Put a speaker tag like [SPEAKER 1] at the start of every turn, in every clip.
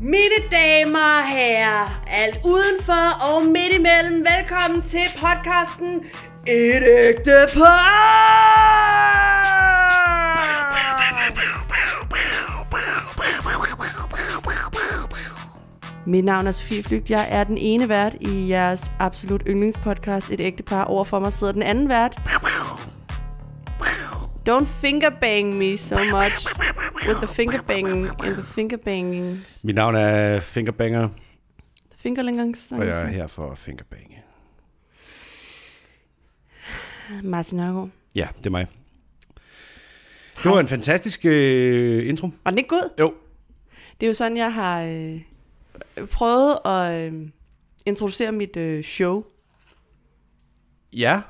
[SPEAKER 1] Mine damer og herrer, alt udenfor og midt imellem, velkommen til podcasten Et ægte par! Mit navn er Sofie Flygt. Jeg er den ene vært i jeres absolut yndlingspodcast Et ægte par. Overfor mig sidder den anden vært. Don't fingerbang me so much with the fingerbanging and the fingerbanging.
[SPEAKER 2] Mit navn er Fingerbanger,
[SPEAKER 1] Fingerlingangssang.
[SPEAKER 2] og jeg er her for at fingerbange.
[SPEAKER 1] Martin Nørgaard.
[SPEAKER 2] Ja, det er mig. Det var en fantastisk øh, intro.
[SPEAKER 1] Var den ikke god?
[SPEAKER 2] Jo.
[SPEAKER 1] Det er jo sådan, jeg har øh, prøvet at øh, introducere mit øh, show.
[SPEAKER 2] Ja,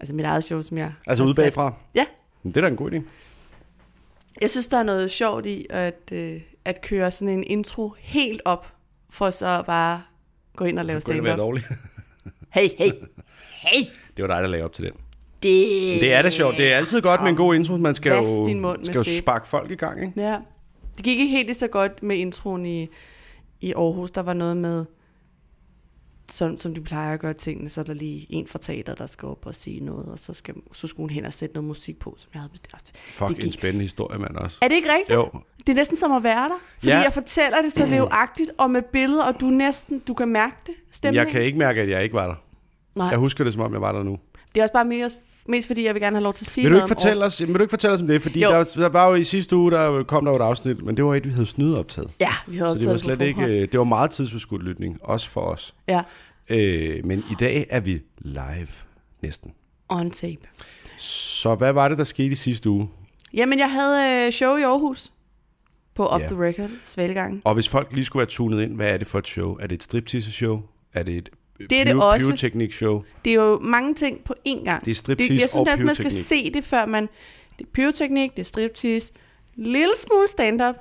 [SPEAKER 1] Altså mit eget show, som jeg
[SPEAKER 2] altså
[SPEAKER 1] har
[SPEAKER 2] ude
[SPEAKER 1] sat.
[SPEAKER 2] bagfra.
[SPEAKER 1] Ja.
[SPEAKER 2] Men Det er da en god idé.
[SPEAKER 1] Jeg synes, der er noget sjovt i at, øh, at køre sådan en intro helt op, for så bare gå ind og lave
[SPEAKER 2] Kunne det være
[SPEAKER 1] stand-up.
[SPEAKER 2] dårligt?
[SPEAKER 1] Hey, hey, hey.
[SPEAKER 2] Det var dig, der lagde op til den.
[SPEAKER 1] Det...
[SPEAKER 2] Det er da sjovt. Det er altid godt med en god intro. Man skal
[SPEAKER 1] Vask
[SPEAKER 2] jo,
[SPEAKER 1] din mund med
[SPEAKER 2] skal jo
[SPEAKER 1] sæbe.
[SPEAKER 2] sparke folk i gang, ikke?
[SPEAKER 1] Ja. Det gik ikke helt lige så godt med introen i, i Aarhus. Der var noget med, sådan som de plejer at gøre tingene, så er der lige en fra teater, der skal op og sige noget, og så, skal, så skulle hun hen og sætte noget musik på, som jeg havde bestemt.
[SPEAKER 2] Fuck,
[SPEAKER 1] det
[SPEAKER 2] en spændende historie, mand, også.
[SPEAKER 1] Er det ikke rigtigt?
[SPEAKER 2] Jo.
[SPEAKER 1] Det er næsten som at være der. Fordi
[SPEAKER 2] Ja.
[SPEAKER 1] jeg fortæller det så levagtigt og med billeder, og du er næsten, du kan mærke det. Stemningen.
[SPEAKER 2] Jeg kan ikke mærke, at jeg ikke var der.
[SPEAKER 1] Nej.
[SPEAKER 2] Jeg husker det, som om jeg var der nu.
[SPEAKER 1] Det er også bare mest, mest fordi, jeg vil gerne have lov til at sige
[SPEAKER 2] Vil du,
[SPEAKER 1] noget
[SPEAKER 2] ikke
[SPEAKER 1] om
[SPEAKER 2] fortælle os, vil du ikke fortælle os om det? Fordi
[SPEAKER 1] Jo.
[SPEAKER 2] der, der var jo i sidste uge, der kom der jo et afsnit, men det var et, vi havde snydeoptaget.
[SPEAKER 1] Ja, vi havde
[SPEAKER 2] Så det var
[SPEAKER 1] optaget
[SPEAKER 2] slet
[SPEAKER 1] på
[SPEAKER 2] ikke,
[SPEAKER 1] forhånd.
[SPEAKER 2] øh, det var meget tidsforskudt lytning, også for os.
[SPEAKER 1] Ja,
[SPEAKER 2] Øh, men i dag er vi live næsten.
[SPEAKER 1] on tape.
[SPEAKER 2] Så hvad var det, der skete i sidste uge?
[SPEAKER 1] Jamen, jeg havde øh, show i Aarhus på Off
[SPEAKER 2] Ja.
[SPEAKER 1] the Record, Svalgangen.
[SPEAKER 2] Og hvis folk lige skulle være tunet ind, hvad er det for et show? Er det et striptease-show? Er det et
[SPEAKER 1] Det er det også.
[SPEAKER 2] pyroteknik-show?
[SPEAKER 1] Det er jo mange ting på én gang.
[SPEAKER 2] Det er striptease
[SPEAKER 1] Jeg synes
[SPEAKER 2] og
[SPEAKER 1] næsten, man skal
[SPEAKER 2] pyroteknik.
[SPEAKER 1] se det, før man... Det er pyroteknik, det er striptease, lille smule stand-up.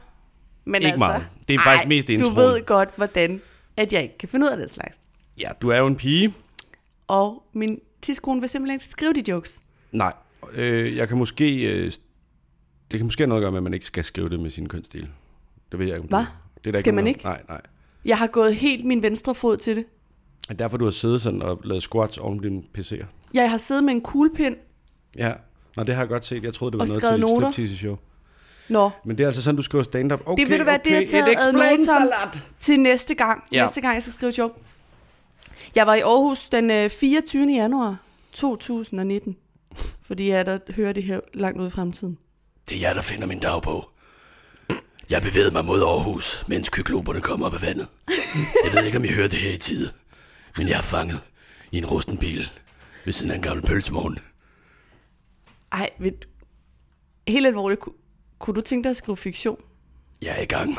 [SPEAKER 1] Men
[SPEAKER 2] Ikke
[SPEAKER 1] altså,
[SPEAKER 2] meget. Det er faktisk
[SPEAKER 1] ej,
[SPEAKER 2] mest
[SPEAKER 1] Du
[SPEAKER 2] introen.
[SPEAKER 1] ved godt, hvordan at jeg ikke kan finde ud af den slags.
[SPEAKER 2] Ja, du er jo en pige.
[SPEAKER 1] Og min tidskone vil simpelthen ikke skrive de jokes.
[SPEAKER 2] Nej. Øh, jeg kan måske... Øh, det kan måske have noget at gøre med, at man ikke skal skrive det med sin kønsdel. Det ved jeg ikke. om
[SPEAKER 1] Hvad?
[SPEAKER 2] du- Det er der
[SPEAKER 1] Skal
[SPEAKER 2] nogen,
[SPEAKER 1] man
[SPEAKER 2] der-
[SPEAKER 1] ikke?
[SPEAKER 2] Nej, nej.
[SPEAKER 1] Jeg har gået helt min venstre fod til det.
[SPEAKER 2] Er det derfor, du har siddet sådan og lavet squats oven på din PC'er?
[SPEAKER 1] Jeg har siddet med en kuglepind
[SPEAKER 2] Ja. Nå, det har jeg godt set. Jeg troede, det var
[SPEAKER 1] Og
[SPEAKER 2] noget
[SPEAKER 1] skrevet
[SPEAKER 2] til et
[SPEAKER 1] noter.
[SPEAKER 2] striptease-show.
[SPEAKER 1] Nå,
[SPEAKER 2] Men det er altså sådan, du skriver stand-up. Okay,
[SPEAKER 1] ved du hvad, det
[SPEAKER 2] okay,
[SPEAKER 1] har taget
[SPEAKER 2] it
[SPEAKER 1] ad
[SPEAKER 2] explains
[SPEAKER 1] notam.
[SPEAKER 2] a lot.
[SPEAKER 1] til næste gang. Ja.
[SPEAKER 2] Ja.
[SPEAKER 1] Næste gang, jeg skal skrive et job. Jeg var i Aarhus den øh, 24. januar 2019. Fordi jeg der hører det her langt ud i fremtiden.
[SPEAKER 3] Det er jeg, der finder min dagbog. Jeg bevægede mig mod Aarhus, mens kykloperne kom op af vandet. Jeg ved ikke, om I hørte det her i tide, men jeg er fanget i en rusten bil ved siden af en gammel pølsevogn.
[SPEAKER 1] Ej, ved, du- helt alvorligt, kunne, kunne du tænke dig at skrive fiktion?
[SPEAKER 3] Jeg er i gang.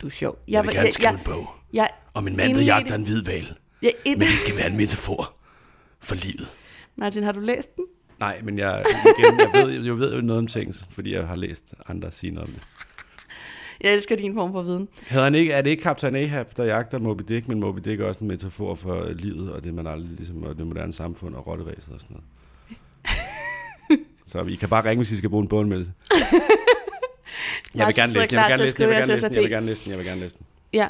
[SPEAKER 1] Du er sjov.
[SPEAKER 3] Jeg vil
[SPEAKER 1] var-
[SPEAKER 3] gerne skrive
[SPEAKER 1] jeg,
[SPEAKER 3] en bog
[SPEAKER 1] jeg,
[SPEAKER 3] om en mand, der
[SPEAKER 1] indledte-
[SPEAKER 3] jagter en hvid val.
[SPEAKER 1] Jeg ind...
[SPEAKER 3] Men det skal være en metafor for livet.
[SPEAKER 1] Martin, har du læst den?
[SPEAKER 2] Nej, men jeg, igen, jeg, ved, jeg ved jo noget om ting, fordi jeg har læst andre sige noget om det.
[SPEAKER 1] Jeg elsker din form for viden.
[SPEAKER 2] Havde han ikke, er det ikke Kaptajn Ahab, der jagter Moby Dick, men Moby Dick er også en metafor for livet, og det man aldrig, ligesom, og det moderne samfund og rotteræset og sådan noget. Så I kan bare ringe, hvis I skal bruge en bogenmeldelse. Jeg vil
[SPEAKER 1] Martin
[SPEAKER 2] gerne
[SPEAKER 1] sidder
[SPEAKER 2] læse den,
[SPEAKER 1] klar
[SPEAKER 2] jeg vil
[SPEAKER 1] til at
[SPEAKER 2] gerne læse den, jeg vil
[SPEAKER 1] skrive
[SPEAKER 2] gerne læse den,
[SPEAKER 1] SSRP.
[SPEAKER 2] jeg vil gerne læse den, jeg vil gerne læse den.
[SPEAKER 1] Ja.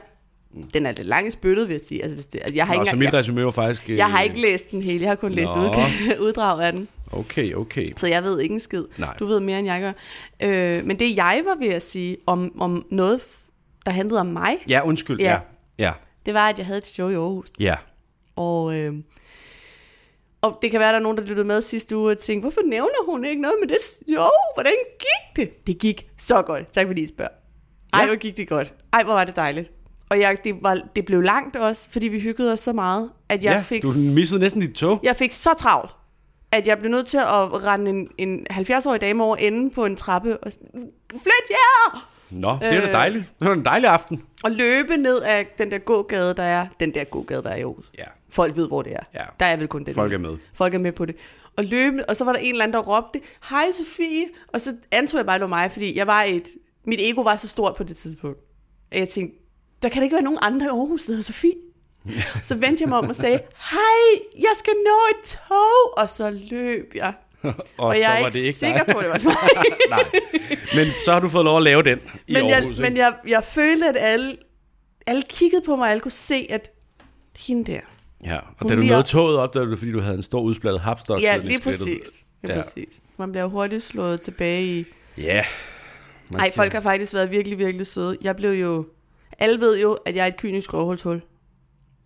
[SPEAKER 1] Den er lidt lang i spyttet, vil jeg sige. Altså, hvis det, altså, jeg, har
[SPEAKER 2] Nå,
[SPEAKER 1] ikke,
[SPEAKER 2] så
[SPEAKER 1] engang-
[SPEAKER 2] mit resume var faktisk... øh,
[SPEAKER 1] jeg, jeg har ikke læst den hele. Jeg har kun læst
[SPEAKER 2] Nå.
[SPEAKER 1] udga- uddrag af den.
[SPEAKER 2] øh, Okay, okay.
[SPEAKER 1] Så jeg ved ikke en skid.
[SPEAKER 2] Nej.
[SPEAKER 1] Du ved mere, end jeg gør. Øh, men det, jeg var ved at sige om, om noget, f- der handlede om mig,
[SPEAKER 2] Ja, undskyld,
[SPEAKER 1] Ja.
[SPEAKER 2] ja. Ja,
[SPEAKER 1] det var, at jeg havde et show i Aarhus.
[SPEAKER 2] ja.
[SPEAKER 1] Og, øh, og det kan være, at der er nogen, der lyttede med sidste uge og tænkte, hvorfor nævner hun ikke noget med det show? Hvordan gik det? Det gik så godt. Tak fordi I spørger. Ej,
[SPEAKER 2] Ja.
[SPEAKER 1] hvor gik det godt. Ej, hvor var det dejligt. Og jeg, det, var, det blev langt også, fordi vi hyggede os så meget, at jeg
[SPEAKER 2] ja
[SPEAKER 1] fik
[SPEAKER 2] du missede næsten dit tog.
[SPEAKER 1] jeg fik så travlt, at jeg blev nødt til at rende en, en 70-årig dame over enden på en trappe og, sådan, flyt jer!
[SPEAKER 2] Nå, det er da
[SPEAKER 1] Øh.
[SPEAKER 2] dejligt. Det var en dejlig aften.
[SPEAKER 1] og løbe ned af den der gågade, der er. Den der gågade, der er i Aarhus.
[SPEAKER 2] Ja.
[SPEAKER 1] Folk ved, hvor det er.
[SPEAKER 2] Ja.
[SPEAKER 1] Der er vel kun den.
[SPEAKER 2] Folk er med.
[SPEAKER 1] Folk er med på det. Og løbe, og så var der en eller anden, der råbte, hej Sofie, og så antog jeg bare, det var mig, fordi jeg var et, mit ego var så stort på det tidspunkt. At jeg tænkte, der kan da ikke være nogen andre i Aarhus, der hedder Sofie. Så vendte jeg mig om og sagde, hej, jeg skal nå et tog, og så løb jeg
[SPEAKER 2] Og,
[SPEAKER 1] Og
[SPEAKER 2] så
[SPEAKER 1] jeg er
[SPEAKER 2] var
[SPEAKER 1] ikke,
[SPEAKER 2] det ikke
[SPEAKER 1] sikker
[SPEAKER 2] dig.
[SPEAKER 1] på, at det var smart.
[SPEAKER 2] Nej. Men så har du fået lov at lave den i
[SPEAKER 1] men
[SPEAKER 2] Aarhus,
[SPEAKER 1] jeg, men jeg, jeg følte, at alle, alle kiggede på mig, og alle kunne se, at hende der.
[SPEAKER 2] Ja, og
[SPEAKER 1] Hun
[SPEAKER 2] da du
[SPEAKER 1] bliver-
[SPEAKER 2] nåede toget op, der var det fordi, du havde en stor udsplattet hapstok.
[SPEAKER 1] Ja,
[SPEAKER 2] siddende i
[SPEAKER 1] lige
[SPEAKER 2] skridtet.
[SPEAKER 1] præcis. Ja,
[SPEAKER 2] Ja.
[SPEAKER 1] præcis. Man bliver jo hurtigt slået tilbage i...
[SPEAKER 2] Ja. Man
[SPEAKER 1] Nej,
[SPEAKER 2] skal-
[SPEAKER 1] folk har faktisk været virkelig, virkelig søde. Jeg blev jo... Alle ved jo, at jeg er et kynisk røvhulshul.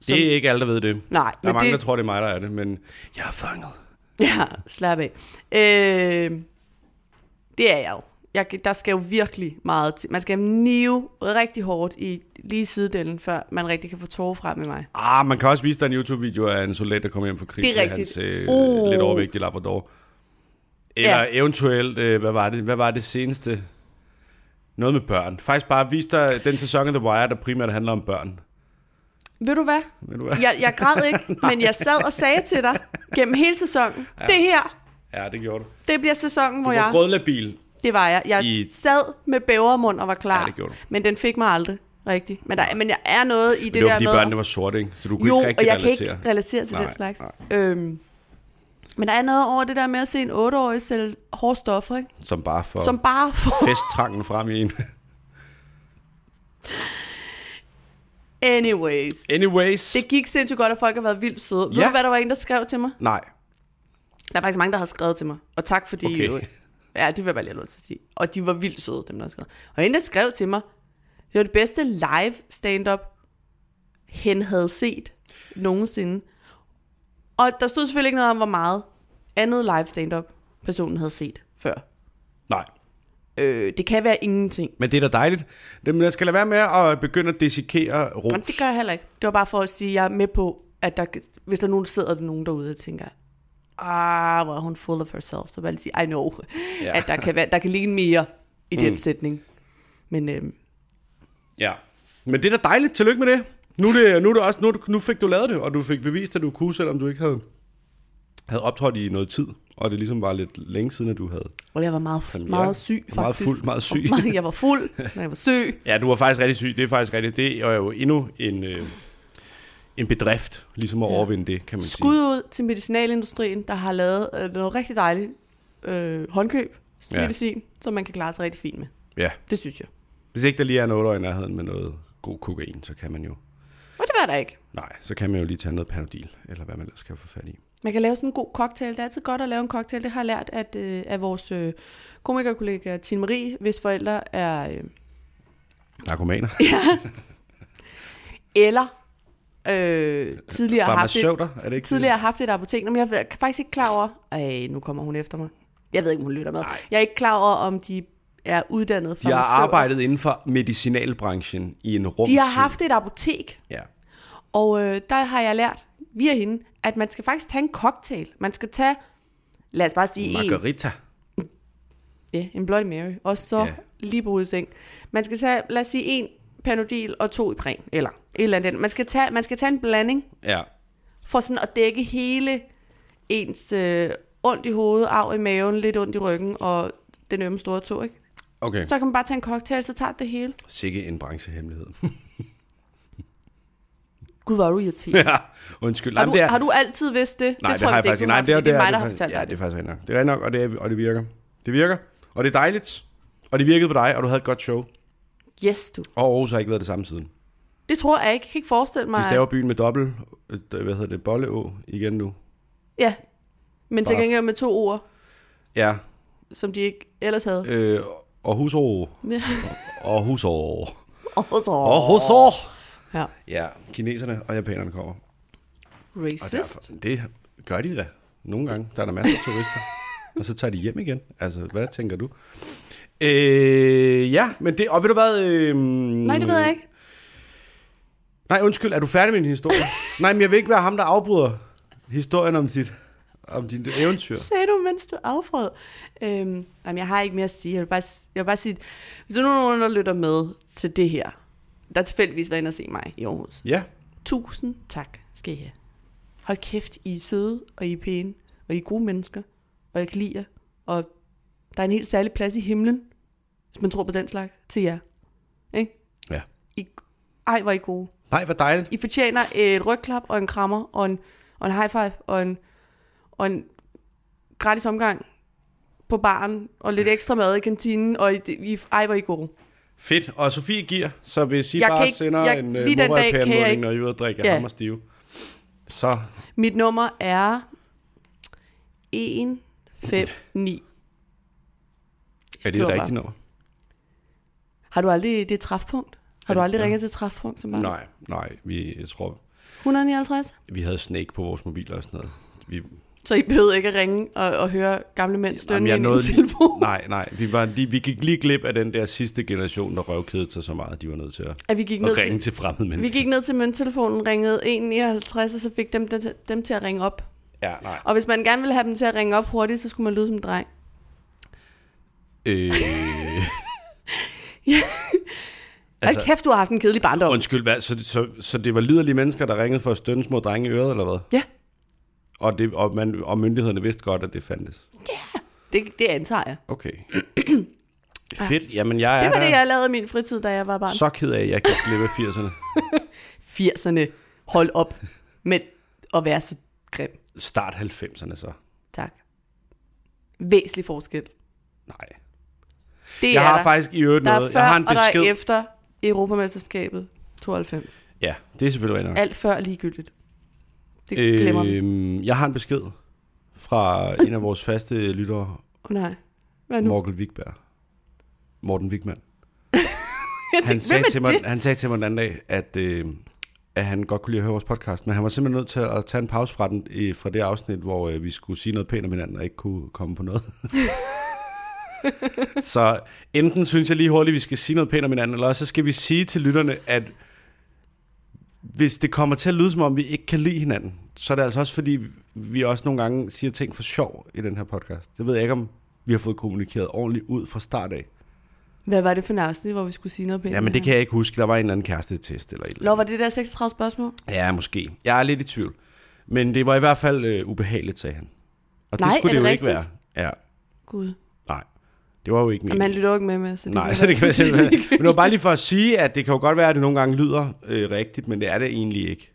[SPEAKER 1] som-
[SPEAKER 2] Det er ikke alle, der ved det.
[SPEAKER 1] Nej,
[SPEAKER 2] Der er
[SPEAKER 1] men
[SPEAKER 2] mange, der
[SPEAKER 1] det...
[SPEAKER 2] tror, det er mig, der er det, men jeg er fanget.
[SPEAKER 1] Ja, slap af. Øh, det er jeg jo. Jeg, der skal jo virkelig meget til. Man skal nive rigtig hårdt i lige sidedelen, før man rigtig kan få tårer frem med mig.
[SPEAKER 2] Ah, man kan også vise dig en YouTube-video af en soldat, der kommer hjem fra krig.
[SPEAKER 1] Det er
[SPEAKER 2] med
[SPEAKER 1] rigtigt.
[SPEAKER 2] Hans, øh,
[SPEAKER 1] Uh.
[SPEAKER 2] lidt overvægtige Labrador. Eller
[SPEAKER 1] Ja.
[SPEAKER 2] ja. eventuelt, øh, hvad, var det, hvad var det seneste? Noget med børn. Faktisk bare vis dig den sæson af The Wire, der primært handler om børn.
[SPEAKER 1] Ved du hvad?
[SPEAKER 2] Ved du hvad?
[SPEAKER 1] Jeg, jeg græd ikke, men jeg sad og sagde til dig gennem hele sæsonen, ja. det her,
[SPEAKER 2] Ja, det gjorde du.
[SPEAKER 1] det bliver sæsonen,
[SPEAKER 2] Du
[SPEAKER 1] hvor
[SPEAKER 2] var
[SPEAKER 1] jeg...
[SPEAKER 2] grødlabil.
[SPEAKER 1] Det var jeg. Jeg
[SPEAKER 2] I-
[SPEAKER 1] I... sad med bævermund og var klar.
[SPEAKER 2] Ja, det gjorde du.
[SPEAKER 1] Men den fik mig aldrig rigtigt. Men, der, men jeg er noget i det,
[SPEAKER 2] Det, det var,
[SPEAKER 1] der
[SPEAKER 2] fordi
[SPEAKER 1] med...
[SPEAKER 2] børnene var sorte, ikke? Så du kunne
[SPEAKER 1] jo,
[SPEAKER 2] ikke
[SPEAKER 1] og
[SPEAKER 2] rigtig
[SPEAKER 1] jeg
[SPEAKER 2] relatere.
[SPEAKER 1] kan ikke relatere til
[SPEAKER 2] Nej,
[SPEAKER 1] den slags. Øhm, men der er noget over det der med at se en 8-årig sælge hårde stoffer, ikke?
[SPEAKER 2] Som bare for
[SPEAKER 1] som bare får...
[SPEAKER 2] festtrangen frem i en.
[SPEAKER 1] Anyways.
[SPEAKER 2] Anyways.
[SPEAKER 1] Det gik sindssygt godt, at folk har været vildt søde. Ja. Ved
[SPEAKER 2] Ja.
[SPEAKER 1] du, hvad der var en, der skrev til mig?
[SPEAKER 2] Nej.
[SPEAKER 1] Der er faktisk mange, der har skrevet til mig. Og tak fordi...
[SPEAKER 2] Okay.
[SPEAKER 1] Okay. Ja, det vil jeg bare lige have lov til at sige. Og de var vildt søde, dem der har skrevet. Og en, der skrev til mig, det var det bedste live stand-up, hen havde set nogensinde. Og der stod selvfølgelig ikke noget om, hvor meget andet live stand-up personen havde set før.
[SPEAKER 2] Nej.
[SPEAKER 1] Øh, det kan være ingenting.
[SPEAKER 2] Men det er da dejligt. Det- Men jeg skal lade være med at begynde at dissekere ros.
[SPEAKER 1] Men det gør jeg heller ikke. Det var bare for at sige, at jeg er med på, at der, hvis der nu sidder der nogen derude og tænker, ah, hvor er hun full of herself, så vil jeg lige sige, I know,
[SPEAKER 2] Ja.
[SPEAKER 1] ja. at der kan, være, der kan ligge mere i den sætning. Men øhm,
[SPEAKER 2] Ja. Men det er da dejligt. Tillykke med det. Nu, er det, nu, er det også, nu, er det- nu fik du lavet det, og du fik bevist, at du kunne, selvom du ikke havde, havde optrådt i noget tid. Og det ligesom var lidt længe siden, at du havde.
[SPEAKER 1] og jeg var meget,
[SPEAKER 2] Premiere.
[SPEAKER 1] meget syg,
[SPEAKER 2] Og
[SPEAKER 1] faktisk.
[SPEAKER 2] meget fuld, meget syg.
[SPEAKER 1] Og meget- Jeg var fuld, men jeg var syg.
[SPEAKER 2] Ja, du var faktisk rigtig syg. Det er faktisk rigtigt. Det er jo endnu en, øh, en bedrift, ligesom at
[SPEAKER 1] Ja.
[SPEAKER 2] overvinde det, kan man
[SPEAKER 1] Skud ud til medicinalindustrien, der har lavet øh, noget rigtig dejligt øh, håndkøb
[SPEAKER 2] Ja.
[SPEAKER 1] medicin, som man kan klare sig rigtig fint med.
[SPEAKER 2] sige. Ja.
[SPEAKER 1] Det synes jeg.
[SPEAKER 2] Hvis ikke der lige er en 8 i nærheden med noget god kokain, så kan man jo...
[SPEAKER 1] Og det var der ikke.
[SPEAKER 2] Nej, så kan man jo lige tage noget panodil, eller hvad man ellers kan få fat i.
[SPEAKER 1] Man kan lave sådan en god cocktail. Det er altid godt at lave en cocktail. Det har jeg lært at, øh, af vores øh, komikerkollega Tine Marie, hvis forældre er... Øh,
[SPEAKER 2] Narkomaner.
[SPEAKER 1] eller øh, tidligere, har haft et,
[SPEAKER 2] Farmaceuter, er det ikke
[SPEAKER 1] tidligere har haft et apotek. Nå, Men jeg er faktisk ikke klar over... Ej, nu kommer hun efter mig. Jeg ved ikke, om hun lytter med.
[SPEAKER 2] Nej.
[SPEAKER 1] Jeg er ikke klar over, om de er uddannet
[SPEAKER 2] det? De har
[SPEAKER 1] farmaceuter.
[SPEAKER 2] arbejdet inden for medicinalbranchen i en rum
[SPEAKER 1] De har
[SPEAKER 2] tid.
[SPEAKER 1] haft et apotek,
[SPEAKER 2] Ja.
[SPEAKER 1] og øh, der har jeg lært via hende, at man skal faktisk tage en cocktail. Man skal tage, lad os bare sige en,
[SPEAKER 2] Margarita.
[SPEAKER 1] Ja, en Bloody Mary. Og så
[SPEAKER 2] Ja.
[SPEAKER 1] ja. lige på hovedseng. Man skal tage, lad os sige, en Panodil og to Ipren, eller et eller andet. Man skal tage, man skal tage en blanding
[SPEAKER 2] Ja.
[SPEAKER 1] for sådan at dække hele ens øh, ondt i hovedet, arv i maven, lidt ondt i ryggen og den ømme store tog, ikke?
[SPEAKER 2] Okay. Så...
[SPEAKER 1] Så kan man bare tage en cocktail, så tager det det hele.
[SPEAKER 2] Sikke en branchehemmelighed.
[SPEAKER 1] Gud, hvor er du irriterende.
[SPEAKER 2] ja. Undskyld.
[SPEAKER 1] Har
[SPEAKER 2] Jamen,
[SPEAKER 1] du,
[SPEAKER 2] det er...
[SPEAKER 1] har du altid vidst det?
[SPEAKER 2] Nej, det,
[SPEAKER 1] tror
[SPEAKER 2] har jeg
[SPEAKER 1] vist
[SPEAKER 2] faktisk
[SPEAKER 1] ikke,
[SPEAKER 2] ikke.
[SPEAKER 1] du har,
[SPEAKER 2] Nej, det er,
[SPEAKER 1] fordi det er mig,
[SPEAKER 2] det
[SPEAKER 1] der har
[SPEAKER 2] er faktisk-
[SPEAKER 1] fortalt
[SPEAKER 2] Ja,
[SPEAKER 1] dig
[SPEAKER 2] det er
[SPEAKER 1] det.
[SPEAKER 2] faktisk rigtigt nok. Det er rigtigt nok, og det, er, og det virker. Det virker. Og det er dejligt. Og det virkede på dig, og du havde et godt show.
[SPEAKER 1] Yes, du.
[SPEAKER 2] Og Aarhus har ikke været det samme siden.
[SPEAKER 1] Det tror jeg ikke. Jeg kan ikke forestille mig.
[SPEAKER 2] De
[SPEAKER 1] at-
[SPEAKER 2] staver byen med dobbelt, øh, hvad hedder det, bolleå igen nu.
[SPEAKER 1] Ja, men til
[SPEAKER 2] Bare-
[SPEAKER 1] gengæld med to ord,
[SPEAKER 2] Ja,
[SPEAKER 1] som de ikke ellers havde.
[SPEAKER 2] øh, Aarhuså.
[SPEAKER 1] Ja.
[SPEAKER 2] Aarhuså.
[SPEAKER 1] Og så...
[SPEAKER 2] Aarhuså.
[SPEAKER 1] Ja.
[SPEAKER 2] Ja, kineserne og japanerne kommer. Og
[SPEAKER 1] Racist.
[SPEAKER 2] derfor, det gør de da. Nogle gange, der er der masser af turister. og så tager de hjem igen. Altså, hvad tænker du? Øh, ja, men det... Og ved du hvad... Øh,
[SPEAKER 1] Nej, det ved jeg ikke.
[SPEAKER 2] Nej, undskyld, er du færdig med din historie? nej, men jeg vil ikke være ham, der afbryder historien om dit, om dit eventyr.
[SPEAKER 1] Sagde du, mens du afbrød? Øhm, jamen, jeg har ikke mere at sige. Jeg vil bare, jeg vil bare sige, hvis du nu er nogen, der lytter med til det her, der tilfældigvis var inde og se mig i Aarhus.
[SPEAKER 2] Ja,
[SPEAKER 1] Tusind tak skal I have. Hold kæft, I er søde, og I er pæne, og I er gode mennesker, og jeg kan lide jer, og der er en helt særlig plads i himlen, hvis man tror på den slags, til jer. Ikke?
[SPEAKER 2] Ja.
[SPEAKER 1] I, ej, hvor er I gode.
[SPEAKER 2] nej, hvor dejligt.
[SPEAKER 1] I fortjener et rygklap og en krammer og en, og en high five og en, og en gratis omgang på baren, og lidt ekstra mad i kantinen, og I, I, ej, hvor I gode.
[SPEAKER 2] Fedt. Og Sofie giver, så hvis I
[SPEAKER 1] Jeg
[SPEAKER 2] jeg
[SPEAKER 1] kan
[SPEAKER 2] bare
[SPEAKER 1] ikke-
[SPEAKER 2] sender
[SPEAKER 1] jeg-
[SPEAKER 2] en uh,
[SPEAKER 1] lige den dag kan jeg
[SPEAKER 2] MobilePay-anmodning,
[SPEAKER 1] ikke-
[SPEAKER 2] når I er ude og drikke
[SPEAKER 1] Ja.
[SPEAKER 2] ja. hammerstive, så
[SPEAKER 1] Mit nummer er 159.
[SPEAKER 2] er det et rigtigt nummer.
[SPEAKER 1] Har du aldrig det træfpunkt? Har du aldrig
[SPEAKER 2] Ja.
[SPEAKER 1] ringet til træfpunkt som barn?
[SPEAKER 2] Nej, nej. Vi, jeg tror,
[SPEAKER 1] 159?
[SPEAKER 2] vi havde Snake på vores mobiler og sådan noget. Vi,
[SPEAKER 1] Så I behøvede ikke at ringe og, og høre gamle mænd
[SPEAKER 2] Jamen,
[SPEAKER 1] stønne
[SPEAKER 2] jeg
[SPEAKER 1] ind i
[SPEAKER 2] nåede
[SPEAKER 1] en
[SPEAKER 2] lige-
[SPEAKER 1] telefon?
[SPEAKER 2] Nej, nej. Vi, var lige, vi gik lige glip af den der sidste generation, der røvkedede sig så meget, at de var nødt til at,
[SPEAKER 1] At vi gik ned
[SPEAKER 2] at ringe
[SPEAKER 1] til,
[SPEAKER 2] til fremmede
[SPEAKER 1] vi
[SPEAKER 2] mennesker.
[SPEAKER 1] gik ned til mønttelefonen, ringede 159, og så fik dem, dem, dem til at ringe op.
[SPEAKER 2] Ja, nej.
[SPEAKER 1] Og hvis man gerne ville have dem til at ringe op hurtigt, så skulle man lyde som en dreng.
[SPEAKER 2] Øh,
[SPEAKER 1] Ja. Altså,
[SPEAKER 2] Altså-
[SPEAKER 1] kæft, du har haft en kedelig barndom.
[SPEAKER 2] undskyld, hvad? Så, så, så det var liderlige mennesker, der ringede for at stønne små drenge i øret, eller hvad?
[SPEAKER 1] Ja,
[SPEAKER 2] Og, det, og, man, og myndighederne vidste godt, at det fandtes.
[SPEAKER 1] det, det antager jeg.
[SPEAKER 2] Okay. Fedt. Jamen, jeg er
[SPEAKER 1] Det var
[SPEAKER 2] der.
[SPEAKER 1] det, jeg lavede i min fritid, da jeg var barn.
[SPEAKER 2] så ked af, at jeg gik glip af 80'erne.
[SPEAKER 1] 80'erne. Hold op med at være så grim.
[SPEAKER 2] Start 90'erne så.
[SPEAKER 1] Tak. Væsentlig forskel.
[SPEAKER 2] Nej.
[SPEAKER 1] Det
[SPEAKER 2] Jeg
[SPEAKER 1] er
[SPEAKER 2] har
[SPEAKER 1] der.
[SPEAKER 2] faktisk i øvrigt
[SPEAKER 1] der er
[SPEAKER 2] noget.
[SPEAKER 1] før,
[SPEAKER 2] Jeg har en
[SPEAKER 1] og der er
[SPEAKER 2] besked.
[SPEAKER 1] efter Europamesterskabet 92.
[SPEAKER 2] Ja, det er selvfølgelig rigtigt. nok.
[SPEAKER 1] Alt før er ligegyldigt. Det glemmer vi.
[SPEAKER 2] Øhm, jeg har en besked fra en af vores faste lyttere,
[SPEAKER 1] Åh oh, nej. Hvad nu?
[SPEAKER 2] Morkel Wigberg. Morten Wigman.
[SPEAKER 1] Jeg
[SPEAKER 2] Han
[SPEAKER 1] tænkte,
[SPEAKER 2] sagde,
[SPEAKER 1] hvem er
[SPEAKER 2] til mig,
[SPEAKER 1] det?
[SPEAKER 2] han sagde til mig den anden dag, at, øh, at han godt kunne lide at høre vores podcast, men han var simpelthen nødt til at tage en pause fra, den, øh, fra det afsnit, hvor øh, vi skulle sige noget pænt om hinanden og ikke kunne komme på noget. så enten synes jeg lige hurtigt, vi skal sige noget pænt om hinanden, eller også så skal vi sige til lytterne, at hvis det kommer til at lyde som om, vi ikke kan lide hinanden, så er det altså også fordi, vi også nogle gange siger ting for sjov i den her podcast. Det ved jeg ikke, om vi har fået kommunikeret ordentligt ud fra start af.
[SPEAKER 1] Hvad var det for en afsnit, hvor vi skulle sige noget pænt?
[SPEAKER 2] Ja, men det kan jeg ikke huske. Der var en eller anden kærestetest eller et eller
[SPEAKER 1] Nå, var det der 36 spørgsmål?
[SPEAKER 2] andet. Ja, måske. Jeg er lidt i tvivl. Men det var i hvert fald øh, ubehageligt, sagde han. Og
[SPEAKER 1] Nej,
[SPEAKER 2] det skulle
[SPEAKER 1] er
[SPEAKER 2] det,
[SPEAKER 1] det
[SPEAKER 2] jo ikke
[SPEAKER 1] rigtigt?
[SPEAKER 2] være. Ja,
[SPEAKER 1] Gud.
[SPEAKER 2] nej. Det var jo ikke
[SPEAKER 1] Jamen, han
[SPEAKER 2] meningen.
[SPEAKER 1] lytter jo ikke med med. Så det
[SPEAKER 2] Nej,
[SPEAKER 1] kan
[SPEAKER 2] så det kan være
[SPEAKER 1] være-
[SPEAKER 2] simpelthen. Men det var bare lige for at sige, at det kan jo godt være, at det nogle gange lyder øh, rigtigt, men det er det egentlig ikke.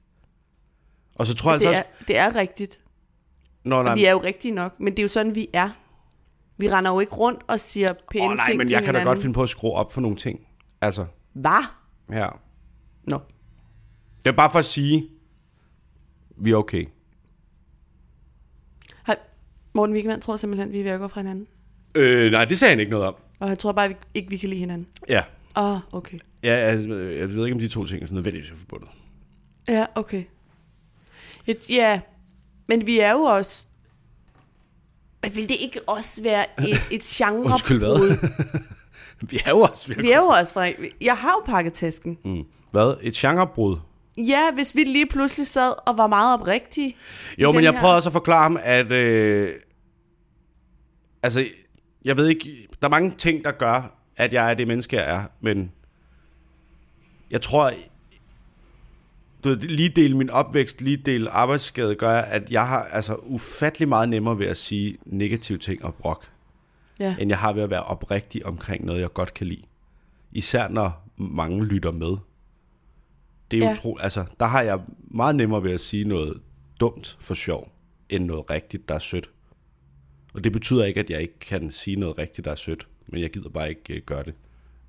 [SPEAKER 2] Og så tror jeg altså
[SPEAKER 1] det,
[SPEAKER 2] også...
[SPEAKER 1] er, det er rigtigt.
[SPEAKER 2] Nå, nej,
[SPEAKER 1] Vi er jo rigtige nok, men det er jo sådan, vi er. Vi render jo ikke rundt og siger pæne
[SPEAKER 2] åh, nej
[SPEAKER 1] ting
[SPEAKER 2] men
[SPEAKER 1] til
[SPEAKER 2] jeg kan da
[SPEAKER 1] hinanden.
[SPEAKER 2] godt finde på at skrue op for nogle ting. Altså,
[SPEAKER 1] Hvad?
[SPEAKER 2] ja.
[SPEAKER 1] Nå.
[SPEAKER 2] Det er bare for at sige, vi er okay.
[SPEAKER 1] Hej. Morten Wigman tror simpelthen, vi er ved at gå fra hinanden.
[SPEAKER 2] Øh, nej, det sagde han ikke noget om.
[SPEAKER 1] Og han tror bare vi, ikke, vi kan lide hinanden.
[SPEAKER 2] Ja,
[SPEAKER 1] Åh, oh, okay.
[SPEAKER 2] Ja, jeg, jeg ved ikke, om de to ting er sådan nødvendigvis er forbundet.
[SPEAKER 1] Ja, okay. Et, ja, men vi er jo også... Men vil det ikke også være et, et genre
[SPEAKER 2] Undskyld, hvad? Vi er jo også virkelig...
[SPEAKER 1] Vi er jo også fra... Jeg har jo pakket tasken.
[SPEAKER 2] Mm. Hvad? Et genrebrud?
[SPEAKER 1] Ja, hvis vi lige pludselig sad og var meget oprigtige.
[SPEAKER 2] Jo,
[SPEAKER 1] den
[SPEAKER 2] men jeg
[SPEAKER 1] her-
[SPEAKER 2] prøver også at forklare ham, at... Øh, altså, jeg ved ikke... Der er mange ting, der gør, at jeg er det menneske, jeg er, men... Jeg tror... Du ved, lige del min opvækst, lige del arbejdsskade, gør, at jeg har altså ufattelig meget nemmere ved at sige negative ting og brok.
[SPEAKER 1] Ja.
[SPEAKER 2] end jeg har ved at være oprigtig omkring noget, jeg godt kan lide. Især når mange lytter med. Det er
[SPEAKER 1] Ja.
[SPEAKER 2] ja. utroligt. Altså, der har jeg meget nemmere ved at sige noget dumt for sjov, end noget rigtigt, der er sødt. Og det betyder ikke, at jeg ikke kan sige noget rigtigt, der er sødt, men jeg gider bare ikke øh, gøre det,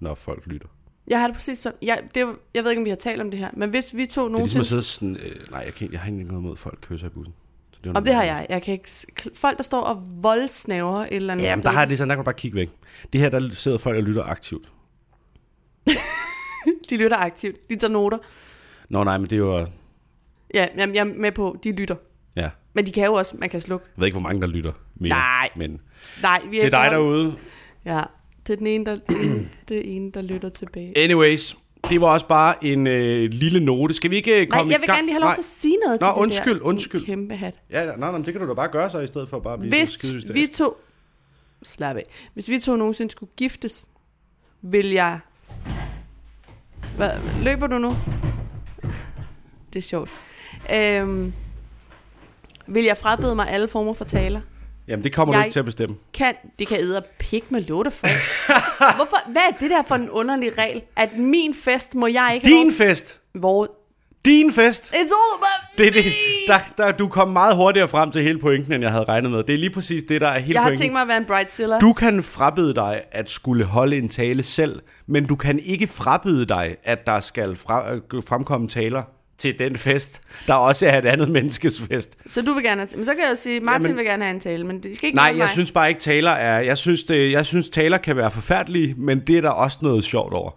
[SPEAKER 2] når folk lytter. Det
[SPEAKER 1] Jeg har det præcis sådan. Jeg, det, er jo- jeg ved ikke, om vi har talt om det her, men hvis vi to
[SPEAKER 2] er ligesom
[SPEAKER 1] nogensinde...
[SPEAKER 2] at sidde sådan, øh, nej, jeg, kan, jeg har egentlig ikke noget imod, at folk kysser i bussen. Så er jo
[SPEAKER 1] Om det
[SPEAKER 2] noget
[SPEAKER 1] har
[SPEAKER 2] andet.
[SPEAKER 1] jeg. Jeg kan ikke... s- kl- Folk, der står og voldsnaver et eller andet
[SPEAKER 2] Jamen, der
[SPEAKER 1] sted.
[SPEAKER 2] har jeg det sådan, der kan man bare kigge væk. Det her, der sidder folk og lytter aktivt.
[SPEAKER 1] De lytter aktivt. De tager noter.
[SPEAKER 2] Nå nej, men det er jo,
[SPEAKER 1] Ja, jamen, jeg er med på, de lytter.
[SPEAKER 2] ja,
[SPEAKER 1] Men de kan jo også, man kan slukke.
[SPEAKER 2] Jeg ved ikke, hvor mange der lytter mere.
[SPEAKER 1] Nej.
[SPEAKER 2] Men
[SPEAKER 1] Nej, vi er
[SPEAKER 2] til dig
[SPEAKER 1] efterhånden-
[SPEAKER 2] derude.
[SPEAKER 1] Ja, det er den ene, der, det er ene, der lytter tilbage.
[SPEAKER 2] Anyways, det var også bare en øh, lille note. Skal vi ikke øh,
[SPEAKER 1] Nej,
[SPEAKER 2] komme
[SPEAKER 1] jeg vil
[SPEAKER 2] i gang?
[SPEAKER 1] gerne lige have lov til at sige noget
[SPEAKER 2] Nå,
[SPEAKER 1] til det
[SPEAKER 2] undskyld,
[SPEAKER 1] der, din
[SPEAKER 2] undskyld.
[SPEAKER 1] kæmpe hat.
[SPEAKER 2] Ja, nej, nej, men det kan du da bare gøre så, i stedet for bare at blive
[SPEAKER 1] Hvis
[SPEAKER 2] skide
[SPEAKER 1] vi to... Slap af. Hvis vi to nogensinde skulle giftes, vil jeg... Hvad, løber du nu? Det er sjovt. Øhm, vil jeg frabede mig alle former for taler?
[SPEAKER 2] Jamen, det kommer jeg...
[SPEAKER 1] Jeg-
[SPEAKER 2] du ikke til at bestemme.
[SPEAKER 1] Kan, det kan æde pik med låte for. Hvorfor, hvad er det der for en underlig regel? At min fest må jeg ikke have
[SPEAKER 2] Din
[SPEAKER 1] lov-
[SPEAKER 2] fest!
[SPEAKER 1] Hvor...
[SPEAKER 2] Din fest!
[SPEAKER 1] It's all about
[SPEAKER 2] Det, er det, der, der, du kom meget hurtigere frem til hele pointen, end jeg havde regnet med. Det er lige præcis det, der er hele
[SPEAKER 1] Jeg har
[SPEAKER 2] pointen.
[SPEAKER 1] tænkt mig at være en bridezilla.
[SPEAKER 2] Du kan frabede dig at skulle holde en tale selv, men du kan ikke frabede dig, at der skal fra, øh, fremkomme taler til den fest, der også er et andet menneskes fest.
[SPEAKER 1] Så du vil gerne have Men så kan jeg jo sige, Martin Jamen,
[SPEAKER 2] Jamen-
[SPEAKER 1] vil gerne have en tale, men det skal ikke
[SPEAKER 2] Nej,
[SPEAKER 1] være mig.
[SPEAKER 2] jeg synes bare ikke, taler er... Jeg synes, det, jeg synes, taler kan være forfærdelige, men det er der også noget sjovt over.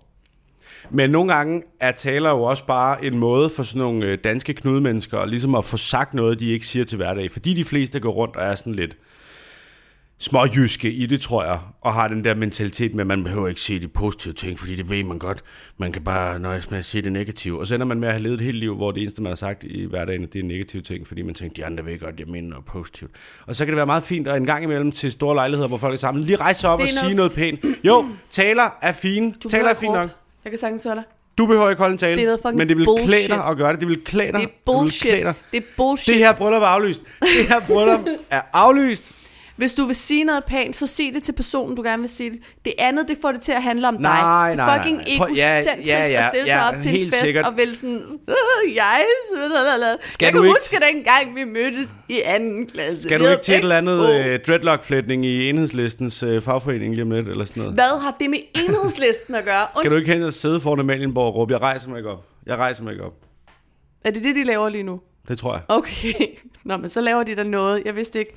[SPEAKER 2] Men nogle gange er taler jo også bare en måde for sådan nogle øh, danske knudemennesker ligesom at få sagt noget, de ikke siger til hverdag. Fordi de fleste går rundt og er sådan lidt småjyske i det, tror jeg, og har den der mentalitet med, at man behøver ikke sige de positive ting, fordi det ved man godt. Man kan bare nøjes med at sige det negative. Og så ender man med at have levet et helt liv, hvor det eneste, man har sagt i hverdagen, det er negative ting, fordi man tænker, de andre ved godt, jeg mener noget positivt. Og så kan det være meget fint, at en gang imellem til store lejligheder, hvor folk er sammen, lige rejse sig op
[SPEAKER 1] Det
[SPEAKER 2] og
[SPEAKER 1] er noget-
[SPEAKER 2] sige noget pænt. Jo, taler er fine.
[SPEAKER 1] du
[SPEAKER 2] taler
[SPEAKER 1] behøver
[SPEAKER 2] er
[SPEAKER 1] ikke
[SPEAKER 2] fint nok.
[SPEAKER 1] råbe. Jeg kan sagtens høre dig.
[SPEAKER 2] Du behøver ikke holde en tale,
[SPEAKER 1] Det er noget fucking
[SPEAKER 2] men det vil klæde
[SPEAKER 1] bullshit.
[SPEAKER 2] dig at gøre det. Det vil klæde dig.
[SPEAKER 1] Det er
[SPEAKER 2] Det, vil
[SPEAKER 1] bullshit.
[SPEAKER 2] klæde dig.
[SPEAKER 1] Det er bullshit.
[SPEAKER 2] det her bryllup er aflyst. Det her bryllup er aflyst.
[SPEAKER 1] Hvis du vil sige noget pænt, så sig det til personen, du gerne vil sige det. Det andet, det får det til at handle om dig.
[SPEAKER 2] Nej,
[SPEAKER 1] Det er
[SPEAKER 2] nej,
[SPEAKER 1] fucking
[SPEAKER 2] nej. Prøv-
[SPEAKER 1] egocentrisk ja, ja, ja, at stille sig
[SPEAKER 2] ja,
[SPEAKER 1] op til en
[SPEAKER 2] helt
[SPEAKER 1] fest sikkert.
[SPEAKER 2] sikkert.
[SPEAKER 1] og vil sådan... "Øh, Jeg,
[SPEAKER 2] Skal
[SPEAKER 1] jeg
[SPEAKER 2] du
[SPEAKER 1] kan
[SPEAKER 2] ikke-
[SPEAKER 1] huske dengang, vi mødtes i anden klasse.
[SPEAKER 2] Skal
[SPEAKER 1] Vi
[SPEAKER 2] du
[SPEAKER 1] havde
[SPEAKER 2] ikke til et eller andet
[SPEAKER 1] expo."
[SPEAKER 2] øh, dreadlock-flætning i enhedslistens øh, fagforening lige om lidt, eller sådan noget?
[SPEAKER 1] Hvad har det med enhedslisten at gøre?
[SPEAKER 2] Skal du ikke hen og sidde foran Amalienborg og råbe, jeg rejser mig ikke op. Jeg rejser mig ikke op.
[SPEAKER 1] Er det det, de laver lige nu?
[SPEAKER 2] Det tror jeg.
[SPEAKER 1] Okay. Nå, men så laver de da noget. Jeg vidste ikke...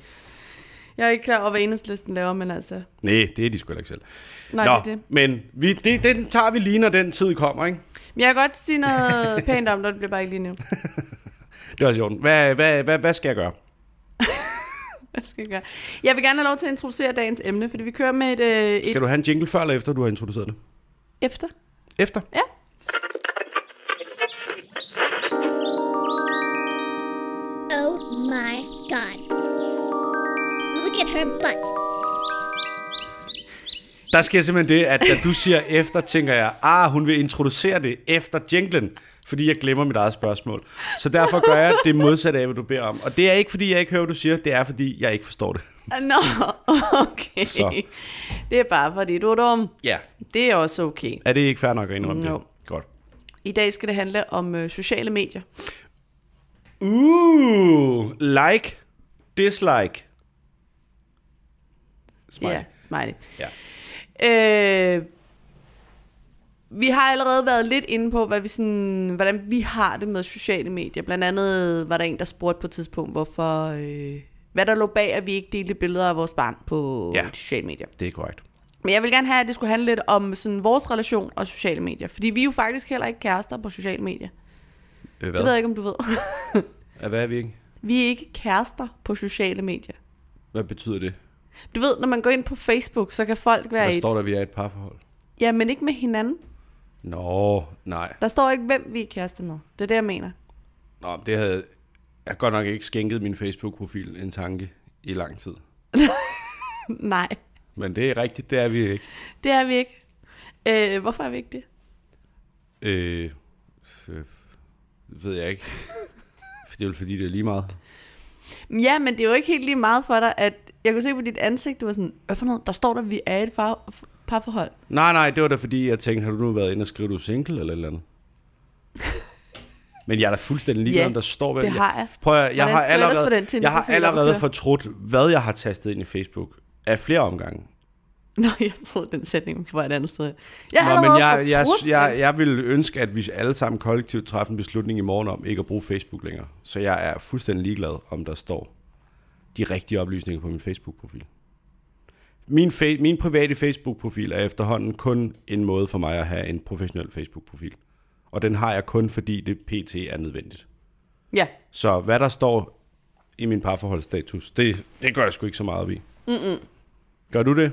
[SPEAKER 1] Jeg er ikke klar over, hvad enhedslisten laver, men altså...
[SPEAKER 2] Nej, det er de sgu heller ikke selv.
[SPEAKER 1] Nej,
[SPEAKER 2] Nå,
[SPEAKER 1] det er det.
[SPEAKER 2] men vi, det, den tager vi lige, når den tid kommer, ikke?
[SPEAKER 1] Men jeg kan godt sige noget pænt om det, det bliver bare ikke lige nu.
[SPEAKER 2] Det er også i orden. Hvad, hvad, hvad, hvad skal jeg gøre?
[SPEAKER 1] Hvad skal jeg gøre? Jeg vil gerne have lov til at introducere dagens emne, fordi vi kører med et, øh, et
[SPEAKER 2] Skal du have en jingle før eller efter, du har introduceret det?
[SPEAKER 1] efter.
[SPEAKER 2] Efter?
[SPEAKER 1] Ja.
[SPEAKER 4] Oh my god. Look at her butt.
[SPEAKER 2] Der sker simpelthen det, at da du siger efter, tænker jeg, ah, hun vil introducere det efter jinglen, fordi jeg glemmer mit eget spørgsmål. Så derfor gør jeg det modsatte af, hvad du beder om. Og det er ikke, fordi jeg ikke hører, hvad du siger, det er, fordi jeg ikke forstår det.
[SPEAKER 1] Ah, Nå, okay.
[SPEAKER 2] Så.
[SPEAKER 1] Det er bare fordi, du er dum.
[SPEAKER 2] Ja.
[SPEAKER 1] Det er også okay.
[SPEAKER 2] Er det ikke fair nok at indrømme
[SPEAKER 1] Jo.
[SPEAKER 2] det? Godt.
[SPEAKER 1] I dag skal det handle om øh, sociale medier.
[SPEAKER 2] Uh, like, dislike. Smiley.
[SPEAKER 1] Ja, smiley.
[SPEAKER 2] Ja.
[SPEAKER 1] Øh, vi har allerede været lidt inde på, hvad vi sådan, hvordan vi har det med sociale medier. Blandt andet var der en, der spurgte på et tidspunkt, hvorfor, øh, hvad der lå bag, at vi ikke delte billeder af vores barn på
[SPEAKER 2] Ja.
[SPEAKER 1] ja. sociale medier.
[SPEAKER 2] Det er korrekt. Øh,
[SPEAKER 1] Men jeg vil gerne have, at det skulle handle lidt om sådan, vores relation og sociale medier. Fordi vi er jo faktisk heller ikke kærester på sociale medier. Det
[SPEAKER 2] Øh,
[SPEAKER 1] ved jeg ikke, om du ved.
[SPEAKER 2] Ja, Hvad er vi ikke?
[SPEAKER 1] vi er ikke kærester på sociale medier.
[SPEAKER 2] Hvad betyder det?
[SPEAKER 1] Du ved, når man går ind på Facebook, så kan folk være i
[SPEAKER 2] Hvad
[SPEAKER 1] et...
[SPEAKER 2] står der, vi er i et parforhold?
[SPEAKER 1] Ja, men ikke med hinanden.
[SPEAKER 2] Nå, nej.
[SPEAKER 1] Der står ikke, hvem vi er kærester med. Det er det, jeg mener.
[SPEAKER 2] Nå, men det havde jeg godt nok ikke skænket min Facebook-profil en tanke i lang tid.
[SPEAKER 1] Nej,
[SPEAKER 2] Men det er rigtigt, det er vi ikke.
[SPEAKER 1] det er vi ikke. Øh, hvorfor er vi ikke det?
[SPEAKER 2] Øh, øh, ved jeg ikke. For Det er vel fordi, det er lige meget.
[SPEAKER 1] Ja, men det er jo ikke helt lige meget for dig, at... Jeg kunne se på dit ansigt, du var sådan, hvad for noget? Der står der, vi er i et far- parforhold.
[SPEAKER 2] Nej, nej, det var da fordi, jeg tænkte, har du nu været inde og skrive, du er single eller et eller andet? Men jeg er da fuldstændig ligeglad,
[SPEAKER 1] Ja,
[SPEAKER 2] om der står, hvad
[SPEAKER 1] det har jeg.
[SPEAKER 2] Prøv at, jeg
[SPEAKER 1] Hvordan
[SPEAKER 2] har
[SPEAKER 1] skal jeg ellers få
[SPEAKER 2] allerede,
[SPEAKER 1] den til en
[SPEAKER 2] jeg har
[SPEAKER 1] profil op at
[SPEAKER 2] allerede
[SPEAKER 1] køre?
[SPEAKER 2] fortrudt, hvad jeg har tastet ind i Facebook af flere omgange.
[SPEAKER 1] Nå, jeg troede, den sætning var et andet sted. Jeg har
[SPEAKER 2] Nå, men
[SPEAKER 1] allerede
[SPEAKER 2] jeg, jeg,
[SPEAKER 1] fortrudt
[SPEAKER 2] jeg, jeg ville ønske, at vi alle sammen kollektivt træffer en beslutning i morgen om ikke at bruge Facebook længere. Så jeg er fuldstændig ligeglad, om der står de rigtige oplysninger på min Facebook-profil. Min, fa- min private Facebook-profil er efterhånden kun en måde for mig at have en professionel Facebook-profil. Og den har jeg kun, fordi det pt. er nødvendigt.
[SPEAKER 1] den. Ja,
[SPEAKER 2] Så hvad der står i min parforholdsstatus, det, det gør jeg sgu ikke så meget op i. Mm-mm. Gør du det?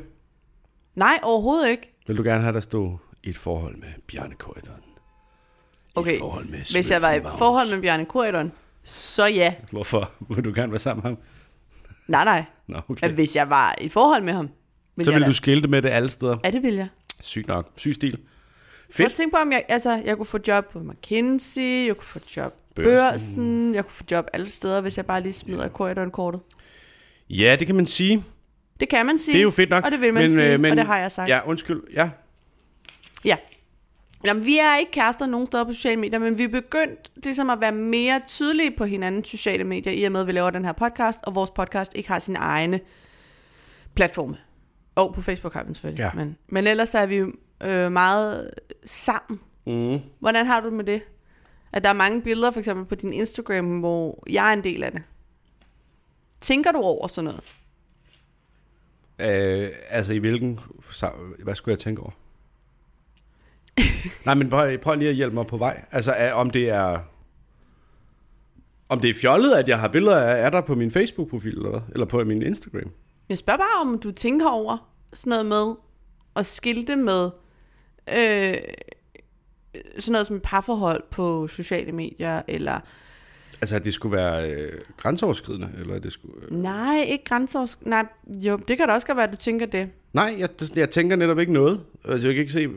[SPEAKER 1] nej, overhovedet ikke.
[SPEAKER 2] Vil du gerne have, der stod i et forhold med Bjarne Korydon?
[SPEAKER 1] Okay,
[SPEAKER 3] forhold med
[SPEAKER 1] hvis
[SPEAKER 3] Svend
[SPEAKER 1] jeg var i
[SPEAKER 3] Forvaus.
[SPEAKER 1] forhold med Bjarne Corydon, så ja.
[SPEAKER 2] Hvorfor? Vil du gerne være sammen med ham?
[SPEAKER 1] Nej, nej.
[SPEAKER 2] Nå,
[SPEAKER 1] Men
[SPEAKER 2] okay.
[SPEAKER 1] hvis jeg var i forhold med ham, ville
[SPEAKER 2] Så
[SPEAKER 1] jeg
[SPEAKER 2] vil
[SPEAKER 1] da-
[SPEAKER 2] du skilte med det alle steder.
[SPEAKER 1] Ja, det vil jeg.
[SPEAKER 2] Sygt nok. Syg stil.
[SPEAKER 1] Fedt.
[SPEAKER 2] Fedt.
[SPEAKER 1] Jeg tænkte på, om jeg, altså, jeg kunne få job på McKinsey, jeg kunne få job på
[SPEAKER 2] Børsen.
[SPEAKER 1] børsen, jeg kunne få job alle steder, hvis jeg bare lige smider yeah. korridoren-kortet.
[SPEAKER 2] Ja, det kan man sige.
[SPEAKER 1] Det kan man sige.
[SPEAKER 2] Det er jo fedt nok. øh,
[SPEAKER 1] Og det vil man
[SPEAKER 2] men,
[SPEAKER 1] sige,
[SPEAKER 2] øh, men,
[SPEAKER 1] og det har jeg sagt.
[SPEAKER 2] Ja, undskyld. Ja.
[SPEAKER 1] ja. Jamen, vi er ikke kærester nogen steder på sociale medier, men vi er begyndt ligesom at være mere tydelige på hinanden sociale medier, i og med, at vi laver den her podcast, og vores podcast ikke har sin egne platforme. Og på Facebook har vi den selvfølgelig.
[SPEAKER 2] Ja.
[SPEAKER 1] Men, men ellers er vi jo, øh, meget sammen.
[SPEAKER 2] Mm.
[SPEAKER 1] Hvordan har du det med det? At der er mange billeder, for eksempel på din Instagram, hvor jeg er en del af det. Tænker du over sådan noget?
[SPEAKER 2] Øh, altså i hvilken... forsa- Hvad skulle jeg tænke over? Nej, men prøv, prøv lige at hjælpe mig på vej. Altså er- om det er... Om det er fjollet, at jeg har billeder af af dig på min Facebook-profil, eller hvad? Eller på min Instagram?
[SPEAKER 1] Jeg spørger bare, om du tænker over sådan noget med at skilte med øh, sådan noget som parforhold på sociale medier, eller
[SPEAKER 2] Altså, at det skulle være øh, grænseoverskridende, eller at det skulle... Øh...
[SPEAKER 1] nej, ikke grænseoverskridende. Nej, jo, det kan da også godt være, at du tænker det.
[SPEAKER 2] Nej, jeg, det- jeg tænker netop ikke noget. Altså, jeg kan ikke se...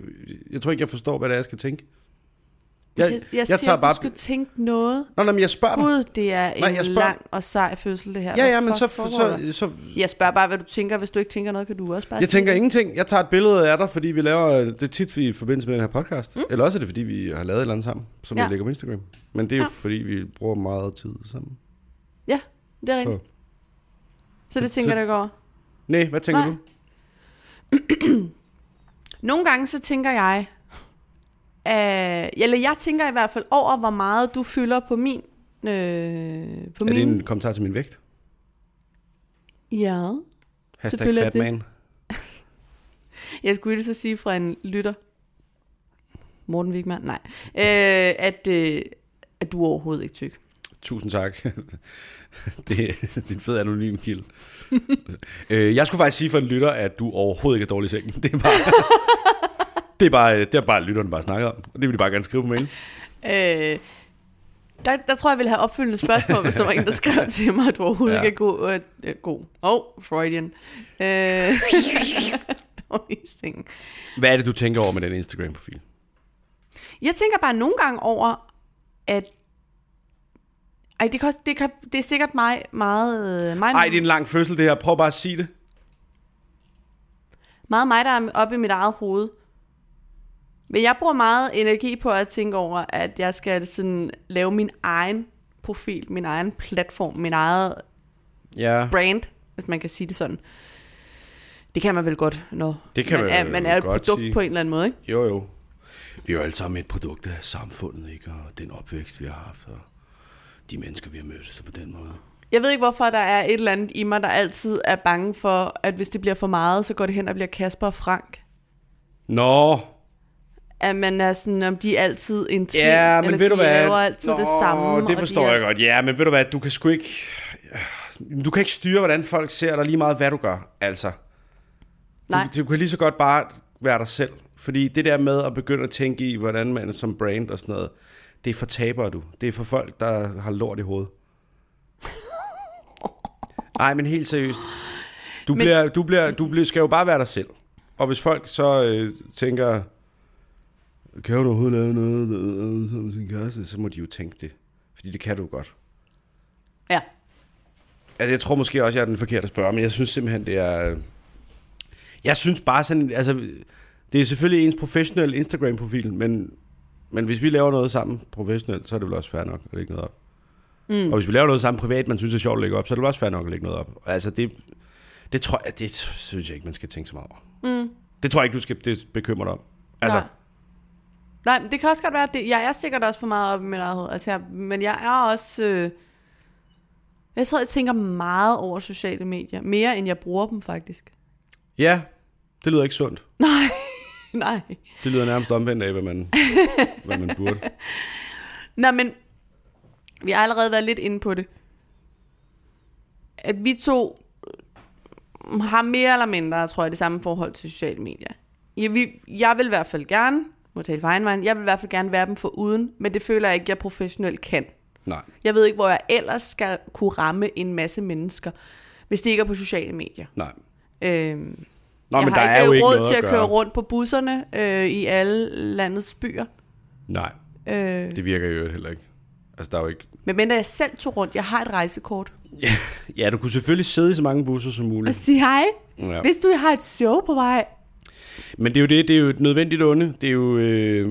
[SPEAKER 2] Jeg tror ikke, jeg forstår, hvad det er, jeg skal tænke. Jeg, jeg, jeg, jeg
[SPEAKER 1] siger,
[SPEAKER 2] tager
[SPEAKER 1] at
[SPEAKER 2] bare...
[SPEAKER 1] du skulle tænke noget.
[SPEAKER 2] Nå, nej, men jeg spørger dig.
[SPEAKER 1] Gud, det er en
[SPEAKER 2] Nej,
[SPEAKER 1] nej,
[SPEAKER 2] jeg spørger-
[SPEAKER 1] lang og sej fødsel, det her.
[SPEAKER 2] Ja,
[SPEAKER 1] Hvad
[SPEAKER 2] ja, men
[SPEAKER 1] fuck
[SPEAKER 2] så,
[SPEAKER 1] foregår der?
[SPEAKER 2] så, så,
[SPEAKER 1] Jeg spørger bare, hvad du tænker. Hvis du ikke tænker noget, kan du også bare
[SPEAKER 2] Jeg
[SPEAKER 1] sige
[SPEAKER 2] tænker
[SPEAKER 1] det.
[SPEAKER 2] ingenting. Jeg tager et billede af dig, fordi vi laver det er tit i forbindelse med den her podcast. Mm. Eller også er det, fordi vi har lavet et eller andet sammen, som ja.
[SPEAKER 1] Ja.
[SPEAKER 2] vi lægger på Instagram. Men det er jo,
[SPEAKER 1] Ja.
[SPEAKER 2] fordi vi bruger meget tid sammen.
[SPEAKER 1] Ja, det er rigtigt.
[SPEAKER 2] Så.
[SPEAKER 1] Så, så det tænker
[SPEAKER 2] så-
[SPEAKER 1] jeg, der går over.
[SPEAKER 2] Nej, hvad tænker
[SPEAKER 1] Nej.
[SPEAKER 2] du?
[SPEAKER 1] Nogle gange så tænker jeg, øh, eller jeg tænker i hvert fald over, hvor meget du fylder på min... Øh, på
[SPEAKER 2] Er det
[SPEAKER 1] min...
[SPEAKER 2] en kommentar til min vægt?
[SPEAKER 1] Ja.
[SPEAKER 2] Hashtag
[SPEAKER 1] Selvfølgelig er det
[SPEAKER 2] fatman.
[SPEAKER 1] Jeg skulle lige så sige fra en lytter, Morten Wigman, nej, øh, at, øh, at du er overhovedet ikke tyk.
[SPEAKER 2] Tusind tak. det, er, det er en fed anonym kilde. øh, jeg skulle faktisk sige for en lytter, at du overhovedet ikke er dårlig i sengen. Det er bare... det er bare, det er bare lytteren bare snakker om. Og det vil de bare gerne skrive på mailen.
[SPEAKER 1] Øh, der, der tror jeg, jeg ville have opfyldende spørgsmål, hvis der var en, der skrev til mig, at du overhovedet
[SPEAKER 2] Ja.
[SPEAKER 1] ja. ikke er god. Øh, øh, god. Oh, Freudian. Øh, dårlig seng.
[SPEAKER 2] Hvad er det, du tænker over med den Instagram-profil?
[SPEAKER 1] Jeg tænker bare nogle gange over, at... Ej, det, kan også, det, kan, det er sikkert mig meget... øh, Mig,
[SPEAKER 2] Ej, det er en lang fødsel, det her. Prøv bare at sige det.
[SPEAKER 1] meget mig, der er oppe i mit eget hoved. Men jeg bruger meget energi på at tænke over, at jeg skal sådan lave min egen profil, min egen platform, min eget
[SPEAKER 2] Ja.
[SPEAKER 1] brand, hvis man kan sige det sådan. Det kan man vel godt, når
[SPEAKER 2] Det kan
[SPEAKER 1] man,
[SPEAKER 2] man
[SPEAKER 1] er,
[SPEAKER 2] vel
[SPEAKER 1] man er et
[SPEAKER 2] godt
[SPEAKER 1] produkt
[SPEAKER 2] sige.
[SPEAKER 1] på en eller anden måde. Ikke?
[SPEAKER 2] Jo, jo.
[SPEAKER 3] Vi er jo alle sammen et produkt af samfundet, ikke? Og den opvækst, vi har haft, og de mennesker, vi har mødt, så på den måde.
[SPEAKER 1] Jeg ved ikke, hvorfor der er et eller andet i mig, der altid er bange for, at hvis det bliver for meget, så går det hen og bliver Kasper og Frank.
[SPEAKER 2] Nå,
[SPEAKER 1] At man er sådan, om de er altid en ting,
[SPEAKER 2] ja, men
[SPEAKER 1] eller
[SPEAKER 2] ved
[SPEAKER 1] de
[SPEAKER 2] du hvad?
[SPEAKER 1] laver altid det samme.
[SPEAKER 2] det
[SPEAKER 1] og
[SPEAKER 2] forstår
[SPEAKER 1] de er
[SPEAKER 2] jeg
[SPEAKER 1] altid-
[SPEAKER 2] godt. Ja, men ved du hvad, du kan sgu ikke... Du kan ikke styre, hvordan folk ser dig lige meget, hvad du gør, altså.
[SPEAKER 1] Nej,
[SPEAKER 2] Du, du kan lige så godt bare være dig selv. Fordi det der med at begynde at tænke i, hvordan man som brand og sådan noget, det er for tabere, du. Det er for folk, der har lort i hovedet. Nej, men helt seriøst. Du, men...
[SPEAKER 1] Men-
[SPEAKER 2] Bliver, du, bliver, du bliver, skal jo bare være dig selv. Og hvis folk så øh, tænker, kan hun overhovedet lave noget øh, som sin kæreste, så må de jo tænke det. Fordi det kan du godt.
[SPEAKER 1] ja.
[SPEAKER 2] Altså, jeg tror måske også, jeg er den forkerte spørger, men jeg synes simpelthen, det er... Jeg synes bare sådan... Altså, det er selvfølgelig ens professionelle Instagram-profil, men, men hvis vi laver noget sammen professionelt, så er det vel også fair nok at lægge noget op. Mm. Og hvis vi laver noget sammen privat, man synes er sjovt at lægge op, så er det vel også fair nok at lægge noget op. Altså, det, det tror jeg... Det synes jeg ikke, man skal tænke så meget over.
[SPEAKER 1] Mm.
[SPEAKER 2] Det tror jeg ikke, du skal det bekymre dig om. Altså,
[SPEAKER 1] Nej. Nej, men det kan også godt være, at det, jeg er sikkert også for meget oppe i mit eget hoved, altså, jeg- men jeg er også... Øh, jeg tror, jeg tænker meget over sociale medier. Mere, end jeg bruger dem, faktisk.
[SPEAKER 2] ja, det lyder ikke sundt.
[SPEAKER 1] Nej.
[SPEAKER 2] Det lyder nærmest omvendt af, hvad man, hvad man burde.
[SPEAKER 1] Nå, men vi har allerede været lidt inde på det. At vi to øh, har mere eller mindre, tror jeg, det samme forhold til sociale medier. Jeg vil, jeg vil i hvert fald gerne, må tale for egen vejen, jeg vil i hvert fald gerne være dem for uden, men det føler jeg ikke, jeg professionelt kan.
[SPEAKER 2] Nej.
[SPEAKER 1] Jeg ved ikke, hvor jeg ellers skal kunne ramme en masse mennesker, hvis det ikke er på sociale medier.
[SPEAKER 2] Nej.
[SPEAKER 1] Øhm,
[SPEAKER 2] Nå,
[SPEAKER 1] jeg
[SPEAKER 2] men
[SPEAKER 1] har
[SPEAKER 2] der er
[SPEAKER 1] ikke
[SPEAKER 2] jo ikke
[SPEAKER 1] råd
[SPEAKER 2] noget
[SPEAKER 1] til
[SPEAKER 2] at
[SPEAKER 1] at, køre
[SPEAKER 2] gøre.
[SPEAKER 1] rundt på busserne øh, i alle landets byer.
[SPEAKER 2] Nej.
[SPEAKER 1] Øh,
[SPEAKER 2] Det virker jo heller ikke. Altså, der er jo ikke...
[SPEAKER 1] medmindre jeg selv tog rundt, jeg har et rejsekort.
[SPEAKER 2] Ja, du kunne selvfølgelig sidde i så mange busser som
[SPEAKER 1] Og
[SPEAKER 2] muligt.
[SPEAKER 1] sige hej,
[SPEAKER 2] Ja.
[SPEAKER 1] hvis du har et show på vej.
[SPEAKER 2] Men det er jo det, det er jo et nødvendigt onde. Det er jo... Øh...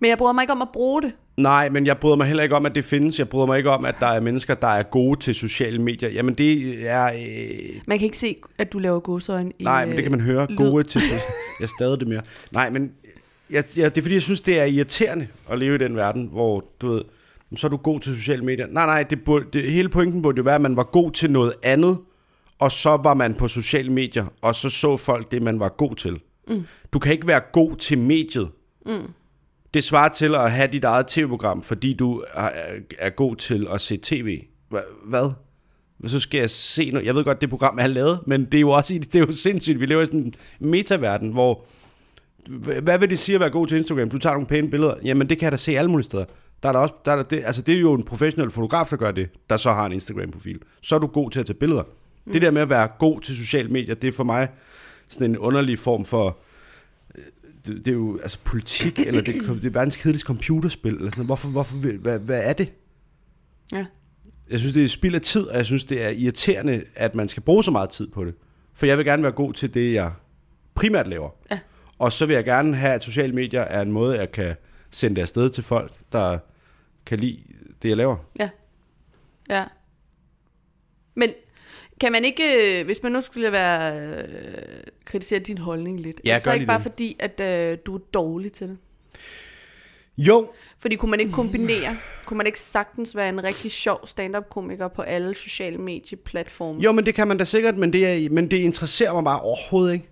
[SPEAKER 1] Men jeg bryder mig ikke om at bruge det.
[SPEAKER 2] Nej, men jeg bryder mig heller ikke om, at det findes. Jeg bryder mig ikke om, at der er mennesker, der er gode til sociale medier. Jamen det er... Øh...
[SPEAKER 1] Man kan ikke se, at du laver godsøjne i...
[SPEAKER 2] Nej, men det kan man høre.
[SPEAKER 1] lyd.
[SPEAKER 2] Gode til... Jeg stadig det mere. Nej, men jeg, jeg, det er fordi, jeg synes, det er irriterende at leve i den verden, hvor du ved, "Jamen, så er du god til sociale medier. Nej, nej, det, burde, det, hele pointen burde jo være, at man var god til noget andet, og så var man på sociale medier, og så så folk det, man var god til. Mm. Du kan ikke være god til mediet. Mm. Det svarer til at have dit eget tv-program, fordi du er, er god til at se tv. Hva- Hvad? så skal jeg se noget. Jeg ved godt, det program er lavet, men det er jo også det er jo sindssygt. Vi lever i sådan en metaverden, hvor... Hvad vil det sige at være god til Instagram? Du tager nogle pæne billeder. Jamen, det kan jeg da se alle mulige steder. Der er der også, der er der det, altså, det er jo en professionel fotograf, der gør det, der så har en Instagram-profil. Så er du god til at tage billeder. Mm. Det der med at være god til sociale medier, det er for mig sådan en underlig form for... øh, Det, det er jo altså politik, eller det, det er verdens kedeligste computerspil. Eller sådan. noget. Hvorfor, hvorfor, vil- hvad, hvad er det?
[SPEAKER 1] Ja.
[SPEAKER 2] Jeg synes, det er spild af tid, og jeg synes, det er irriterende, at man skal bruge så meget tid på det. For jeg vil gerne være god til det, jeg primært laver. Ja. Og så vil jeg gerne have, at sociale medier er en måde, jeg kan sende det afsted til folk, der kan lide det, jeg laver.
[SPEAKER 1] øh, Ja. Ja. Men kan man ikke, øh, hvis man nu skulle være, øh, kritisere din holdning lidt,
[SPEAKER 2] Ja,
[SPEAKER 1] er det så
[SPEAKER 2] gør
[SPEAKER 1] ikke
[SPEAKER 2] lige
[SPEAKER 1] bare
[SPEAKER 2] det.
[SPEAKER 1] fordi, at øh, du er dårlig til det?
[SPEAKER 2] Jo,
[SPEAKER 1] Fordi kunne man ikke kombinere, kunne man ikke sagtens være en rigtig sjov stand-up-komiker på alle sociale medieplatforme?
[SPEAKER 2] jo, men det kan man da sikkert, men det, er, men det interesserer mig bare overhovedet ikke.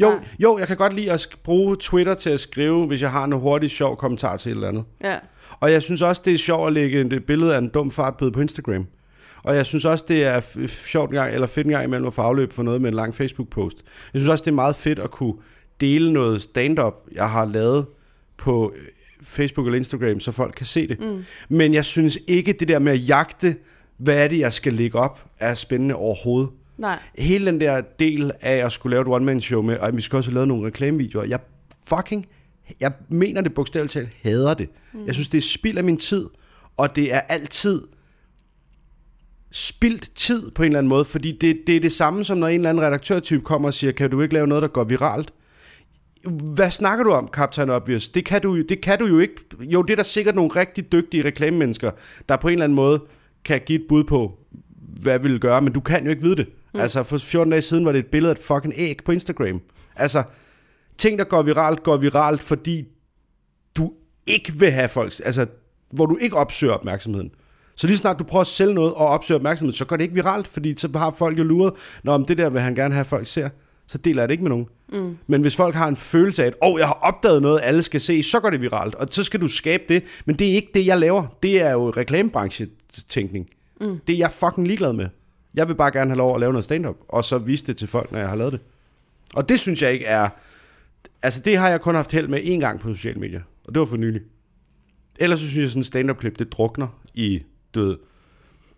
[SPEAKER 2] Jo,
[SPEAKER 1] Nej.
[SPEAKER 2] jo, jeg kan godt lide at sk- bruge Twitter til at skrive, hvis jeg har en hurtig, sjov kommentar til et eller andet.
[SPEAKER 1] Ja.
[SPEAKER 2] Og jeg synes også, det er sjovt at lægge et billede af en dum fartbøde på Instagram. Og jeg synes også, det er f- sjovt en gang, eller fedt en gang imellem at få afløb for noget med en lang Facebook-post. Jeg synes også, det er meget fedt at kunne dele noget stand-up, jeg har lavet på øh, Facebook eller Instagram, så folk kan se det. Mm. Men jeg synes ikke, det der med at jagte, hvad er det, jeg skal lægge op, er spændende overhovedet.
[SPEAKER 1] Nej.
[SPEAKER 2] Hele den der del af at skulle lave et one-man-show med, og vi skal også have lavet nogle reklamevideoer. Jeg fucking, jeg mener det bogstaveligt talt, hader det. Mm. Jeg synes, det er spild af min tid, og det er altid spildt tid på en eller anden måde, fordi det, det er det samme som, når en eller anden redaktørtype kommer og siger, kan du ikke lave noget, der går viralt? Hvad snakker du om, Captain Obvious? Det kan, du, jo- det kan du jo ikke. Jo, det er der sikkert nogle rigtig dygtige reklamemennesker, der på en eller anden måde kan give et bud på, hvad vi vil gøre, men du kan jo ikke vide det. Mm. Altså, for 14 dage siden var det et billede af et fucking æg på Instagram. Altså, ting, der går viralt, går viralt, fordi du ikke vil have folk, altså, hvor du ikke opsøger opmærksomheden. Så lige snart du prøver at sælge noget og opsøge opmærksomhed, så går det ikke viralt, fordi så har folk jo luret, når om det der vil han gerne have, folk ser, så deler jeg det ikke med nogen. Mm. Men hvis folk har en følelse af, at oh, jeg har opdaget noget, alle skal se, så går det viralt, og så skal du skabe det. Men det er ikke det, jeg laver. Det er jo reklamebranche-tænkning. Mm. Det er jeg fucking ligeglad med. Jeg vil bare gerne have lov at lave noget stand-up, og så vise det til folk, når jeg har lavet det. Og det synes jeg ikke er... Altså, det har jeg kun haft held med én gang på sociale medier, og det var for nylig. Ellers så synes jeg, sådan en stand-up-klip, det drukner i, du ved,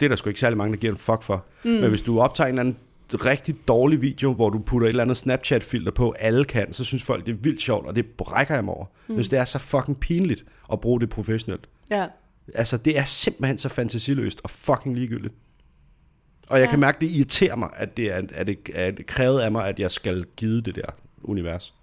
[SPEAKER 2] det er der sgu ikke særlig mange, der giver en fuck for. Mm. Men hvis du optager en eller anden rigtig dårlig video, hvor du putter et eller andet Snapchat-filter på, alle kan, så synes folk, det er vildt sjovt, og det brækker jeg mig over. Mm. Hvis det er så fucking pinligt at bruge det professionelt.
[SPEAKER 1] Ja.
[SPEAKER 2] Altså, det er simpelthen så fantasiløst og fucking ligegyldigt. Og jeg ja. kan mærke, det irriterer mig, at det er, at det er krævet af mig, at jeg skal give det der univers.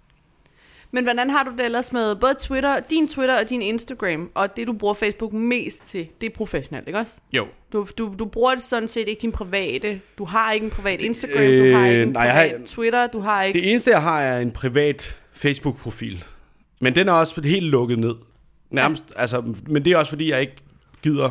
[SPEAKER 1] Men hvordan har du det ellers med både Twitter, din Twitter og din Instagram, og det du bruger Facebook mest til, det er professionelt, ikke også?
[SPEAKER 2] Jo.
[SPEAKER 1] Du, du, du bruger det sådan set ikke din private, du har ikke en privat Instagram, du har ikke en
[SPEAKER 2] Øh, nej,
[SPEAKER 1] privat
[SPEAKER 2] jeg har-
[SPEAKER 1] Twitter, du har ikke...
[SPEAKER 2] Det eneste, jeg har, er en privat Facebook-profil. Men den er også helt lukket ned. Nærmest, ja. altså, men det er også, fordi jeg ikke gider...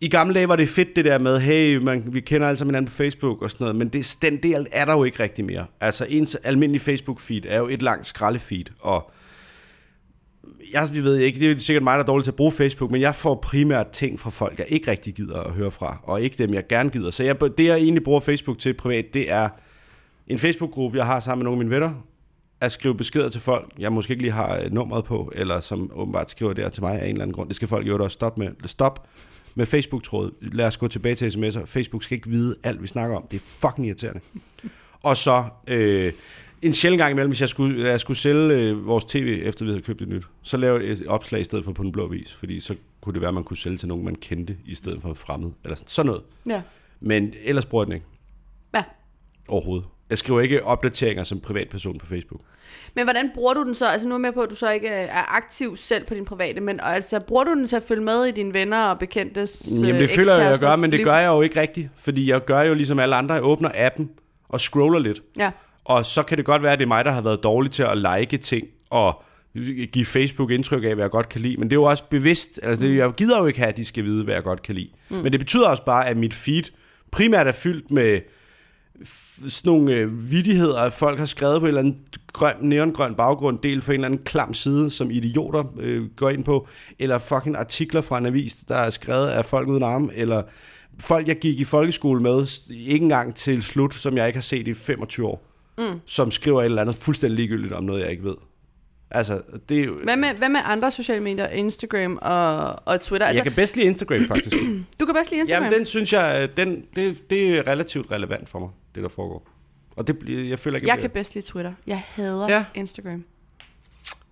[SPEAKER 2] I gamle dage var det fedt det der med, hey, man, vi kender alle sammen hinanden på Facebook og sådan noget, men det, den del er der jo ikke rigtig mere. Altså ens almindelige Facebook-feed er jo et langt skraldefeed, og jeg vi ved ikke, det er sikkert mig, der er dårlig til at bruge Facebook, men jeg får primært ting fra folk, jeg ikke rigtig gider at høre fra, og ikke dem, jeg gerne gider. Så jeg, det, jeg egentlig bruger Facebook til privat, det er en Facebook-gruppe, jeg har sammen med nogle af mine venner, at skrive beskeder til folk, jeg måske ikke lige har øh, nummeret på, eller som åbenbart skriver der til mig af en eller anden grund. Det skal folk jo også stoppe med. Stop med Facebook-tråd. Lad os gå tilbage til sms'er. Facebook skal ikke vide alt, vi snakker om. Det er fucking irriterende. Og så øh, en sjældent gang imellem, hvis jeg skulle, jeg skulle sælge øh, vores tv, efter vi havde købt det nyt, så lave et opslag i stedet for på den blå vis, fordi så kunne det være, at man kunne sælge til nogen, man kendte, i stedet for fremmed, eller sådan, sådan noget.
[SPEAKER 1] Ja.
[SPEAKER 2] Men ellers bruger jeg den ikke
[SPEAKER 1] ja.
[SPEAKER 2] overhovedet. Jeg skriver ikke opdateringer som privatperson på Facebook.
[SPEAKER 1] Men hvordan bruger du den så? Altså nu er jeg med på, at du så ikke øh, er aktiv selv på din private, men altså bruger du den til at følge med i dine venner og bekendtes øh,
[SPEAKER 2] Jamen, det føler jeg, jeg
[SPEAKER 1] ekskæresters
[SPEAKER 2] gør, men det
[SPEAKER 1] liv?
[SPEAKER 2] gør jeg jo ikke rigtigt. Fordi jeg gør jo ligesom alle andre. Jeg åbner appen og scroller lidt.
[SPEAKER 1] Ja.
[SPEAKER 2] Og så kan det godt være, at det er mig, der har været dårlig til at like ting og give Facebook indtryk af, hvad jeg godt kan lide. Men det er jo også bevidst. Altså, det, jeg gider jo ikke have, at de skal vide, hvad jeg godt kan lide. Mm. Men det betyder også bare, at mit feed primært er fyldt med f- sådan nogle øh, vidigheder, folk har skrevet på en eller anden grøn, neongrøn baggrund, del for en eller anden klam side, som idioter øh, går ind på, eller fucking artikler fra en avis, der er skrevet af folk uden arme, eller folk, jeg gik i folkeskole med, s- ikke engang til slut, som jeg ikke har set i 25 år, mm. som skriver et eller andet fuldstændig ligegyldigt om noget, jeg ikke ved. Altså, det er jo...
[SPEAKER 1] Hvad med, hvad med andre sociale medier? Instagram og, og Twitter? Altså,
[SPEAKER 2] Jeg kan bedst lide Instagram, faktisk.
[SPEAKER 1] Du kan bedst lide Instagram?
[SPEAKER 2] Jamen, den synes jeg, øh, den, det, det er relativt relevant for mig, det der foregår. Og det, bliver- jeg føler ikke,
[SPEAKER 1] jeg
[SPEAKER 2] bliver-
[SPEAKER 1] kan bedst lide Twitter. Jeg hader
[SPEAKER 2] Ja.
[SPEAKER 1] ja. Instagram.
[SPEAKER 2] jeg, øhm,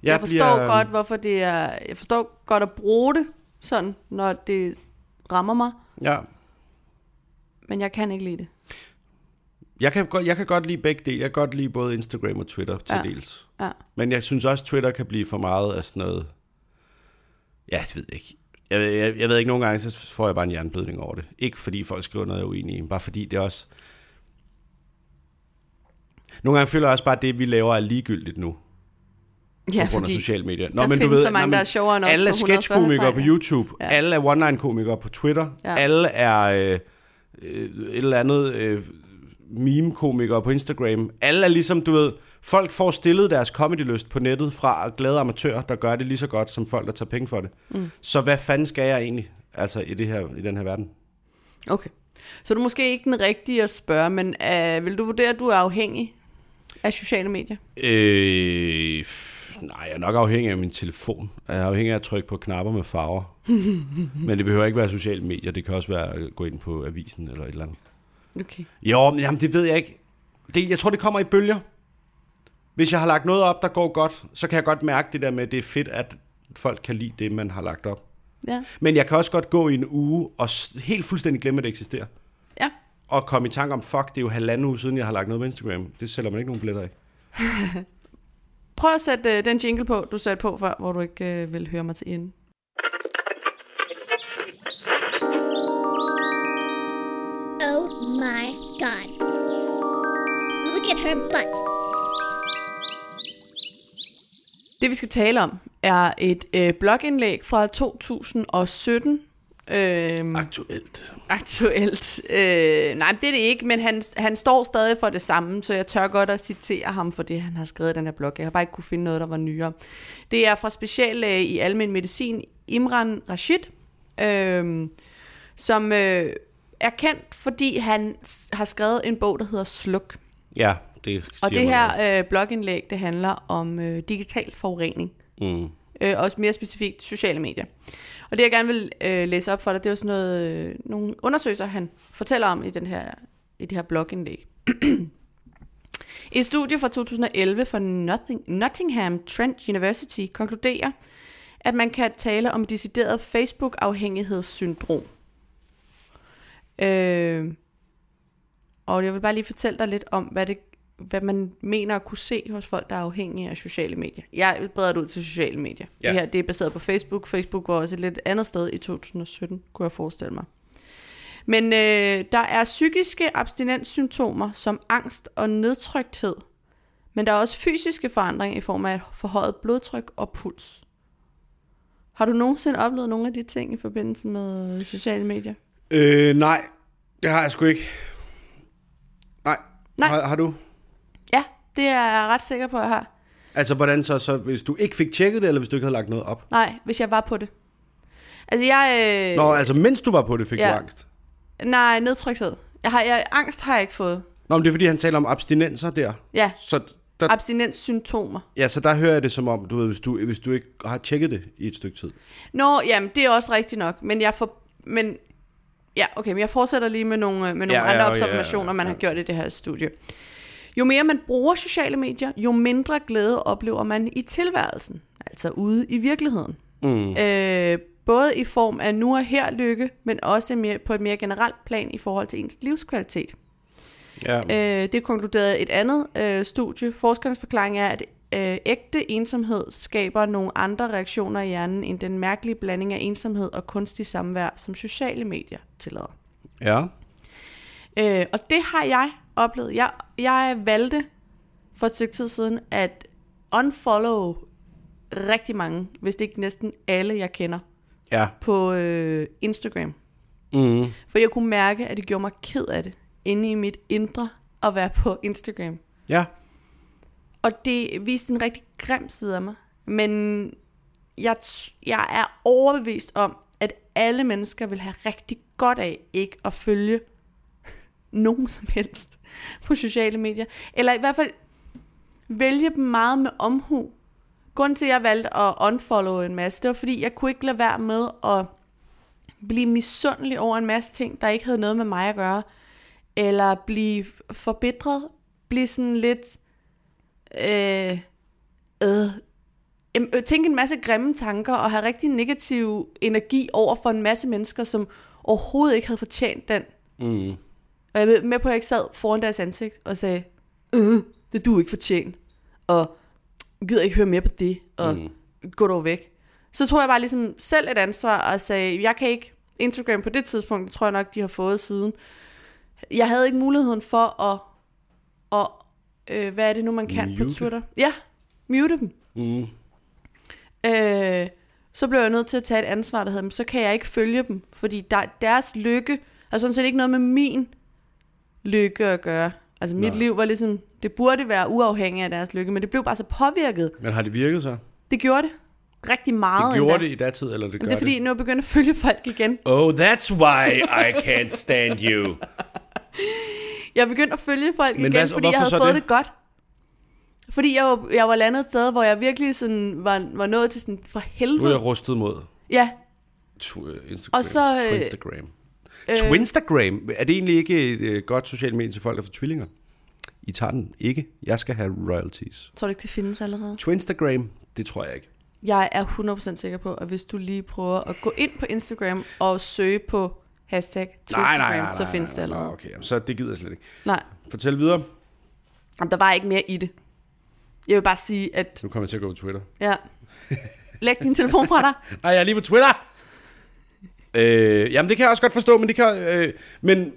[SPEAKER 1] Jeg, jeg forstår bliver... godt, hvorfor det er... Jeg forstår godt at bruge det sådan, når det rammer mig,
[SPEAKER 2] Ja,
[SPEAKER 1] men jeg kan ikke lide det.
[SPEAKER 2] Jeg kan, godt, jeg kan godt lide begge dele. Jeg kan godt lide både Instagram og Twitter til ja.
[SPEAKER 1] Ja.
[SPEAKER 2] dels.
[SPEAKER 1] Ja.
[SPEAKER 2] Men jeg synes også, Twitter kan blive for meget af sådan noget... Ja, jeg ved ikke. Jeg, ved- jeg, jeg ved ikke, nogle gange så får jeg bare en jernblødning over det. Ikke fordi folk skriver noget, jeg er uenig i, men bare fordi det også... Nogle gange føler jeg også bare, at det, vi laver, er ligegyldigt nu.
[SPEAKER 1] Ja,
[SPEAKER 2] på grund af sociale medier. Nå,
[SPEAKER 1] der
[SPEAKER 2] men du
[SPEAKER 1] findes
[SPEAKER 2] ved,
[SPEAKER 1] så mange,
[SPEAKER 2] nå, men
[SPEAKER 1] der er sjovere end os
[SPEAKER 2] Alle er
[SPEAKER 1] på 140
[SPEAKER 2] sketchkomikere på
[SPEAKER 1] tegn.
[SPEAKER 2] YouTube, ja.
[SPEAKER 1] Ja.
[SPEAKER 2] alle er one-line-komikere på Twitter, ja.
[SPEAKER 1] Ja.
[SPEAKER 2] alle er øh, øh, et eller andet øh, meme-komikere på Instagram. Alle er ligesom, du ved, folk får stillet deres comedy-lyst på nettet fra glade amatører, der gør det lige så godt, som folk, der tager penge for det. Mm. Så hvad fanden skal jeg egentlig altså, i, det her, i den her verden?
[SPEAKER 1] Okay. Så du er måske ikke den rigtige at spørge, men øh, vil du vurdere, at du er afhængig af sociale medier?
[SPEAKER 2] Øh, nej, jeg er nok afhængig af min telefon. Jeg er afhængig af at trykke på knapper med farver. men det behøver ikke være sociale medier. Det kan også være at gå ind på avisen eller et eller andet.
[SPEAKER 1] Okay.
[SPEAKER 2] Jo, men jamen, det ved jeg ikke. Det, jeg tror, det kommer i bølger. Hvis jeg har lagt noget op, der går godt, så kan jeg godt mærke det der med, at det er fedt, at folk kan lide det, man har lagt op.
[SPEAKER 1] Ja.
[SPEAKER 2] Men jeg kan også godt gå i en uge og s- helt fuldstændig glemme, at det eksisterer.
[SPEAKER 1] ja.
[SPEAKER 2] Og komme i tanke om, fuck, det er jo halvanden uge siden, jeg har lagt noget på Instagram. Det sælger man ikke nogen billetter af.
[SPEAKER 1] Prøv at sætte øh, den jingle på, du satte på før, hvor du ikke øh, ville høre mig til ende.
[SPEAKER 4] Oh my god. Look at her butt.
[SPEAKER 1] Det vi skal tale om er et øh, blogindlæg fra 2017. Øhm,
[SPEAKER 3] Aktuelt.
[SPEAKER 1] aktuelt. Øh, nej, det er det ikke, men han, han står stadig for det samme, så jeg tør godt at citere ham for det, han har skrevet i den her blog. Jeg har bare ikke kunne finde noget, der var nyere. Det er fra speciallæge i almen medicin, Imran Rashid, øh, som øh, er kendt, fordi han s- har skrevet en bog, der hedder Sluk.
[SPEAKER 2] Ja, det
[SPEAKER 1] Og
[SPEAKER 2] siger
[SPEAKER 1] det
[SPEAKER 2] man jo.
[SPEAKER 1] her øh, blogindlæg, det handler om øh, digital forurening.
[SPEAKER 2] Mm.
[SPEAKER 1] Øh, også mere specifikt sociale medier. Og det, jeg gerne vil øh, læse op for dig, det er jo sådan noget, øh, nogle undersøgelser, han fortæller om i, den her, i det her blogindlæg. Et studie fra 2011 fra Nothing, Nottingham Trent University konkluderer, at man kan tale om decideret Facebook-afhængighedssyndrom. Øh, og jeg vil bare lige fortælle dig lidt om, hvad, det, hvad man mener at kunne se hos folk, der er afhængige af sociale medier. Jeg breder det ud til sociale medier.
[SPEAKER 2] Ja.
[SPEAKER 1] Ja. Det her det er baseret på Facebook. Facebook var også et lidt andet sted i 2017, kunne jeg forestille mig. Men øh, der er psykiske abstinenssymptomer som angst og nedtrykthed. Men der er også fysiske forandringer i form af forhøjet blodtryk og puls. Har du nogensinde oplevet nogle af de ting i forbindelse med sociale medier?
[SPEAKER 2] Øh, nej, det har jeg sgu ikke. Nej.
[SPEAKER 1] Nej.
[SPEAKER 2] Har, har du?
[SPEAKER 1] Ja, det er jeg ret sikker på, at jeg har.
[SPEAKER 2] Altså, hvordan så, så, hvis du ikke fik tjekket det, eller hvis du ikke havde lagt noget op?
[SPEAKER 1] Nej, hvis jeg var på det. Altså, jeg... Øh,
[SPEAKER 2] Nå, altså, mens du var på det, fik ja.
[SPEAKER 1] Ja.
[SPEAKER 2] du angst.
[SPEAKER 1] Nej, nedtrykthed. Jeg har, jeg, angst har jeg ikke fået.
[SPEAKER 2] Nå, men det er, fordi han taler om abstinenser der.
[SPEAKER 1] Ja,
[SPEAKER 2] Så der,
[SPEAKER 1] abstinenssymptomer.
[SPEAKER 2] ja, så der hører jeg det som om, du ved, hvis du, hvis du ikke har tjekket det i et stykke tid.
[SPEAKER 1] Nå, jamen, det er også rigtigt nok, men jeg får... Men, ja, okay, men jeg fortsætter lige med nogle, øh, med nogle
[SPEAKER 2] Ja,
[SPEAKER 1] ja,
[SPEAKER 2] ja,
[SPEAKER 1] andre
[SPEAKER 2] ja,
[SPEAKER 1] observationer,
[SPEAKER 2] ja, ja.
[SPEAKER 1] man har gjort i det her studie. Jo mere man bruger sociale medier, jo mindre glæde oplever man i tilværelsen, altså ude i virkeligheden. Mm. Øh, både i form af nu og her lykke, men også mere, på et mere generelt plan i forhold til ens livskvalitet.
[SPEAKER 2] Ja.
[SPEAKER 1] Øh, det konkluderede et andet øh, studie. Forskernes forklaring er, at øh, ægte ensomhed skaber nogle andre reaktioner i hjernen, end den mærkelige blanding af ensomhed og kunstig samvær, som sociale medier tillader.
[SPEAKER 2] Ja.
[SPEAKER 1] Øh, og det har jeg oplevet. Jeg, jeg valgte for et stykke tid siden at unfollow rigtig mange, hvis det ikke næsten alle, jeg kender
[SPEAKER 2] Ja.
[SPEAKER 1] på øh, Instagram.
[SPEAKER 2] Mm.
[SPEAKER 1] For jeg kunne mærke, at det gjorde mig ked af det inde i mit indre at være på Instagram.
[SPEAKER 2] Ja.
[SPEAKER 1] Og det viste en rigtig grim side af mig. Men jeg, t- jeg er overbevist om, at alle mennesker vil have rigtig godt af ikke at følge nogen som helst på sociale medier. Eller i hvert fald vælge dem meget med omhu. Grunden til, at jeg valgte at unfollow en masse, det var fordi, jeg kunne ikke lade være med at blive misundelig over en masse ting, der ikke havde noget med mig at gøre. Eller blive forbitret. Blive sådan lidt... Øh, øh, em- øh, tænke en masse grimme tanker og have rigtig negativ energi over for en masse mennesker, som overhovedet ikke havde fortjent den.
[SPEAKER 2] Mm.
[SPEAKER 1] Og jeg er med på, at jeg ikke sad foran deres ansigt og sagde, øh, det er du ikke fortjent, og gider ikke høre mere på det, og mm. gå dog væk. Så tog jeg bare ligesom selv et ansvar og sagde, jeg kan ikke, Instagram på det tidspunkt, det tror jeg nok, de har fået siden. Jeg havde ikke muligheden for at, at øh, hvad er det nu, man kan mute. på
[SPEAKER 2] Mute.
[SPEAKER 1] Twitter? Ja, mute dem.
[SPEAKER 2] Mm.
[SPEAKER 1] Øh, så blev jeg nødt til at tage et ansvar, der hedder, "Men så kan jeg ikke følge dem, fordi der, deres lykke har sådan set ikke noget med min lykke at gøre. Altså mit Nej. liv var ligesom, det burde være uafhængigt af deres lykke, men det blev bare så påvirket.
[SPEAKER 2] Men har det virket så?
[SPEAKER 1] Det gjorde det rigtig meget.
[SPEAKER 2] Det gjorde
[SPEAKER 1] endda.
[SPEAKER 2] det i datid, eller det gør
[SPEAKER 1] Men det er fordi, nu er jeg begyndt at følge folk igen.
[SPEAKER 2] Oh, that's why I can't stand you.
[SPEAKER 1] Jeg er begyndt at følge folk
[SPEAKER 2] Men
[SPEAKER 1] igen,
[SPEAKER 2] hvad
[SPEAKER 1] hvad,
[SPEAKER 2] så-
[SPEAKER 1] fordi jeg
[SPEAKER 2] hvorfor
[SPEAKER 1] havde
[SPEAKER 2] så
[SPEAKER 1] fået det?
[SPEAKER 2] det?
[SPEAKER 1] det godt. Fordi jeg var, jeg var landet et sted, hvor jeg virkelig sådan var, var nået til sådan, for
[SPEAKER 2] Nu er
[SPEAKER 1] helvede.
[SPEAKER 2] jeg rustet mod
[SPEAKER 1] Ja,
[SPEAKER 2] tw- øh, Instagram.
[SPEAKER 1] Og så, øh,
[SPEAKER 2] Twinstagram. Twinstagram? Er det egentlig ikke et øh, godt socialt medie til folk, der får tvillinger? I tager den ikke. Jeg skal have royalties.
[SPEAKER 1] tror du ikke, det findes allerede?
[SPEAKER 2] Twinstagram, det tror jeg ikke.
[SPEAKER 1] Jeg er 100% sikker på, at hvis du lige prøver at gå ind på Instagram og søge på hashtag Twinstagram, så findes det allerede.
[SPEAKER 2] Nå, Okay, jamen, så det gider jeg slet ikke.
[SPEAKER 1] Nej,
[SPEAKER 2] Fortæl videre.
[SPEAKER 1] Jamen, der var ikke mere i det. Jeg vil bare sige, at
[SPEAKER 2] Nu kommer jeg til at gå på Twitter.
[SPEAKER 1] ja, læg din telefon fra dig.
[SPEAKER 2] Nej, jeg er lige på Twitter. Øh, jamen, det kan jeg også godt forstå, men det kan... Øh, men,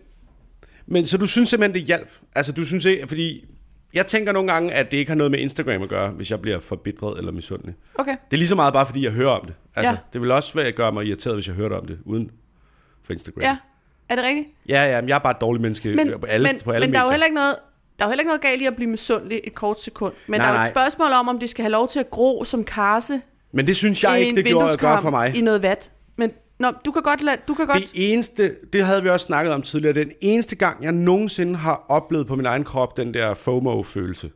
[SPEAKER 2] men så du synes simpelthen, det hjalp? Altså, du synes ikke... Fordi jeg tænker nogle gange, at det ikke har noget med Instagram at gøre, hvis jeg bliver forbitret eller misundelig.
[SPEAKER 1] Okay,
[SPEAKER 2] Det er lige så meget bare, fordi jeg hører om det. Altså,
[SPEAKER 1] Ja.
[SPEAKER 2] ja. det vil også være, at gøre mig irriteret, hvis jeg hørte om det uden for Instagram.
[SPEAKER 1] ja. Er det rigtigt?
[SPEAKER 2] ja, ja men jeg er bare et dårligt menneske men, på alle,
[SPEAKER 1] men,
[SPEAKER 2] på alle
[SPEAKER 1] men der
[SPEAKER 2] medier.
[SPEAKER 1] er jo heller ikke noget... Der er jo heller ikke noget galt i at blive misundelig et kort sekund. Men
[SPEAKER 2] Nej,
[SPEAKER 1] der er jo et
[SPEAKER 2] nej.
[SPEAKER 1] spørgsmål om, om det skal have lov til at gro som karse
[SPEAKER 2] Men det synes jeg
[SPEAKER 1] i en
[SPEAKER 2] ikke, det gjorde at gøre
[SPEAKER 1] vindueskarm
[SPEAKER 2] for mig.
[SPEAKER 1] i noget vat. Men nå, du kan godt lade, du kan godt...
[SPEAKER 2] Det eneste, det havde vi også snakket om tidligere, den eneste gang, jeg nogensinde har oplevet på min egen krop den der FOMO-følelse,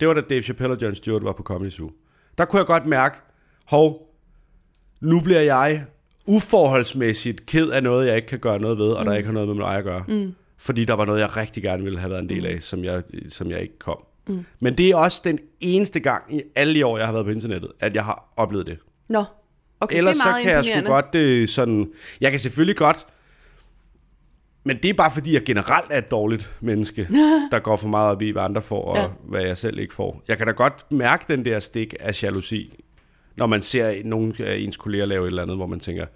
[SPEAKER 2] det var da Dave Chappelle og Jon Stewart var på Comedy Zoo. Der kunne jeg godt mærke, hov, nu bliver jeg uforholdsmæssigt ked af noget, jeg ikke kan gøre noget ved, og mm. der ikke har noget med mig at gøre. Mm. Fordi der var noget, jeg rigtig gerne ville have været en del af, som jeg, som jeg ikke kom. Mm. Men det er også den eneste gang i alle de år, jeg har været på internettet, at jeg har oplevet det.
[SPEAKER 1] Nå, okay,
[SPEAKER 2] Ellers
[SPEAKER 1] det er
[SPEAKER 2] så
[SPEAKER 1] meget
[SPEAKER 2] kan jeg sgu
[SPEAKER 1] imponerende.
[SPEAKER 2] godt øh, sådan... Jeg kan selvfølgelig godt... Men det er bare fordi, jeg generelt er et dårligt menneske, der går for meget op i, hvad andre får, og
[SPEAKER 1] Ja.
[SPEAKER 2] ja. hvad jeg selv ikke får. Jeg kan da godt mærke den der stik af jalousi, når man ser nogen af ens kolleger lave et eller andet, hvor man tænker,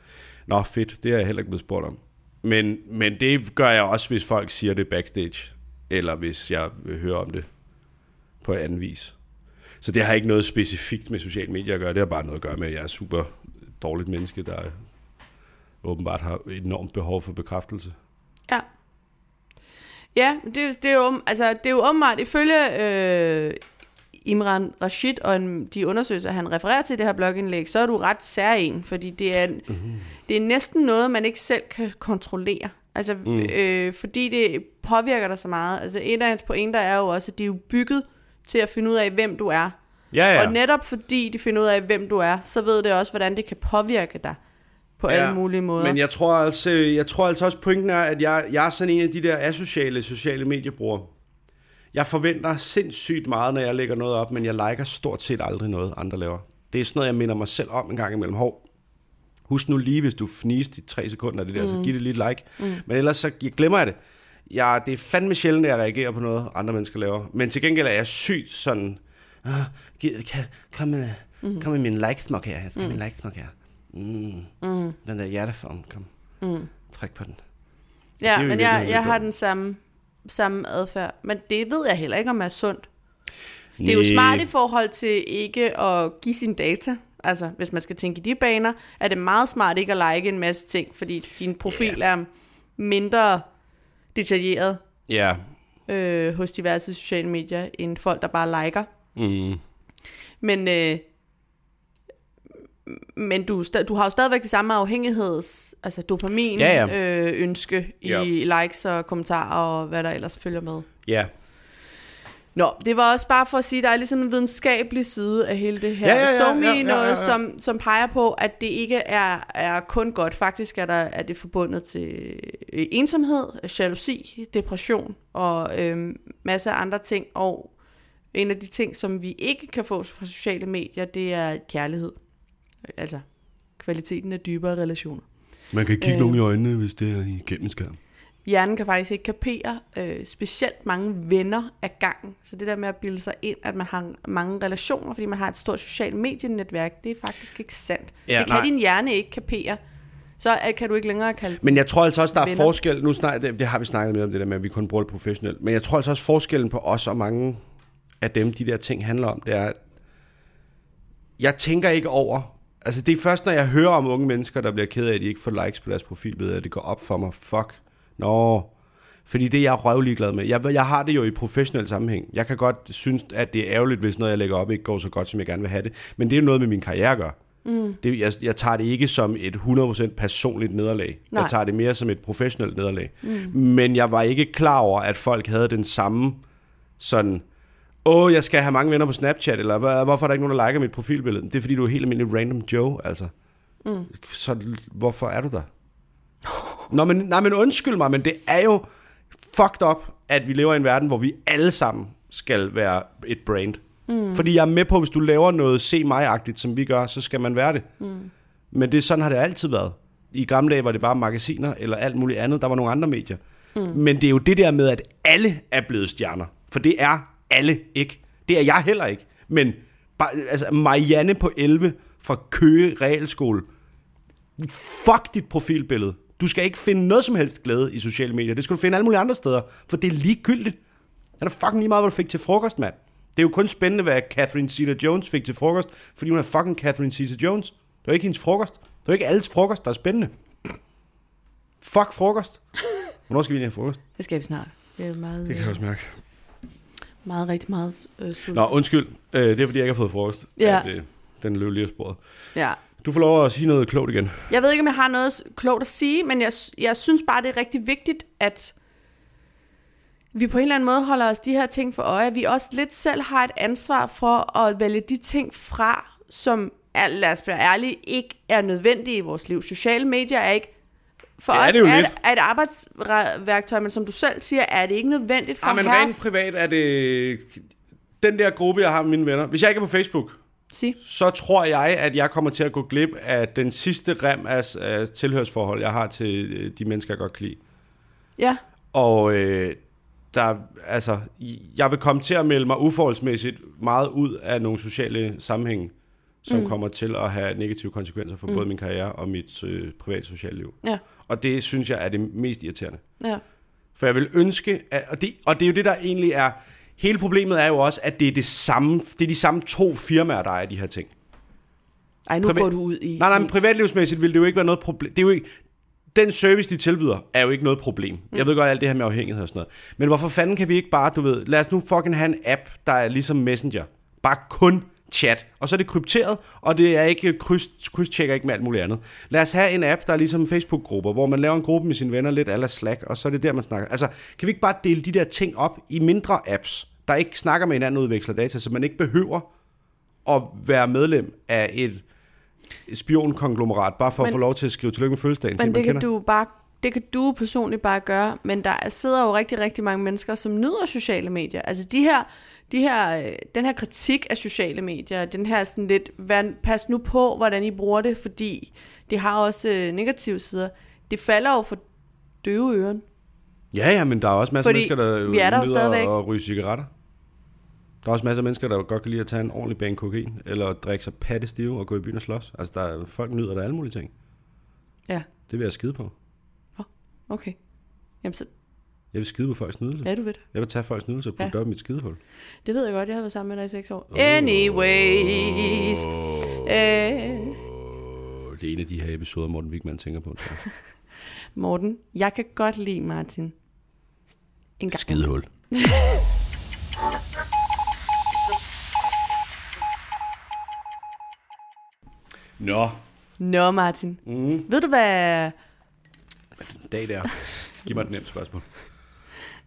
[SPEAKER 2] nå fedt, det er jeg heller ikke blevet spurgt om. Men, men det gør jeg også, hvis folk siger det backstage, eller hvis jeg hører om det på anden vis. Så det har ikke noget specifikt med sociale medier at gøre. Det har bare noget at gøre med, at jeg er super dårligt menneske, der åbenbart har enormt behov for bekræftelse.
[SPEAKER 1] Ja. Ja, det, det, er jo, altså, det er jo åbenbart, ifølge øh, Imran Rashid og en, de undersøgelser, han refererer til i det her blogindlæg, så er du ret særlig, fordi det er,
[SPEAKER 2] Mhm.
[SPEAKER 1] det er næsten noget, man ikke selv kan kontrollere. Altså, mm. øh, fordi det påvirker dig så meget. Altså, en af hans pointer er jo også, at de er jo bygget til at finde ud af, hvem du er.
[SPEAKER 2] Ja,
[SPEAKER 1] Ja.
[SPEAKER 2] ja.
[SPEAKER 1] Og netop fordi de finder ud af, hvem du er, så ved det også, hvordan det kan påvirke dig på ja. alle mulige måder.
[SPEAKER 2] Men jeg tror, altså, jeg tror altså også, pointen er, at jeg, jeg er sådan en af de der asociale sociale mediebrugere. Jeg forventer sindssygt meget, når jeg lægger noget op, men jeg liker stort set aldrig noget, andre laver. Det er sådan noget, jeg minder mig selv om en gang imellem. Hov, husk nu lige, hvis du fniste i tre sekunder af det der, mm. så giv det lige et like. Mm. Men ellers så glemmer jeg det. Jeg, det er fandme sjældent, at jeg reagerer på noget, andre mennesker laver. Men til gengæld er jeg sygt sådan... "Ah, giv- kan- Kom med, kom med min likesmok her. Jeg skal have min likesmok her. Mm.
[SPEAKER 1] Mm.
[SPEAKER 2] Den der hjerteform, kom.
[SPEAKER 1] Mm.
[SPEAKER 2] Træk på den. det er
[SPEAKER 1] Ja,
[SPEAKER 2] jo i
[SPEAKER 1] men jeg,
[SPEAKER 2] virkeligheden
[SPEAKER 1] jeg
[SPEAKER 2] lidt
[SPEAKER 1] har
[SPEAKER 2] dumt.
[SPEAKER 1] den samme, samme adfærd. Men det ved jeg heller ikke, om er sundt. Det er jo smart i forhold til ikke at give sine data. Altså, hvis man skal tænke i de baner, er det meget smart ikke at like en masse ting, fordi din profil er mindre detaljeret
[SPEAKER 2] Ja.
[SPEAKER 1] øh, hos diverse sociale medier, end folk, der bare liker.
[SPEAKER 2] Mm.
[SPEAKER 1] Men, øh, men du, er sta- du har jo stadigvæk det samme afhængigheds, altså dopamin,
[SPEAKER 2] Ja,
[SPEAKER 1] Øh, ønske i
[SPEAKER 2] Ja.
[SPEAKER 1] likes og kommentarer og hvad der ellers følger med.
[SPEAKER 2] Ja.
[SPEAKER 1] Nå, det var også bare for at sige, at der er ligesom en videnskabelig side af hele det her.
[SPEAKER 2] Ja, ja, ja,
[SPEAKER 1] SoMe
[SPEAKER 2] ja, ja, ja,
[SPEAKER 1] noget,
[SPEAKER 2] ja.
[SPEAKER 1] Som, som peger på, at det ikke er, er kun godt. Faktisk er, der, er det forbundet til øh, ensomhed, jalousi, depression og øh, masser af andre ting. Og en af de ting, som vi ikke kan få fra sociale medier, det er kærlighed. Altså kvaliteten af dybere relationer.
[SPEAKER 2] Man kan kigge
[SPEAKER 1] Øh. nogen
[SPEAKER 2] i øjnene, hvis det er igennem en skærm.
[SPEAKER 1] hjernen kan faktisk ikke kapere øh, specielt mange venner ad gangen. Så det der med at bilde sig ind, at man har mange relationer, fordi man har et stort socialt medienetværk, det er faktisk ikke sandt.
[SPEAKER 2] Ja,
[SPEAKER 1] Ja, det kan
[SPEAKER 2] nej.
[SPEAKER 1] nej. din hjerne ikke kapere. Så øh, kan du ikke længere kalde
[SPEAKER 2] Men jeg tror altså også, der er
[SPEAKER 1] Venner.
[SPEAKER 2] forskel. Nu snak, det, det, har vi snakket med om det der med, at vi kun bruger det professionelt. Men jeg tror altså også, forskellen på os og mange af dem, de der ting handler om, det er, at jeg tænker ikke over... Altså det er først, når jeg hører om unge mennesker, der bliver ked af, at de ikke får likes på deres profilbilleder, at det går op for mig. Fuck. Nå, fordi det er jeg røvlig glad med. Jeg, jeg har det jo i professionel sammenhæng. Jeg kan godt synes, at det er ærgerligt, hvis noget, jeg lægger op, ikke går så godt, som jeg gerne vil have det. Men det er jo noget med min karriere at gøre. Mm. Det, jeg, jeg tager det ikke som et 100% personligt nederlag.
[SPEAKER 1] Nej.
[SPEAKER 2] Jeg tager det mere som et professionelt nederlag. Mm. Men jeg var ikke klar over, at folk havde den samme sådan... Åh, jeg skal have mange venner på Snapchat, eller "Hva- hvorfor er der ikke nogen, der liker mit profilbillede? Det er fordi, du er helt almindelig random Joe, altså. Mm. Så l- hvorfor er du der? Nå, men, nej, men undskyld mig, men det er jo fucked up, at vi lever i en verden, hvor vi alle sammen skal være et brand. Mm. Fordi jeg er med på, hvis du laver noget se mig-agtigt, som vi gør, så skal man være det. Mm. Men det, sådan har det altid været. I gamle dage var det bare magasiner eller alt muligt andet. Der var nogle andre medier. Mm. Men det er jo det der med, at alle er blevet stjerner. For det er alle ikke. Det er jeg heller ikke. Men bare, altså Marianne på 11 fra Køge Realskole fuck dit profilbillede. Du skal ikke finde noget som helst glæde i sociale medier. Det skal du finde alle mulige andre steder, for det er ligegyldigt. Han er fucking lige meget, hvad du fik til frokost, mand. Det er jo kun spændende, hvad Catherine Zeta-Jones fik til frokost, fordi hun er fucking Catherine Zeta-Jones. Det var ikke hendes frokost. Det var ikke alles frokost, der er spændende. Fuck frokost. Hvornår skal vi lige have frokost?
[SPEAKER 1] Det skal vi snart. Det er meget, øh,
[SPEAKER 2] Det kan jeg også mærke.
[SPEAKER 1] meget rigtig meget øh, sult.
[SPEAKER 2] Nå, undskyld. Øh, det er, fordi jeg ikke har fået frokost.
[SPEAKER 1] Ja.
[SPEAKER 2] At, øh, den løb lige af sporet.
[SPEAKER 1] Ja.
[SPEAKER 2] Du får lov at sige noget klogt igen.
[SPEAKER 1] Jeg ved ikke, om jeg har noget klogt at sige, men jeg, jeg synes bare, det er rigtig vigtigt, at vi på en eller anden måde holder os de her ting for øje. Vi også lidt selv har et ansvar for at vælge de ting fra, som, er, lad os være ærlige, ikke er nødvendige i vores liv. Sociale medier er ikke... For
[SPEAKER 2] Det er
[SPEAKER 1] os
[SPEAKER 2] det jo
[SPEAKER 1] er,
[SPEAKER 2] lidt.
[SPEAKER 1] et, er et arbejdsværktøj, men som du selv siger, er det ikke nødvendigt for
[SPEAKER 2] Ah, men
[SPEAKER 1] herre-
[SPEAKER 2] rent privat er det... Den der gruppe, jeg har med mine venner. Hvis jeg ikke er på Facebook,
[SPEAKER 1] Sig.
[SPEAKER 2] så tror jeg, at jeg kommer til at gå glip af den sidste rem af, af tilhørsforhold, jeg har til øh, de mennesker, jeg godt kan lide.
[SPEAKER 1] Ja,
[SPEAKER 2] Og øh, der, altså, jeg vil komme til at melde mig uforholdsmæssigt meget ud af nogle sociale sammenhænge, som mm. kommer til at have negative konsekvenser for mm. både min karriere og mit øh, private sociale liv.
[SPEAKER 1] ja,
[SPEAKER 2] Og det synes jeg er det mest irriterende.
[SPEAKER 1] ja.
[SPEAKER 2] For jeg vil ønske, at, og, det, og det er jo det, der egentlig er... Hele problemet er jo også, at det er, det samme, det er de samme to firmaer, der er de her ting.
[SPEAKER 1] Ej, nu
[SPEAKER 2] Privat-
[SPEAKER 1] går du ud i...
[SPEAKER 2] Nej, nej,
[SPEAKER 1] sådan-
[SPEAKER 2] men privatlivsmæssigt vil det jo ikke være noget problem. Det er jo ikke, den service, de tilbyder, er jo ikke noget problem. Mm. Jeg ved godt alt det her med afhængighed og sådan noget. Men hvorfor fanden kan vi ikke bare, du ved, lad os nu fucking have en app, der er ligesom Messenger. Bare kun chat. Og så er det krypteret, og det er ikke kryds, krydstjekker ikke med alt muligt andet. Lad os have en app, der er ligesom Facebook-grupper, hvor man laver en gruppe med sine venner lidt alla Slack, og så er det der, man snakker. Altså, kan vi ikke bare dele de der ting op i mindre apps, der ikke snakker med hinanden og udveksler data, så man ikke behøver at være medlem af et spionkonglomerat, bare for men, at
[SPEAKER 1] Men-
[SPEAKER 2] få lov til at skrive tillykke med fødselsdagen til, en,
[SPEAKER 1] Men
[SPEAKER 2] man
[SPEAKER 1] det
[SPEAKER 2] kender.
[SPEAKER 1] kan, du bare, det kan du personligt bare gøre, men der sidder jo rigtig, rigtig mange mennesker, som nyder sociale medier. Altså de her, de her, øh, den her kritik af sociale medier, den her sådan lidt, hvad, pas nu på, hvordan I bruger det, fordi det har også øh, negative sider. Det falder jo for døve øren.
[SPEAKER 2] Ja, ja, men der er også masser af
[SPEAKER 1] Fordi
[SPEAKER 2] mennesker, der
[SPEAKER 1] vi er der jo
[SPEAKER 2] nyder
[SPEAKER 1] stadigvæk.
[SPEAKER 2] at ryge cigaretter. Der er også masser af mennesker, der godt kan lide at tage en ordentlig bane kokain, eller drikke sig patte stive og gå i byen og slås. Altså, der er, folk nyder der alle mulige ting.
[SPEAKER 1] Ja,
[SPEAKER 2] Det vil jeg skide på.
[SPEAKER 1] okay. Jamen, så,
[SPEAKER 2] Jeg vil skide på folks nydelse.
[SPEAKER 1] ja, du ved det.
[SPEAKER 2] Jeg vil tage folks nydelse og putte
[SPEAKER 1] Ja.
[SPEAKER 2] det op i mit skidehul.
[SPEAKER 1] Det ved jeg godt, jeg har været sammen med dig i seks
[SPEAKER 2] Oh.
[SPEAKER 1] år. Anyways. Øh,
[SPEAKER 2] Og det er en af de her episoder, Morten Wigman tænker på. tror jeg.
[SPEAKER 1] Morten, jeg kan godt lide Martin. En gang.
[SPEAKER 2] Skidehul. Nå,
[SPEAKER 1] Nå, Martin. Mm. Ved du, hvad
[SPEAKER 2] dag der. Giv mig et nemt spørgsmål.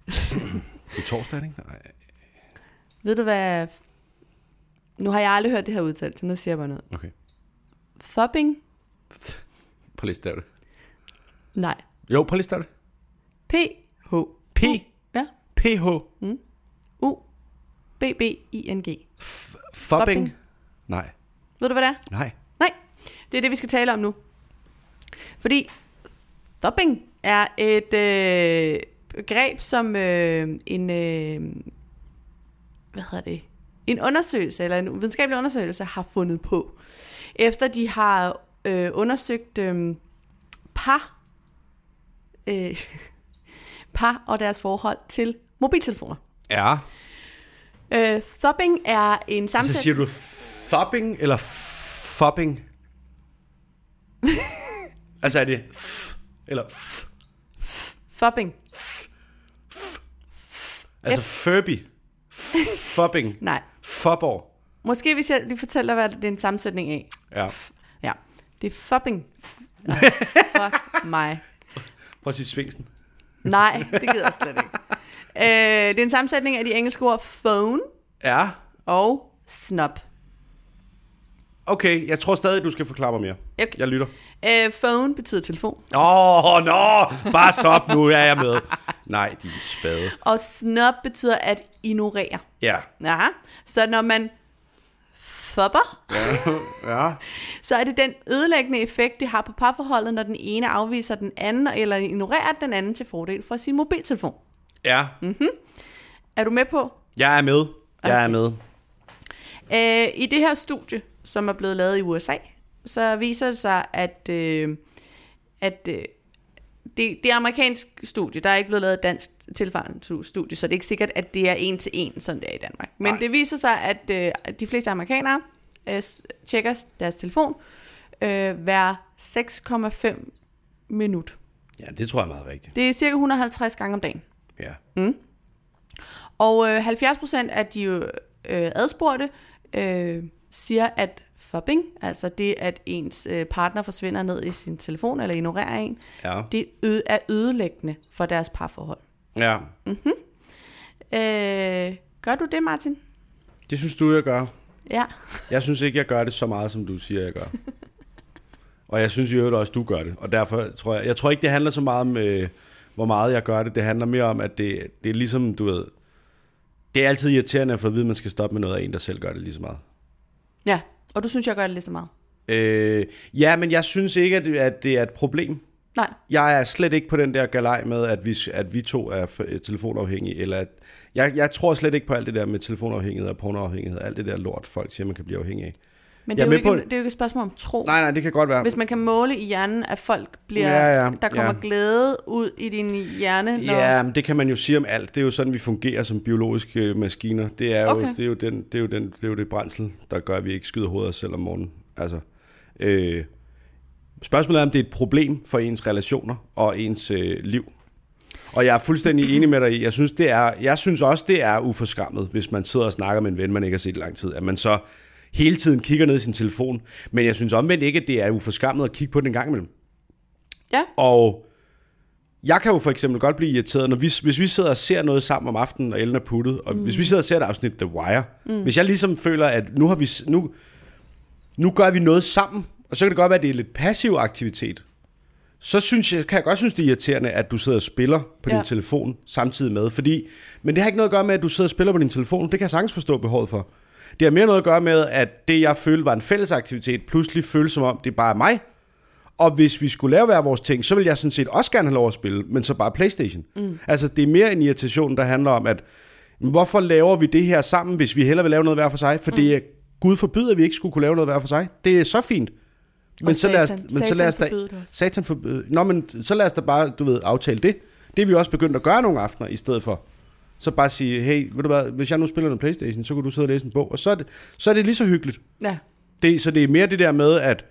[SPEAKER 2] det er torsdag, er det ikke? Nej.
[SPEAKER 1] Ved du hvad... Nu har jeg aldrig hørt det her udtalt, så nu siger jeg bare noget.
[SPEAKER 2] Okay.
[SPEAKER 1] Thubbing?
[SPEAKER 2] Prøv lige at stave det.
[SPEAKER 1] Nej.
[SPEAKER 2] Jo, prøv lige at stave det.
[SPEAKER 1] P. H.
[SPEAKER 2] P.
[SPEAKER 1] Ja.
[SPEAKER 2] PH.
[SPEAKER 1] U. B. B. I. N. G.
[SPEAKER 2] Fobbing.
[SPEAKER 1] Fubbing.
[SPEAKER 2] Nej.
[SPEAKER 1] Ved du, hvad det er?
[SPEAKER 2] Nej.
[SPEAKER 1] Nej. Det er det, vi skal tale om nu. Fordi thubbing er et øh, greb, som øh, en... Øh, hvad hedder det? En undersøgelse, eller en videnskabelig undersøgelse, har fundet på. Efter de har øh, undersøgt øh, par, øh, par og deres forhold til mobiltelefoner.
[SPEAKER 2] Ja.
[SPEAKER 1] Øh, thubbing er en
[SPEAKER 2] Så
[SPEAKER 1] sammensætning...
[SPEAKER 2] Altså, siger du fobbing eller fobbing? altså er det f eller f?
[SPEAKER 1] Thubbing.
[SPEAKER 2] Altså Furby. Fobbing.
[SPEAKER 1] Nej.
[SPEAKER 2] Fobborg.
[SPEAKER 1] Måske hvis jeg lige fortæller, hvad det er en sammensætning af.
[SPEAKER 2] Ja.
[SPEAKER 1] Ja, det er fucking... Fuck mig.
[SPEAKER 2] Prøv at sige svingsen.
[SPEAKER 1] Nej, det gider jeg slet ikke. Øh, det er en sammensætning af de engelske ord phone
[SPEAKER 2] Ja.
[SPEAKER 1] og snob.
[SPEAKER 2] Okay, jeg tror stadig, du skal forklare mig mere.
[SPEAKER 1] Okay.
[SPEAKER 2] Jeg lytter.
[SPEAKER 1] Øh, phone betyder telefon,
[SPEAKER 2] Åh, oh, nå! Bare stop nu, jeg er med. Nej, din spade.
[SPEAKER 1] og snob betyder at ignorere.
[SPEAKER 2] Ja.
[SPEAKER 1] Ja, så når man fopper, ja. så er det den ødelæggende effekt, det har på parforholdet, når den ene afviser den anden, eller ignorerer den anden til fordel for sin mobiltelefon.
[SPEAKER 2] Ja.
[SPEAKER 1] Er du med på?
[SPEAKER 2] Jeg er med. Jeg er
[SPEAKER 1] Okay.
[SPEAKER 2] med.
[SPEAKER 1] Øh, I det her studie, som er blevet lavet i USA, så viser det sig, at, øh, at øh, det, det er amerikansk studie. Der er ikke blevet lavet et dansk tilsvarende stu- studie, så det er ikke sikkert, at det er en til en, sådan det er i Danmark. Men
[SPEAKER 2] Nej.
[SPEAKER 1] Nej. det viser sig, at øh, de fleste amerikanere øh, s- tjekker deres telefon øh, hver 6,5 minut.
[SPEAKER 2] Ja, det tror jeg er meget rigtigt.
[SPEAKER 1] Det er cirka 150 gange om dagen.
[SPEAKER 2] Ja.
[SPEAKER 1] Mm. Og øh, 70 procent af de øh, adspurgte øh, siger, at fobbing, altså det, at ens øh, partner forsvinder ned i sin telefon eller ignorerer en,
[SPEAKER 2] Ja.
[SPEAKER 1] det ø- er ødelæggende for deres parforhold.
[SPEAKER 2] Ja.
[SPEAKER 1] Øh, gør du det, Martin?
[SPEAKER 2] Det synes du, jeg gør.
[SPEAKER 1] Ja.
[SPEAKER 2] Jeg synes ikke, jeg gør det så meget, som du siger, jeg gør. Og jeg synes i øvrigt også, du gør det. Og derfor tror jeg... Jeg tror ikke, det handler så meget om, øh, hvor meget jeg gør det. Det handler mere om, at det, det er ligesom, du ved... Det er altid irriterende at få at vide, at man skal stoppe med noget af en, der selv gør det lige så meget.
[SPEAKER 1] Ja, og du synes, jeg gør det lige så meget?
[SPEAKER 2] Øh, ja, men jeg synes ikke, at det, at det er et problem.
[SPEAKER 1] Nej.
[SPEAKER 2] Jeg er slet ikke på den der galej med, at vi, at vi to er f- øh, telefonafhængige. Eller at, jeg, jeg tror slet ikke på alt det der med telefonafhængighed og pornoafhængighed. Alt det der lort, folk siger, man kan blive afhængig af.
[SPEAKER 1] Men
[SPEAKER 2] Jeg
[SPEAKER 1] det
[SPEAKER 2] er
[SPEAKER 1] er, jo
[SPEAKER 2] med
[SPEAKER 1] ikke,
[SPEAKER 2] på
[SPEAKER 1] en-
[SPEAKER 2] det.
[SPEAKER 1] det er jo ikke et spørgsmål om tro.
[SPEAKER 2] Nej, nej, det kan godt være.
[SPEAKER 1] Hvis man kan måle i hjernen, at folk bliver,
[SPEAKER 2] Ja, ja,
[SPEAKER 1] der kommer
[SPEAKER 2] ja. øh, Altså, øh, øh, ligesom Og hvis vi skulle lave hver vores ting, så ville jeg sådan set også gerne have lov at spille, men så bare Playstation. Mm. Altså, det er mere en irritation, der handler om, at hvorfor laver vi det her sammen, hvis vi hellere vil lave noget hver for sig? For det er, Gud forbyder, at vi ikke skulle kunne lave noget hver for sig. Det er så fint. Men,
[SPEAKER 1] Mm. Og
[SPEAKER 2] så lad os,
[SPEAKER 1] Satan.
[SPEAKER 2] men så lad os da,
[SPEAKER 1] Satan forbyder det også.
[SPEAKER 2] satan forbyder, nå, men så lad os da bare, du ved, aftale det. Det er vi også begyndt at gøre nogle aftener, i stedet for. Så bare sige, hey, ved du hvad, hvis jeg nu spiller noget Playstation, så kan du sidde og læse en bog. Og så er det, så er det lige så hyggeligt.
[SPEAKER 1] Ja.
[SPEAKER 2] Det, så det er mere det der med, at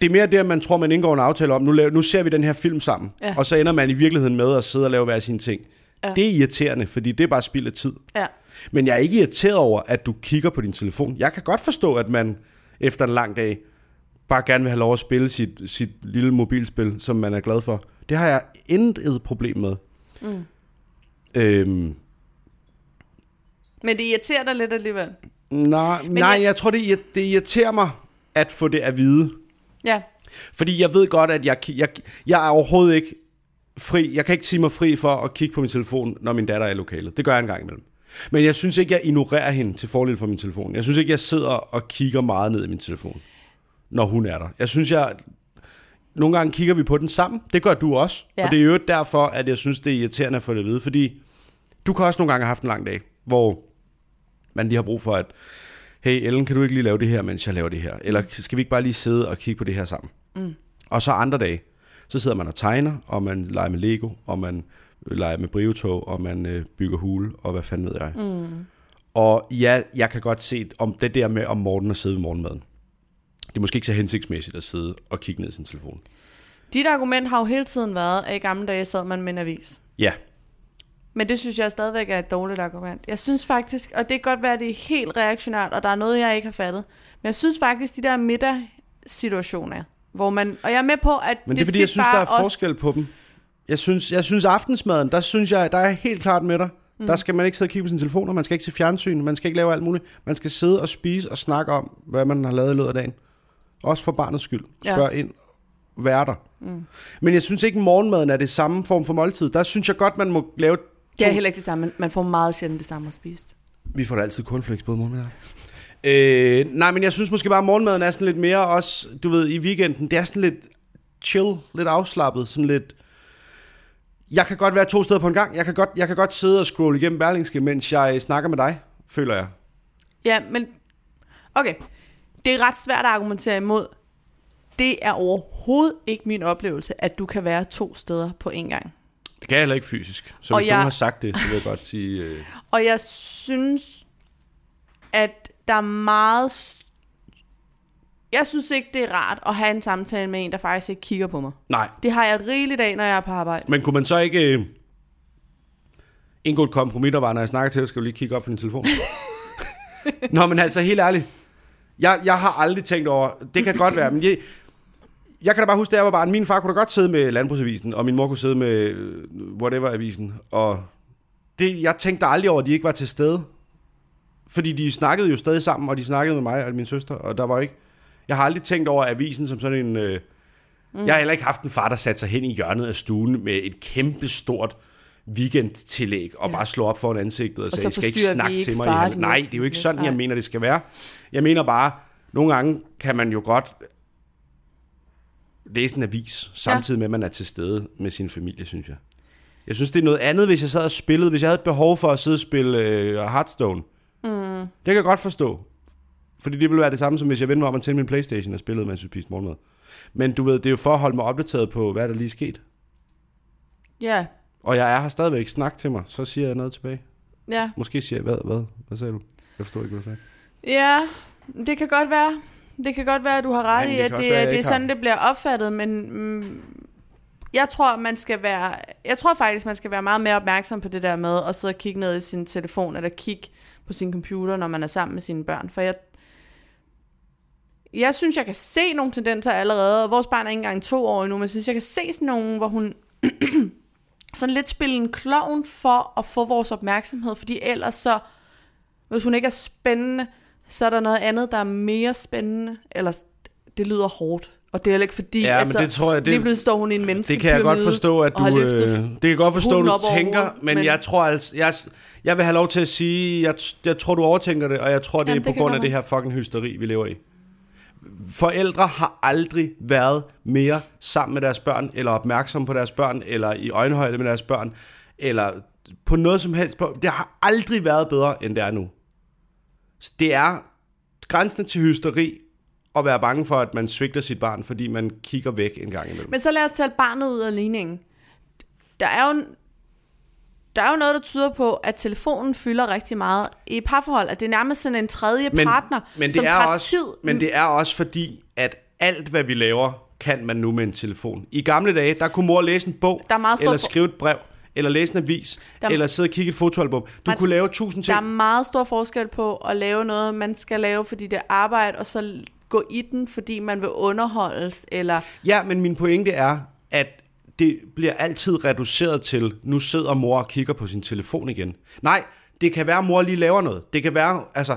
[SPEAKER 2] det er mere det, at man tror, man indgår en aftale om, nu, laver, nu ser vi den her film sammen,
[SPEAKER 1] Ja.
[SPEAKER 2] og så ender man i virkeligheden med at sidde og lave hver sine ting. Ja. Det er irriterende, fordi det er bare spild af tid.
[SPEAKER 1] Ja.
[SPEAKER 2] Men jeg er ikke irriteret over, at du kigger på din telefon. Jeg kan godt forstå, at man efter en lang dag bare gerne vil have lov at spille sit, sit lille mobilspil, som man er glad for. Det har jeg intet problem med. Mm. Øhm,
[SPEAKER 1] Men det irriterer dig lidt alligevel.
[SPEAKER 2] nej, nej jeg...
[SPEAKER 1] jeg-
[SPEAKER 2] jeg tror, det, irri- det irriterer mig at få det at vide.
[SPEAKER 1] Ja.
[SPEAKER 2] Fordi jeg ved godt, at jeg, jeg, jeg er overhovedet ikke fri. Jeg kan ikke sige mig fri for at kigge på min telefon, når min datter er i lokalet. Det gør jeg en gang imellem. Men jeg synes ikke, jeg ignorerer hende til fordel for min telefon. Jeg synes ikke, jeg sidder og kigger meget ned i min telefon, når hun er der. Jeg synes, jeg... Nogle gange kigger vi på den sammen. Det gør du også. Ja.
[SPEAKER 1] Ja.
[SPEAKER 2] Og det er jo derfor, at jeg synes, det er irriterende at få det at vide. Fordi du kan også nogle gange have haft en lang dag, hvor man lige har brug for, at hey Ellen, kan du ikke lige lave det her, mens jeg laver det her? Eller skal vi ikke bare lige sidde og kigge på det her sammen? Og så andre dage, så sidder man og tegner, og man leger med Lego, og man øh, leger med brivetog, og man øh, bygger hule, og hvad fanden ved jeg. Mm. Og ja, jeg kan godt se om det der med om morgenen at sidde ved morgenmaden. Det er måske ikke så hensigtsmæssigt at sidde og kigge ned i sin telefon.
[SPEAKER 1] Dit argument har jo hele tiden været, at i gamle dage sad man med en avis.
[SPEAKER 2] Ja,
[SPEAKER 1] Men det synes jeg stadigvæk er et dårligt argument. Jeg synes faktisk, og det kan godt være, at det er helt reaktionært, og der er noget, jeg ikke har fattet, men jeg synes faktisk, de der middagsituationer, hvor man, og jeg er med på, at
[SPEAKER 2] men det, det er fordi, jeg
[SPEAKER 1] tit
[SPEAKER 2] synes,
[SPEAKER 1] bare
[SPEAKER 2] der er
[SPEAKER 1] også-
[SPEAKER 2] forskel på dem. Jeg synes, jeg synes aftensmaden, der synes jeg, der er jeg helt klart med dig. Mm. Der skal man ikke sidde og kigge på sin telefon, og man skal ikke se fjernsyn, man skal ikke lave alt muligt. Man skal sidde og spise og snakke om, hvad man har lavet i løbet af dagen. Også for barnets skyld.
[SPEAKER 1] Ja.
[SPEAKER 2] Spørg ja. ind. Vær der. Mm. Men jeg synes ikke, morgenmaden er det samme form for måltid. Der synes jeg godt, man må lave...
[SPEAKER 1] Det er heller ikke det samme. Man får meget sjældent det samme at spise.
[SPEAKER 2] Vi får da altid cornflakes både morgen og aften. øh, nej, men jeg synes måske bare, at morgenmaden er sådan lidt mere også, du ved, i weekenden. Det er sådan lidt chill, lidt afslappet, sådan lidt... Jeg kan godt være to steder på en gang. Jeg kan godt, jeg kan godt sidde og scrolle igennem Berlingske, mens jeg øh, snakker med dig, føler jeg.
[SPEAKER 1] Ja, men... Okay. Det er ret svært at argumentere imod. Det er overhovedet ikke min oplevelse, at du kan være to steder på én gang.
[SPEAKER 2] Det kan jeg heller ikke fysisk. Så
[SPEAKER 1] Og
[SPEAKER 2] hvis jeg...
[SPEAKER 1] jeg-
[SPEAKER 2] nogen har sagt det, så vil jeg godt sige... Øh...
[SPEAKER 1] Og jeg synes, at der er meget... s- Jeg synes ikke, det er rart at have en samtale med en, der faktisk ikke kigger på mig.
[SPEAKER 2] Nej,
[SPEAKER 1] Det har jeg rigeligt af, når jeg er på arbejde.
[SPEAKER 2] men kunne man så ikke øh... indgå et kompromis, der var, når jeg snakker til dig, skal du lige kigge op på din telefon? Nå, men altså, helt ærligt. Jeg, jeg har aldrig tænkt over, det kan godt være, men jeg, jeg kan da bare huske, da jeg var barn, min far kunne da godt sidde med Landbrugsavisen, og min mor kunne sidde med øh, Whatever-avisen, og det, jeg tænkte da aldrig over, at de ikke var til stede. Fordi de snakkede jo stadig sammen, og de snakkede med mig og min søster, og der var ikke... Jeg har aldrig tænkt over avisen som sådan en... Øh,
[SPEAKER 1] Mm.
[SPEAKER 2] jeg har heller ikke haft en far, der satte sig hen i hjørnet af stuen med et kæmpe stort weekendtillæg og ja. bare slå op foran ansigtet og, og sagde,
[SPEAKER 1] så
[SPEAKER 2] I skal ikke
[SPEAKER 1] forstyrrer vi
[SPEAKER 2] snakke
[SPEAKER 1] ikke
[SPEAKER 2] til mig.
[SPEAKER 1] far
[SPEAKER 2] Far,
[SPEAKER 1] de
[SPEAKER 2] Nej,
[SPEAKER 1] næste
[SPEAKER 2] det er jo ikke
[SPEAKER 1] uger."
[SPEAKER 2] sådan, jeg
[SPEAKER 1] Nej.
[SPEAKER 2] mener, det skal være. Jeg mener bare, nogle gange kan man jo godt læse en avis, samtidig med, at man er til stede med sin familie, synes jeg. Jeg synes, det er noget andet, hvis jeg sad og spillede. Hvis jeg havde et behov for at sidde og spille øh, Hearthstone. Mm. Det kan jeg godt forstå. Fordi det ville være det samme, som hvis jeg vendte mig om og tændte min Playstation og spillede, mens jeg spiste morgenmad. Men du ved, det er jo for at holde mig opdateret på, hvad der lige er sket.
[SPEAKER 1] Ja,
[SPEAKER 2] Og jeg er her stadigvæk. Snak til mig, så siger jeg noget tilbage.
[SPEAKER 1] ja,
[SPEAKER 2] Måske siger jeg, hvad, hvad, hvad sagde du? Jeg forstår ikke, hvad du sagde.
[SPEAKER 1] ja. Det kan godt være. Det kan godt være, at du har ret
[SPEAKER 2] Ja, men
[SPEAKER 1] i,
[SPEAKER 2] det
[SPEAKER 1] at det,
[SPEAKER 2] kan også være, jeg
[SPEAKER 1] det er
[SPEAKER 2] ikke har.
[SPEAKER 1] sådan, det bliver opfattet, men mm, jeg tror, man skal være, jeg tror faktisk, man skal være meget mere opmærksom på det der med at sidde og kigge ned i sin telefon, eller kigge på sin computer, når man er sammen med sine børn. For jeg, jeg synes, jeg kan se nogle tendenser allerede, og vores barn er ikke engang to år endnu, men jeg synes, jeg kan se sådan nogle, hvor hun sådan lidt spille en klovn for at få vores opmærksomhed, fordi ellers så, hvis hun ikke er spændende, så er der noget andet, der er mere spændende, eller det lyder hårdt. Og det er heller ikke fordi, altså,
[SPEAKER 2] Ja, men det tror jeg, det-
[SPEAKER 1] lige pludselig står hun i en menneske
[SPEAKER 2] Altså, Det kan jeg godt forstå, at du, øh, det kan jeg godt forstå,
[SPEAKER 1] hunden
[SPEAKER 2] du
[SPEAKER 1] op over
[SPEAKER 2] tænker,
[SPEAKER 1] hovedet,
[SPEAKER 2] men, men
[SPEAKER 1] men-
[SPEAKER 2] jeg tror altså, jeg, jeg vil have lov til at sige, jeg, jeg tror, du overtænker det, og jeg tror, det
[SPEAKER 1] Jamen,
[SPEAKER 2] Jamen, er
[SPEAKER 1] det
[SPEAKER 2] på
[SPEAKER 1] kan
[SPEAKER 2] grund
[SPEAKER 1] godt
[SPEAKER 2] af det her fucking hysteri, vi lever i. Forældre har aldrig været mere sammen med deres børn, eller opmærksom på deres børn, eller i øjenhøjde med deres børn, eller på noget som helst. på- Det har aldrig været bedre, end det er nu. Så det er grænsen til hysteri at være bange for, at man svigter sit barn, fordi man kigger væk en gang imellem.
[SPEAKER 1] Men så lad os tale barnet ud af ligningen. Der er jo, der er jo noget, der tyder på, at telefonen fylder rigtig meget i parforhold. At det er nærmest sådan en tredje partner,
[SPEAKER 2] men det
[SPEAKER 1] som
[SPEAKER 2] er
[SPEAKER 1] tager
[SPEAKER 2] også,
[SPEAKER 1] tid.
[SPEAKER 2] Men det er også fordi, at alt hvad vi laver, kan man nu med en telefon. I gamle dage, der kunne mor læse en bog,
[SPEAKER 1] Der er meget stor
[SPEAKER 2] eller
[SPEAKER 1] for-
[SPEAKER 2] skrive et brev, eller læse en avis,
[SPEAKER 1] Der-
[SPEAKER 2] der... eller sidde og kigge et fotoalbum. Du
[SPEAKER 1] Martin,
[SPEAKER 2] kunne lave tusind
[SPEAKER 1] Der
[SPEAKER 2] ting.
[SPEAKER 1] er meget stor forskel på at lave noget, man skal lave, fordi det er arbejde, og så l- gå i den, fordi man vil underholdes, eller
[SPEAKER 2] Ja, men min pointe er, at det bliver altid reduceret til, nu sidder mor og kigger på sin telefon igen. Nej, det kan være, at mor lige laver noget. Det kan være, altså,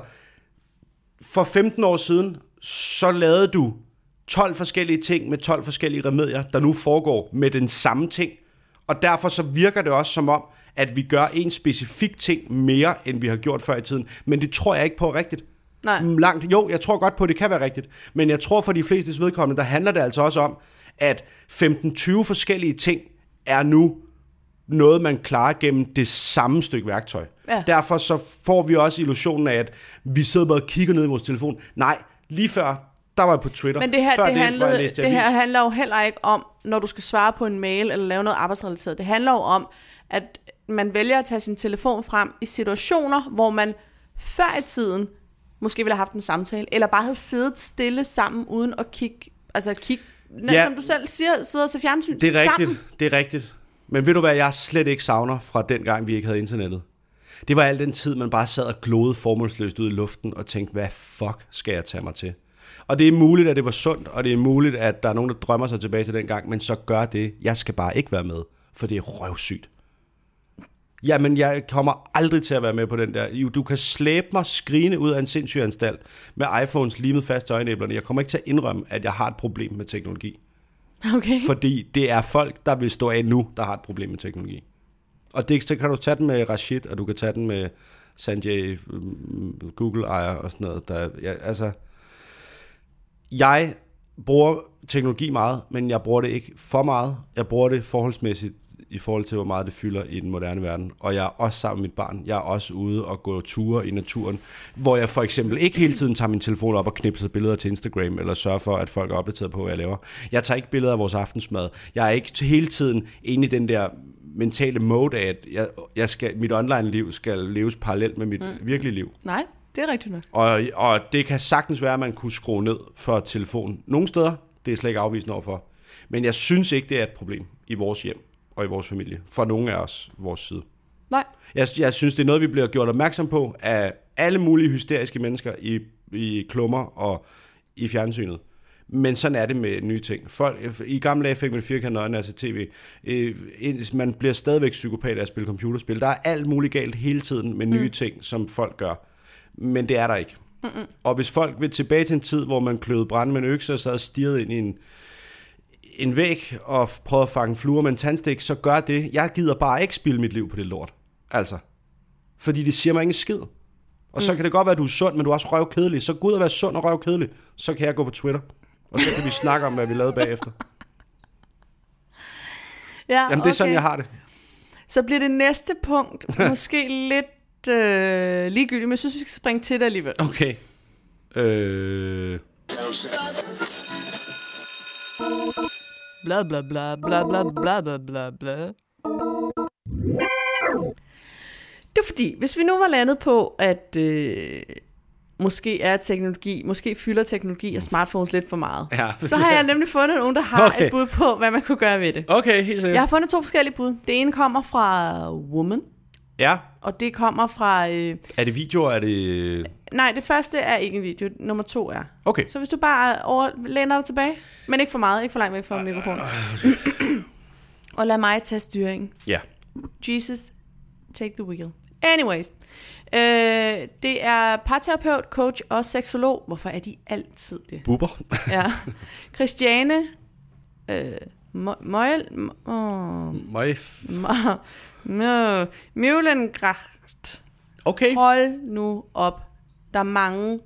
[SPEAKER 2] for 15 år siden, så lavede du 12 forskellige ting med 12 forskellige remedier, der nu foregår med den samme ting. Og derfor så virker det også som om, at vi gør en specifik ting mere, end vi har gjort før i tiden. Men det tror jeg ikke på er rigtigt.
[SPEAKER 1] Nej.
[SPEAKER 2] Mm, Langt. Jo, jeg tror godt på, at det kan være rigtigt. Men jeg tror for de flestes vedkommende, der handler det altså også om, at 15-20 forskellige ting er nu noget, man klarer gennem det samme stykke værktøj.
[SPEAKER 1] Ja.
[SPEAKER 2] Derfor så får vi også illusionen af, at vi sidder bare og kigger ned i vores telefon. Nej, lige før, der var jeg på Twitter.
[SPEAKER 1] Men det her,
[SPEAKER 2] før
[SPEAKER 1] det, handlede,
[SPEAKER 2] var jeg
[SPEAKER 1] det,
[SPEAKER 2] læst i
[SPEAKER 1] her
[SPEAKER 2] avisen.
[SPEAKER 1] handler jo heller ikke om, når du skal svare på en mail eller lave noget arbejdsrelateret. Det handler jo om, at man vælger at tage sin telefon frem i situationer, hvor man før i tiden måske ville have haft en samtale, eller bare havde siddet stille sammen uden at kigge, altså kigge, ja.
[SPEAKER 2] Ja.
[SPEAKER 1] som du selv siger, sidder og se fjernsyn
[SPEAKER 2] Det er rigtigt,
[SPEAKER 1] sammen.
[SPEAKER 2] det er rigtigt. Men ved du hvad, jeg slet ikke savner fra den gang, vi ikke havde internettet. Det var al den tid, man bare sad og glodede formålsløst ud i luften og tænkte, hvad fuck skal jeg tage mig til? Og det er muligt, at det var sundt, og det er muligt, at der er nogen, der drømmer sig tilbage til den gang, men så gør det. Jeg skal bare ikke være med, for det er røvsygt. Jamen, jeg kommer aldrig til at være med på den der. Jo, Du kan slæbe mig skrigende ud af en sindssyg anstalt med iPhones limet fast til øjenæblerne. Jeg kommer ikke til at indrømme, at jeg har et problem med teknologi.
[SPEAKER 1] Okay.
[SPEAKER 2] Fordi det er folk, der vil stå af nu, der har et problem med teknologi. Og det så kan du tage den med Rashid, og du kan tage den med Sanjay, øhm, Google-ejer og sådan noget. Der, ja, altså, jeg bruger teknologi meget, men jeg bruger det ikke for meget. Jeg bruger det forholdsmæssigt i forhold til, hvor meget det fylder i den moderne verden. Og jeg er også sammen med mit barn. Jeg er også ude og gå ture i naturen, hvor jeg for eksempel ikke hele tiden tager min telefon op og knipser billeder til Instagram, eller sørger for, at folk er opdateret på, hvad jeg laver. Jeg tager ikke billeder af vores aftensmad. Jeg er ikke hele tiden inde i den der mentale mode af, at jeg, jeg skal, mit online-liv skal leves parallelt med mit mm. virkelige liv.
[SPEAKER 1] Nej, det er rigtigt nok.
[SPEAKER 2] Og, og det kan sagtens være, at man kunne skrue ned for telefonen. Nogle steder, det er jeg slet ikke afvisende overfor. Men jeg synes ikke, det er et problem i vores hjem og i vores familie. For nogle af os, vores side.
[SPEAKER 1] Nej.
[SPEAKER 2] Jeg, jeg synes, det er noget, vi bliver gjort opmærksom på af alle mulige hysteriske mennesker i, i klummer og i fjernsynet. Men sådan er det med nye ting. Folk, I gamle dage fik man firkantede øjne af altså tv. Øh, ind- Man bliver stadigvæk psykopat af at spille computerspil. Der er alt muligt galt hele tiden med nye mm. ting, som folk gør. Men det er der ikke. Mm-mm. Og hvis folk vil tilbage til en tid, hvor man kløede brænde med en økse og sad og stirrede ind i en, en væg og f- prøvede at fange fluer med en tandstik, så gør det. Jeg gider bare ikke spille mit liv på det lort. Altså. Fordi det siger mig ingen skid. Og
[SPEAKER 1] Mm.
[SPEAKER 2] så kan det godt være, at du er sund, men du er også røvkedelig. Så gå ud og være sund og røvkedelig. Så kan jeg gå på Twitter. Og så kan vi snakke om, hvad vi lavede bagefter.
[SPEAKER 1] Ja,
[SPEAKER 2] Jamen, det er sådan,
[SPEAKER 1] okay.
[SPEAKER 2] jeg har det.
[SPEAKER 1] Så bliver det næste punkt måske lidt øh, ligegyldigt, men jeg synes, vi skal springe til det alligevel.
[SPEAKER 2] Okay. Øh...
[SPEAKER 5] blah blah blah blah blah blah blah blah blah.
[SPEAKER 1] Det er fordi, hvis vi nu var landet på, at øh, måske er teknologi, måske fylder teknologi og smartphones lidt for meget,
[SPEAKER 2] Ja.
[SPEAKER 1] så har jeg nemlig fundet nogen, der har okay.
[SPEAKER 2] Okay.
[SPEAKER 1] et bud på, hvad man kunne gøre ved det.
[SPEAKER 2] Okay, helt sikkert.
[SPEAKER 1] Jeg har fundet to forskellige bud. Det ene kommer fra Woman,
[SPEAKER 2] Ja.
[SPEAKER 1] og det kommer fra... Øh,
[SPEAKER 2] Er det videoer? Er det...
[SPEAKER 1] nej, det første er ikke en video, nummer to er.
[SPEAKER 2] Okay.
[SPEAKER 1] Så hvis du bare over, læner dig tilbage, men ikke for meget, ikke for langt væk fra mikrofonen. og lad mig tage styringen.
[SPEAKER 2] Ja.
[SPEAKER 1] Jesus, take the wheel. Anyways, øh, det er parterapeut, coach og seksolog. Hvorfor er de altid det?
[SPEAKER 2] Buber.
[SPEAKER 1] Ja. Christiane øh, Mø- Møjl... Mø- åh, Mø- Mø- Møhlengracht.
[SPEAKER 2] Okay.
[SPEAKER 1] Hold nu op. Der er mange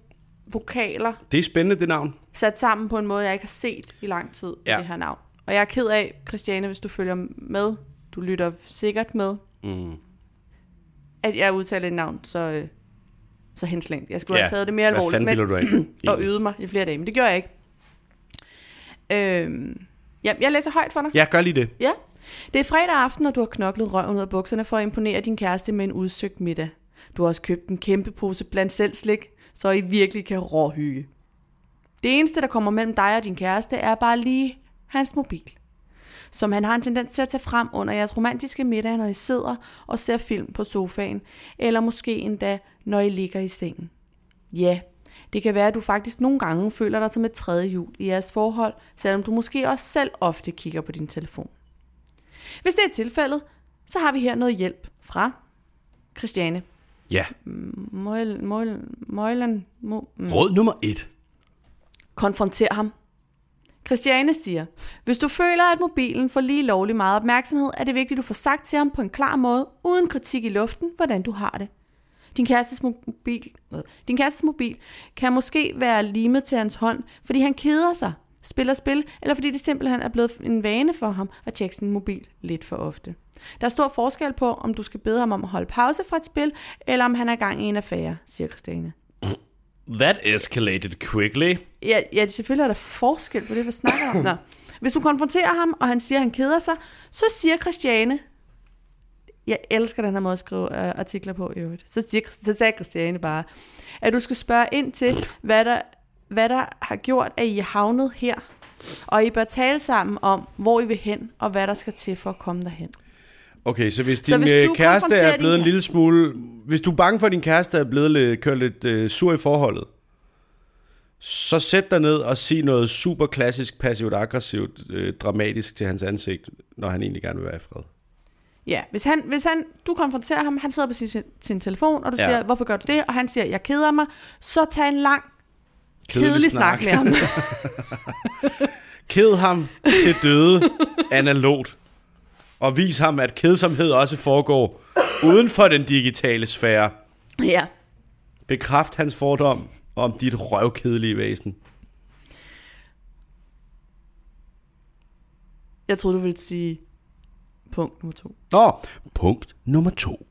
[SPEAKER 1] vokaler
[SPEAKER 2] Det er spændende, det navn.
[SPEAKER 1] sat sammen på en måde, jeg ikke har set i lang tid ja.
[SPEAKER 2] Ja.
[SPEAKER 1] det her navn. Og jeg er ked af, Christiane, hvis du følger med, du lytter sikkert med, mm. at jeg udtaler et navn så, øh, så henslængt. Jeg skulle ja. have taget det mere
[SPEAKER 2] Hvad
[SPEAKER 1] alvorligt
[SPEAKER 2] fanden
[SPEAKER 1] men,
[SPEAKER 2] bilder du af?
[SPEAKER 1] og øvet mig i flere dage, men det gjorde jeg ikke. Øhm, ja, jeg læser højt for dig.
[SPEAKER 2] Ja, gør lige det.
[SPEAKER 1] Ja. Det er fredag aften, og du har knoklet røven ud af bukserne for at imponere din kæreste med en udsøgt middag. Du har også købt en kæmpe pose blandt selv slik, så I virkelig kan råhygge. Det eneste, der kommer mellem dig og din kæreste, er bare lige hans mobil. Som han har en tendens til at tage frem under jeres romantiske middag, når I sidder og ser film på sofaen, eller måske endda, når I ligger i sengen. Ja, det kan være, at du faktisk nogle gange føler dig som et tredje hjul i jeres forhold, selvom du måske også selv ofte kigger på din telefon. Hvis det er tilfældet, så har vi her noget hjælp fra Christiane
[SPEAKER 2] Ja.
[SPEAKER 1] Møl, Møl, Møjland. Mø, mm.
[SPEAKER 2] Råd nummer et.
[SPEAKER 1] Konfronter ham. Christiane siger, hvis du føler, at mobilen får lige lovlig meget opmærksomhed, er det vigtigt, at du får sagt til ham på en klar måde, uden kritik i luften, hvordan du har det. Din kærestes mobil, øh, din kærestes mobil kan måske være limet til hans hånd, fordi han keder sig, spiller spil, eller fordi det simpelthen er blevet en vane for ham at tjekke sin mobil lidt for ofte. Der er stor forskel på, om du skal bede ham om at holde pause fra et spil, eller om han er i gang i en affære, siger Christiane.
[SPEAKER 3] That escalated quickly.
[SPEAKER 1] Ja, ja selvfølgelig er der forskel på det, vi snakker om. Nå. Hvis du konfronterer ham, og han siger, at han keder sig, så siger Christiane, jeg elsker den her måde at skrive øh, artikler på i øvrigt, så, siger, så sagde Christiane bare, at du skal spørge ind til, hvad der, hvad der har gjort, at I er havnet her, og I bør tale sammen om, hvor I vil hen, og hvad der skal til for at komme derhen.
[SPEAKER 2] Okay, så hvis din
[SPEAKER 1] hvis
[SPEAKER 2] hvis
[SPEAKER 1] du
[SPEAKER 2] kæreste
[SPEAKER 1] konfronterer
[SPEAKER 2] er blevet
[SPEAKER 1] din-
[SPEAKER 2] en lille smule... Hvis du er bange for, at din kæreste er blevet lidt, kørt lidt øh, sur i forholdet, så sæt dig ned og sig noget super klassisk, passivt, aggressivt, øh, dramatisk til hans ansigt, når han egentlig gerne vil være i fred.
[SPEAKER 1] Ja, hvis, han, hvis han, du konfronterer ham, han sidder på sin, sin telefon, og du ja.
[SPEAKER 2] Ja.
[SPEAKER 1] siger, hvorfor gør du det? Og han siger, jeg keder mig. Så tag en lang, kedelig,
[SPEAKER 2] Kedelig
[SPEAKER 1] kedelig snak.
[SPEAKER 2] snak.
[SPEAKER 1] med ham.
[SPEAKER 2] Ked ham til døde analogt. Og vis ham, at kedsomhed også foregår uden for den digitale sfære.
[SPEAKER 1] ja.
[SPEAKER 2] Bekræft hans fordom om dit røvkedelige væsen.
[SPEAKER 1] Jeg troede, du ville sige punkt nummer to.
[SPEAKER 2] Nå, punkt nummer to.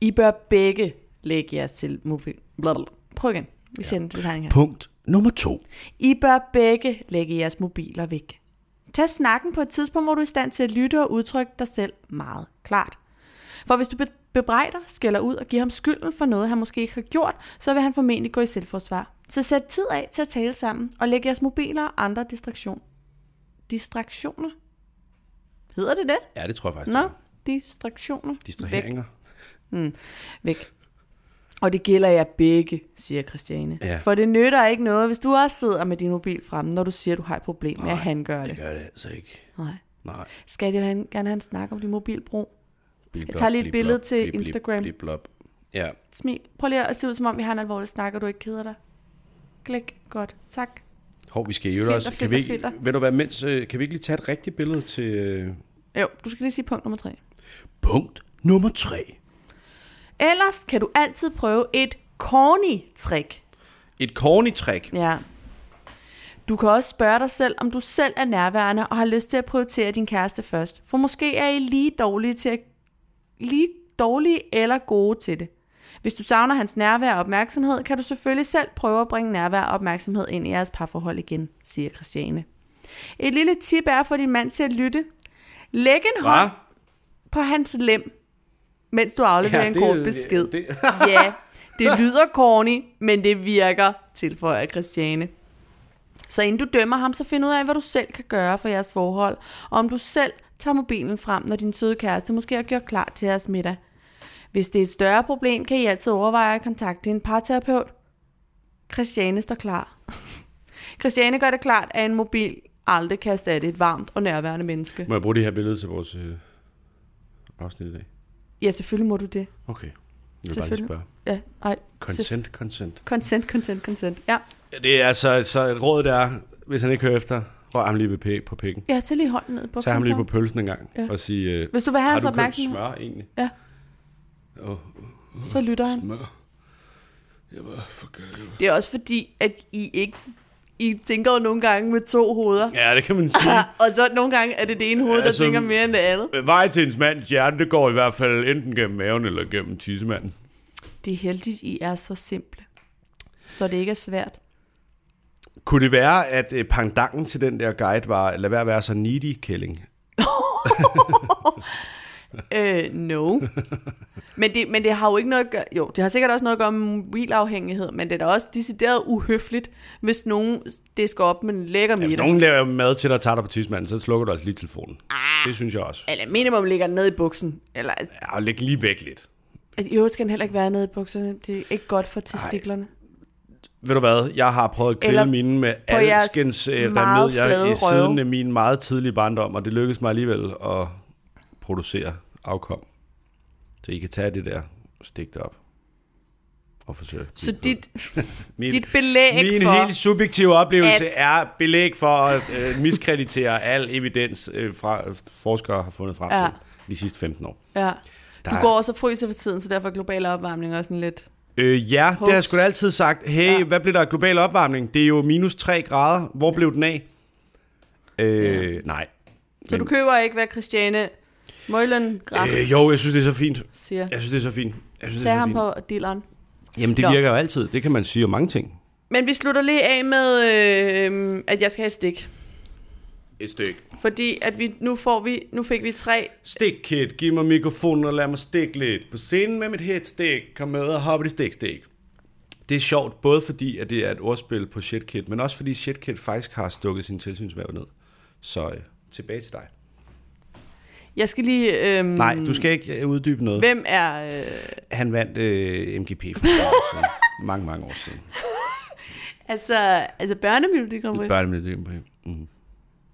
[SPEAKER 1] I bør begge lægge jeres til mobil. blablabla. Prøv igen. Vi sender ja. lidt tegning her.
[SPEAKER 2] Punkt nummer to.
[SPEAKER 1] I bør begge lægge jeres mobiler væk. Tag snakken på et tidspunkt, hvor du er i stand til at lytte og udtrykke dig selv meget klart. For hvis du be- bebrejder, skælder ud og giver ham skylden for noget, han måske ikke har gjort, så vil han formentlig gå i selvforsvar. Så sæt tid af til at tale sammen og læg jeres mobiler og andre distraktion. distraktioner. Hedder det det?
[SPEAKER 2] Ja, det tror jeg faktisk.
[SPEAKER 1] Nå,
[SPEAKER 2] det er.
[SPEAKER 1] distraktioner. Væk.
[SPEAKER 2] Distraheringer.
[SPEAKER 1] Væk. Og det gælder jer begge, siger Christiane.
[SPEAKER 2] Ja.
[SPEAKER 1] For det nytter ikke noget, hvis du også sidder med din mobil fremme, når du siger, du har et problem med, at han gør det.
[SPEAKER 2] gør det altså ikke.
[SPEAKER 1] Nej.
[SPEAKER 2] Nej.
[SPEAKER 1] Skal det han, gerne have en snak om din mobilbrug?
[SPEAKER 2] Blip,
[SPEAKER 1] Jeg tager lige et billede til Instagram.
[SPEAKER 2] Blip, blop. Ja.
[SPEAKER 1] Smil. Prøv lige at se ud, som om vi har en alvorlig snak, og du ikke keder dig. Klik. Godt. Tak.
[SPEAKER 2] Hov, vi skal jo
[SPEAKER 1] Filter,
[SPEAKER 2] også... Kan
[SPEAKER 1] filter,
[SPEAKER 2] vi ikke,
[SPEAKER 1] filter.
[SPEAKER 2] ved du hvad, mens, øh, kan vi ikke lige tage et rigtigt billede til... øh,
[SPEAKER 1] Jo, du skal lige sige punkt nummer tre.
[SPEAKER 2] Punkt nummer tre.
[SPEAKER 1] Ellers kan du altid prøve et corny trick.
[SPEAKER 2] Et corny trick.
[SPEAKER 1] Ja. Du kan også spørge dig selv, om du selv er nærværende og har lyst til at prioritere din kæreste først. For måske er I lige dårlige, til at, lige dårlige eller gode til det. Hvis du savner hans nærvær og opmærksomhed, kan du selvfølgelig selv prøve at bringe nærvær og opmærksomhed ind i jeres parforhold igen, siger Christiane. Et lille tip er at få din mand til at lytte. Læg en
[SPEAKER 2] Hva?
[SPEAKER 1] hånd på hans lem, mens du afleverer ja, en
[SPEAKER 2] det-
[SPEAKER 1] kort besked.
[SPEAKER 2] det-
[SPEAKER 1] ja, det lyder corny, men det virker, tilføjer Christiane. Så inden du dømmer ham, så find ud af, hvad du selv kan gøre for jeres forhold, og om du selv tager mobilen frem, når din søde kæreste måske har gjort klar til jeres middag. Hvis det er et større problem, kan I altid overveje at kontakte en parterapeut. Christiane står klar. Christiane gør det klart, at en mobil aldrig kan erstatte et varmt og nærværende menneske.
[SPEAKER 2] Må jeg bruge det her billede til vores øh, afsnit i dag?
[SPEAKER 1] Ja, selvfølgelig må du det.
[SPEAKER 2] Okay. Jeg vil bare lige
[SPEAKER 1] Selvfølgelig.
[SPEAKER 2] spørge.
[SPEAKER 1] Ja, ej.
[SPEAKER 2] Consent, consent.
[SPEAKER 1] Consent, consent, consent. Ja,
[SPEAKER 2] Det er altså så et råd, der er, hvis han ikke hører efter, rør ham lige ved pæ- på pikken.
[SPEAKER 1] ja tag lige hånden ned på
[SPEAKER 2] Tag ham lige på pølsen en gang
[SPEAKER 1] Ja.
[SPEAKER 2] ja. og sige, øh,
[SPEAKER 1] Hvis du vil have
[SPEAKER 2] har
[SPEAKER 1] hans
[SPEAKER 2] du købt
[SPEAKER 1] opmærksomhed,
[SPEAKER 2] smør egentlig?
[SPEAKER 1] Ja.
[SPEAKER 2] Åh,
[SPEAKER 1] så lytter han.
[SPEAKER 2] smør.
[SPEAKER 3] Jeg var for gør-
[SPEAKER 1] Det er også fordi, at I ikke... I tænker jo nogle gange med to hoveder.
[SPEAKER 2] Ja, det kan man sige.
[SPEAKER 1] Og så nogle gange er det det ene hoved, der
[SPEAKER 2] Altså,
[SPEAKER 1] tænker mere end det andet.
[SPEAKER 2] Øh, Vej til ens mands hjerte, det går i hvert fald enten gennem maven eller gennem tissemanden.
[SPEAKER 1] Det er heldigt, I er så simple. Så det ikke er svært.
[SPEAKER 2] Kunne det være, at øh, pangdangen til den der guide var, lad være at være så needy, Kælling?
[SPEAKER 1] Øh, no. men, det, men det har jo ikke noget at gøre... Jo, det har sikkert også noget at gøre med mobilafhængighed, men det er da også decideret uhøfligt, hvis nogen det skal op med en lækker middag.
[SPEAKER 2] Hvis nogen laver mad til dig og tager dig på tissemanden, så slukker du altså lige telefonen. Ah. Det synes jeg også.
[SPEAKER 1] Eller minimum ligger den ned i buksen. Eller,
[SPEAKER 2] Ja, og læg lige væk lidt.
[SPEAKER 1] at i øvrigt skal den heller ikke være nede i bukserne. Det er ikke godt for testiklerne.
[SPEAKER 2] Ved du hvad, jeg har prøvet at
[SPEAKER 1] Eller
[SPEAKER 2] kvælde mine med
[SPEAKER 1] på jeres
[SPEAKER 2] alskens øh,
[SPEAKER 1] meget flade
[SPEAKER 2] remedier i
[SPEAKER 1] røve.
[SPEAKER 2] siden af min meget tidlige barndom, og det lykkedes mig alligevel at producere afkom. Så I kan tage det der og stikke det op. Og forsøge.
[SPEAKER 1] Så dit,
[SPEAKER 2] min,
[SPEAKER 1] dit belæg
[SPEAKER 2] min
[SPEAKER 1] for...
[SPEAKER 2] helt subjektive oplevelse
[SPEAKER 1] at-
[SPEAKER 2] at... er belæg for at øh, miskreditere al evidens, øh, fra, øh, forskere har fundet frem
[SPEAKER 1] Ja.
[SPEAKER 2] ja. til de sidste 15 år.
[SPEAKER 1] Ja. Du
[SPEAKER 2] Der-
[SPEAKER 1] går også og fryser for tiden, så derfor er global opvarmning også sådan lidt...
[SPEAKER 2] Øh, ja, det har jeg sgu da
[SPEAKER 1] Hoax.
[SPEAKER 2] altid sagt. Hey,
[SPEAKER 1] Ja.
[SPEAKER 2] ja. hvad blev der af global opvarmning? Det er jo minus 3 grader. Hvor blev den af? Øh, ja. Nej.
[SPEAKER 1] Så du køber ikke, hvad Christiane Møjlen Graf øh,
[SPEAKER 2] Øh, jo, jeg synes, det er så fint.
[SPEAKER 1] siger.
[SPEAKER 2] Jeg synes, det er så fint. Jeg synes, det
[SPEAKER 1] Tag
[SPEAKER 2] er så
[SPEAKER 1] ham
[SPEAKER 2] fint.
[SPEAKER 1] på dilleren.
[SPEAKER 2] Jamen, det
[SPEAKER 1] Nå.
[SPEAKER 2] virker jo altid. Det kan man sige om mange ting.
[SPEAKER 1] Men vi slutter lige af med, øh, at jeg skal have et stik.
[SPEAKER 2] Et stykke.
[SPEAKER 1] Fordi at vi, nu, får vi, nu fik vi tre...
[SPEAKER 2] Stik, kid. Giv mig mikrofonen og lad mig stikke lidt. På scenen med mit headstik. Kom med og hoppe i stik, stik. Det er sjovt, både fordi, at det er et ordspil på Shit Kid, men også fordi Shit Kid faktisk har stukket sin tilsynsmærke ned. Så øh, tilbage til dig.
[SPEAKER 1] Jeg skal lige... Øh,
[SPEAKER 2] Nej, du skal ikke øh, uddybe noget.
[SPEAKER 1] Hvem er... Øh,
[SPEAKER 2] Han vandt øh, MGP for mange år siden. mange, mange år siden.
[SPEAKER 1] altså, altså børnemilde, kommer
[SPEAKER 2] Børn med det MGP. Mm.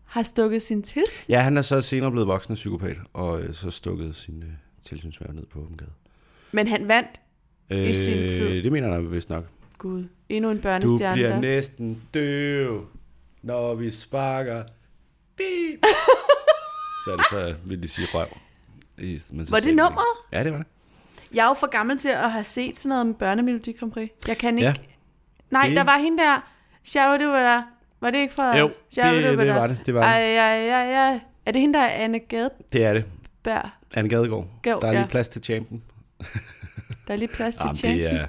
[SPEAKER 1] har stukket sin tils.
[SPEAKER 2] Ja, han er så senere blevet voksen og psykopat, og øh, så stukket sin øh, tilsynsmærke ned på åben gade.
[SPEAKER 1] Men han vandt. I sin tid.
[SPEAKER 2] det mener han vist nok.
[SPEAKER 1] Gud, endnu en
[SPEAKER 2] Du
[SPEAKER 1] børnestjerne.
[SPEAKER 2] bliver
[SPEAKER 1] der.
[SPEAKER 2] næsten døv, når vi sparker. Beep. så er det så, vil de sige røv. I- Men så
[SPEAKER 1] Var det
[SPEAKER 2] sagde de ikke.
[SPEAKER 1] nummeret?
[SPEAKER 2] Ja, det var det.
[SPEAKER 1] Jeg er jo for gammel til at have set sådan noget med børnemelodi Grand Prix. Jeg kan ikke...
[SPEAKER 2] Ja.
[SPEAKER 1] Ja. Nej,
[SPEAKER 2] Det-
[SPEAKER 1] der var hende der. Sjævde, du var der. Var det ikke fra...
[SPEAKER 2] Jo,
[SPEAKER 1] Sjævde,
[SPEAKER 2] det-
[SPEAKER 1] du
[SPEAKER 2] det
[SPEAKER 1] der?
[SPEAKER 2] var det, det var det.
[SPEAKER 1] Ej, ej, ej, ej. Er det hende, der er Anne Gadeberg?
[SPEAKER 2] Det er det. Anne Gadegaard.
[SPEAKER 1] Gav,
[SPEAKER 2] Der er lige
[SPEAKER 1] ja.
[SPEAKER 2] plads til champen.
[SPEAKER 1] Der er lige plads til
[SPEAKER 2] Jamen,
[SPEAKER 1] Champion.
[SPEAKER 2] det er,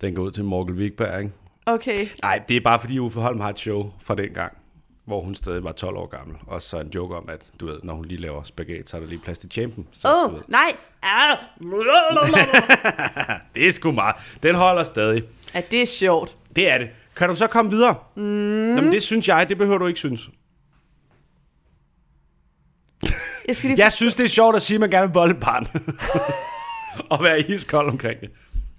[SPEAKER 2] den går ud til Morgel Wigberg, ikke?
[SPEAKER 1] Okay.
[SPEAKER 2] Nej, det er bare fordi Uffe Holm har et show fra den gang, hvor hun stadig var 12 år gammel. Og så en joke om, at du ved, når hun lige laver spaghetti, så er der lige plads til champen. Så,
[SPEAKER 1] Åh,
[SPEAKER 2] du ved,
[SPEAKER 1] oh, nej. Arr.
[SPEAKER 2] det er sgu meget. Den holder stadig.
[SPEAKER 1] Ja, det er sjovt.
[SPEAKER 2] Det er det. Kan du så komme videre? Mm. Jamen, det synes jeg, det behøver du ikke synes.
[SPEAKER 1] Jeg skal lige...
[SPEAKER 2] Jeg synes, det er sjovt at sige, at man gerne vil bolle et barn. og være iskold omkring det.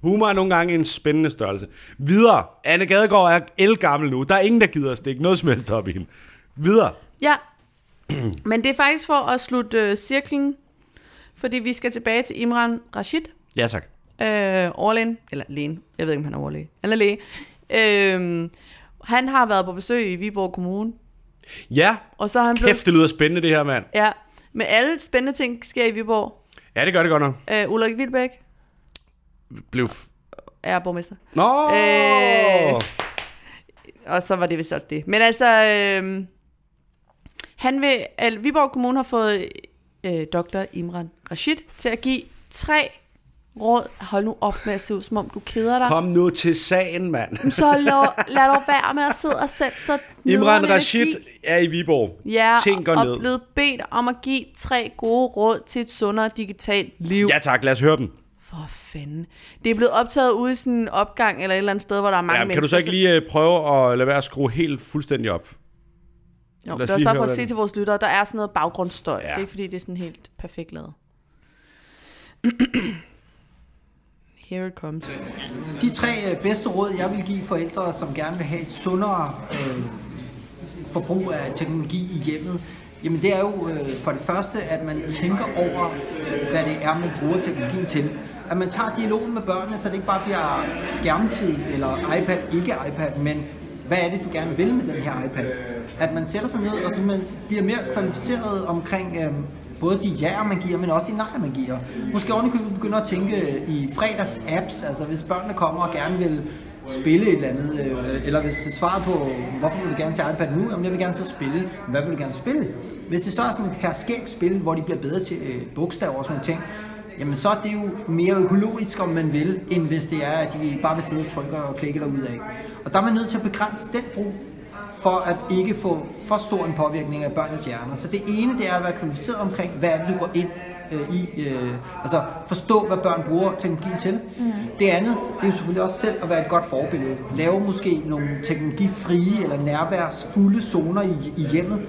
[SPEAKER 2] Humor er nogle gange en spændende størrelse. Videre. Anne Gadegaard er elgammel nu. Der er ingen, der gider at stikke noget som helst op i hende. Videre.
[SPEAKER 1] Ja. Men det er faktisk for at slutte øh, cirklen, fordi vi skal tilbage til Imran Rashid.
[SPEAKER 2] Ja, tak.
[SPEAKER 1] øh, overlægen, eller lægen, jeg ved ikke, om han er overlæge, han er læge. Øh, han har været på besøg i Viborg Kommune,
[SPEAKER 2] Ja,
[SPEAKER 1] og så er han
[SPEAKER 2] kæft, det lyder spændende, det her, mand.
[SPEAKER 1] Ja, med alle spændende ting sker i Viborg.
[SPEAKER 2] Ja, det gør det godt nok.
[SPEAKER 1] Øh, Ulrik Vilbæk
[SPEAKER 2] Blev... F-
[SPEAKER 1] er borgmester.
[SPEAKER 2] Nå!
[SPEAKER 1] Øh. Og så var det vist også det. Men altså, øh, han vil, al, Viborg Kommune har fået øh, dr. Imran Rashid til at give tre råd. Hold nu op med at se ud, som om du keder dig.
[SPEAKER 2] Kom nu til sagen, mand.
[SPEAKER 1] Så lad, lad dog være med at sidde og sætte sig
[SPEAKER 2] Imran
[SPEAKER 1] nederen
[SPEAKER 2] Rashid
[SPEAKER 1] energi.
[SPEAKER 2] er i Viborg.
[SPEAKER 1] Ja,
[SPEAKER 2] Ting går
[SPEAKER 1] og
[SPEAKER 2] ned.
[SPEAKER 1] blevet bedt om at give tre gode råd til et sundere digitalt liv.
[SPEAKER 2] Ja tak, lad os høre dem.
[SPEAKER 1] For fanden. Det er blevet optaget ude i sådan en opgang eller et eller andet sted, hvor der er mange
[SPEAKER 2] Ja,
[SPEAKER 1] mennesker.
[SPEAKER 2] kan du så ikke lige øh, prøve at lade være at skrue helt fuldstændig op?
[SPEAKER 1] Jo,
[SPEAKER 2] os
[SPEAKER 1] det er også
[SPEAKER 2] lige
[SPEAKER 1] bare for
[SPEAKER 2] høre
[SPEAKER 1] at
[SPEAKER 2] den.
[SPEAKER 1] sige til vores lyttere, der er sådan noget baggrundsstøj. Ja.
[SPEAKER 2] Ja.
[SPEAKER 1] Det er ikke fordi, det er sådan helt perfekt lavet. Here it comes.
[SPEAKER 6] De tre øh, bedste råd, jeg vil give forældre, som gerne vil have et sundere øh, forbrug af teknologi i hjemmet, jamen det er jo øh, for det første, at man tænker over, hvad det er, man bruger teknologien til. At man tager dialogen med børnene, så det ikke bare bliver skærmtid eller iPad, ikke iPad, men hvad er det, du gerne vil med den her iPad? At man sætter sig ned og simpelthen bliver mere kvalificeret omkring, øh, både de ja'er, man giver, men også de nej, man giver. Måske ovenikøbet begynde at tænke i fredags apps, altså hvis børnene kommer og gerne vil spille et eller andet, øh, eller hvis svaret på, hvorfor vil du gerne til iPad nu, jamen jeg vil gerne så spille, hvad vil du gerne spille? Hvis det så er sådan et herskægt spil, hvor de bliver bedre til øh, bogstaver og sådan nogle ting, jamen så er det jo mere økologisk, om man vil, end hvis det er, at de bare vil sidde og trykke og klikke derude af. Og der er man nødt til at begrænse den brug, for at ikke få for stor en påvirkning af børnenes hjerner. Så det ene, det er at være kvalificeret omkring, hvad er det, du går ind øh, i, øh, altså forstå, hvad børn bruger teknologien til. Mm. Det andet, det er jo selvfølgelig også selv at være et godt forbillede. Lave måske nogle teknologifrie eller nærværsfulde zoner i, i hjemmet.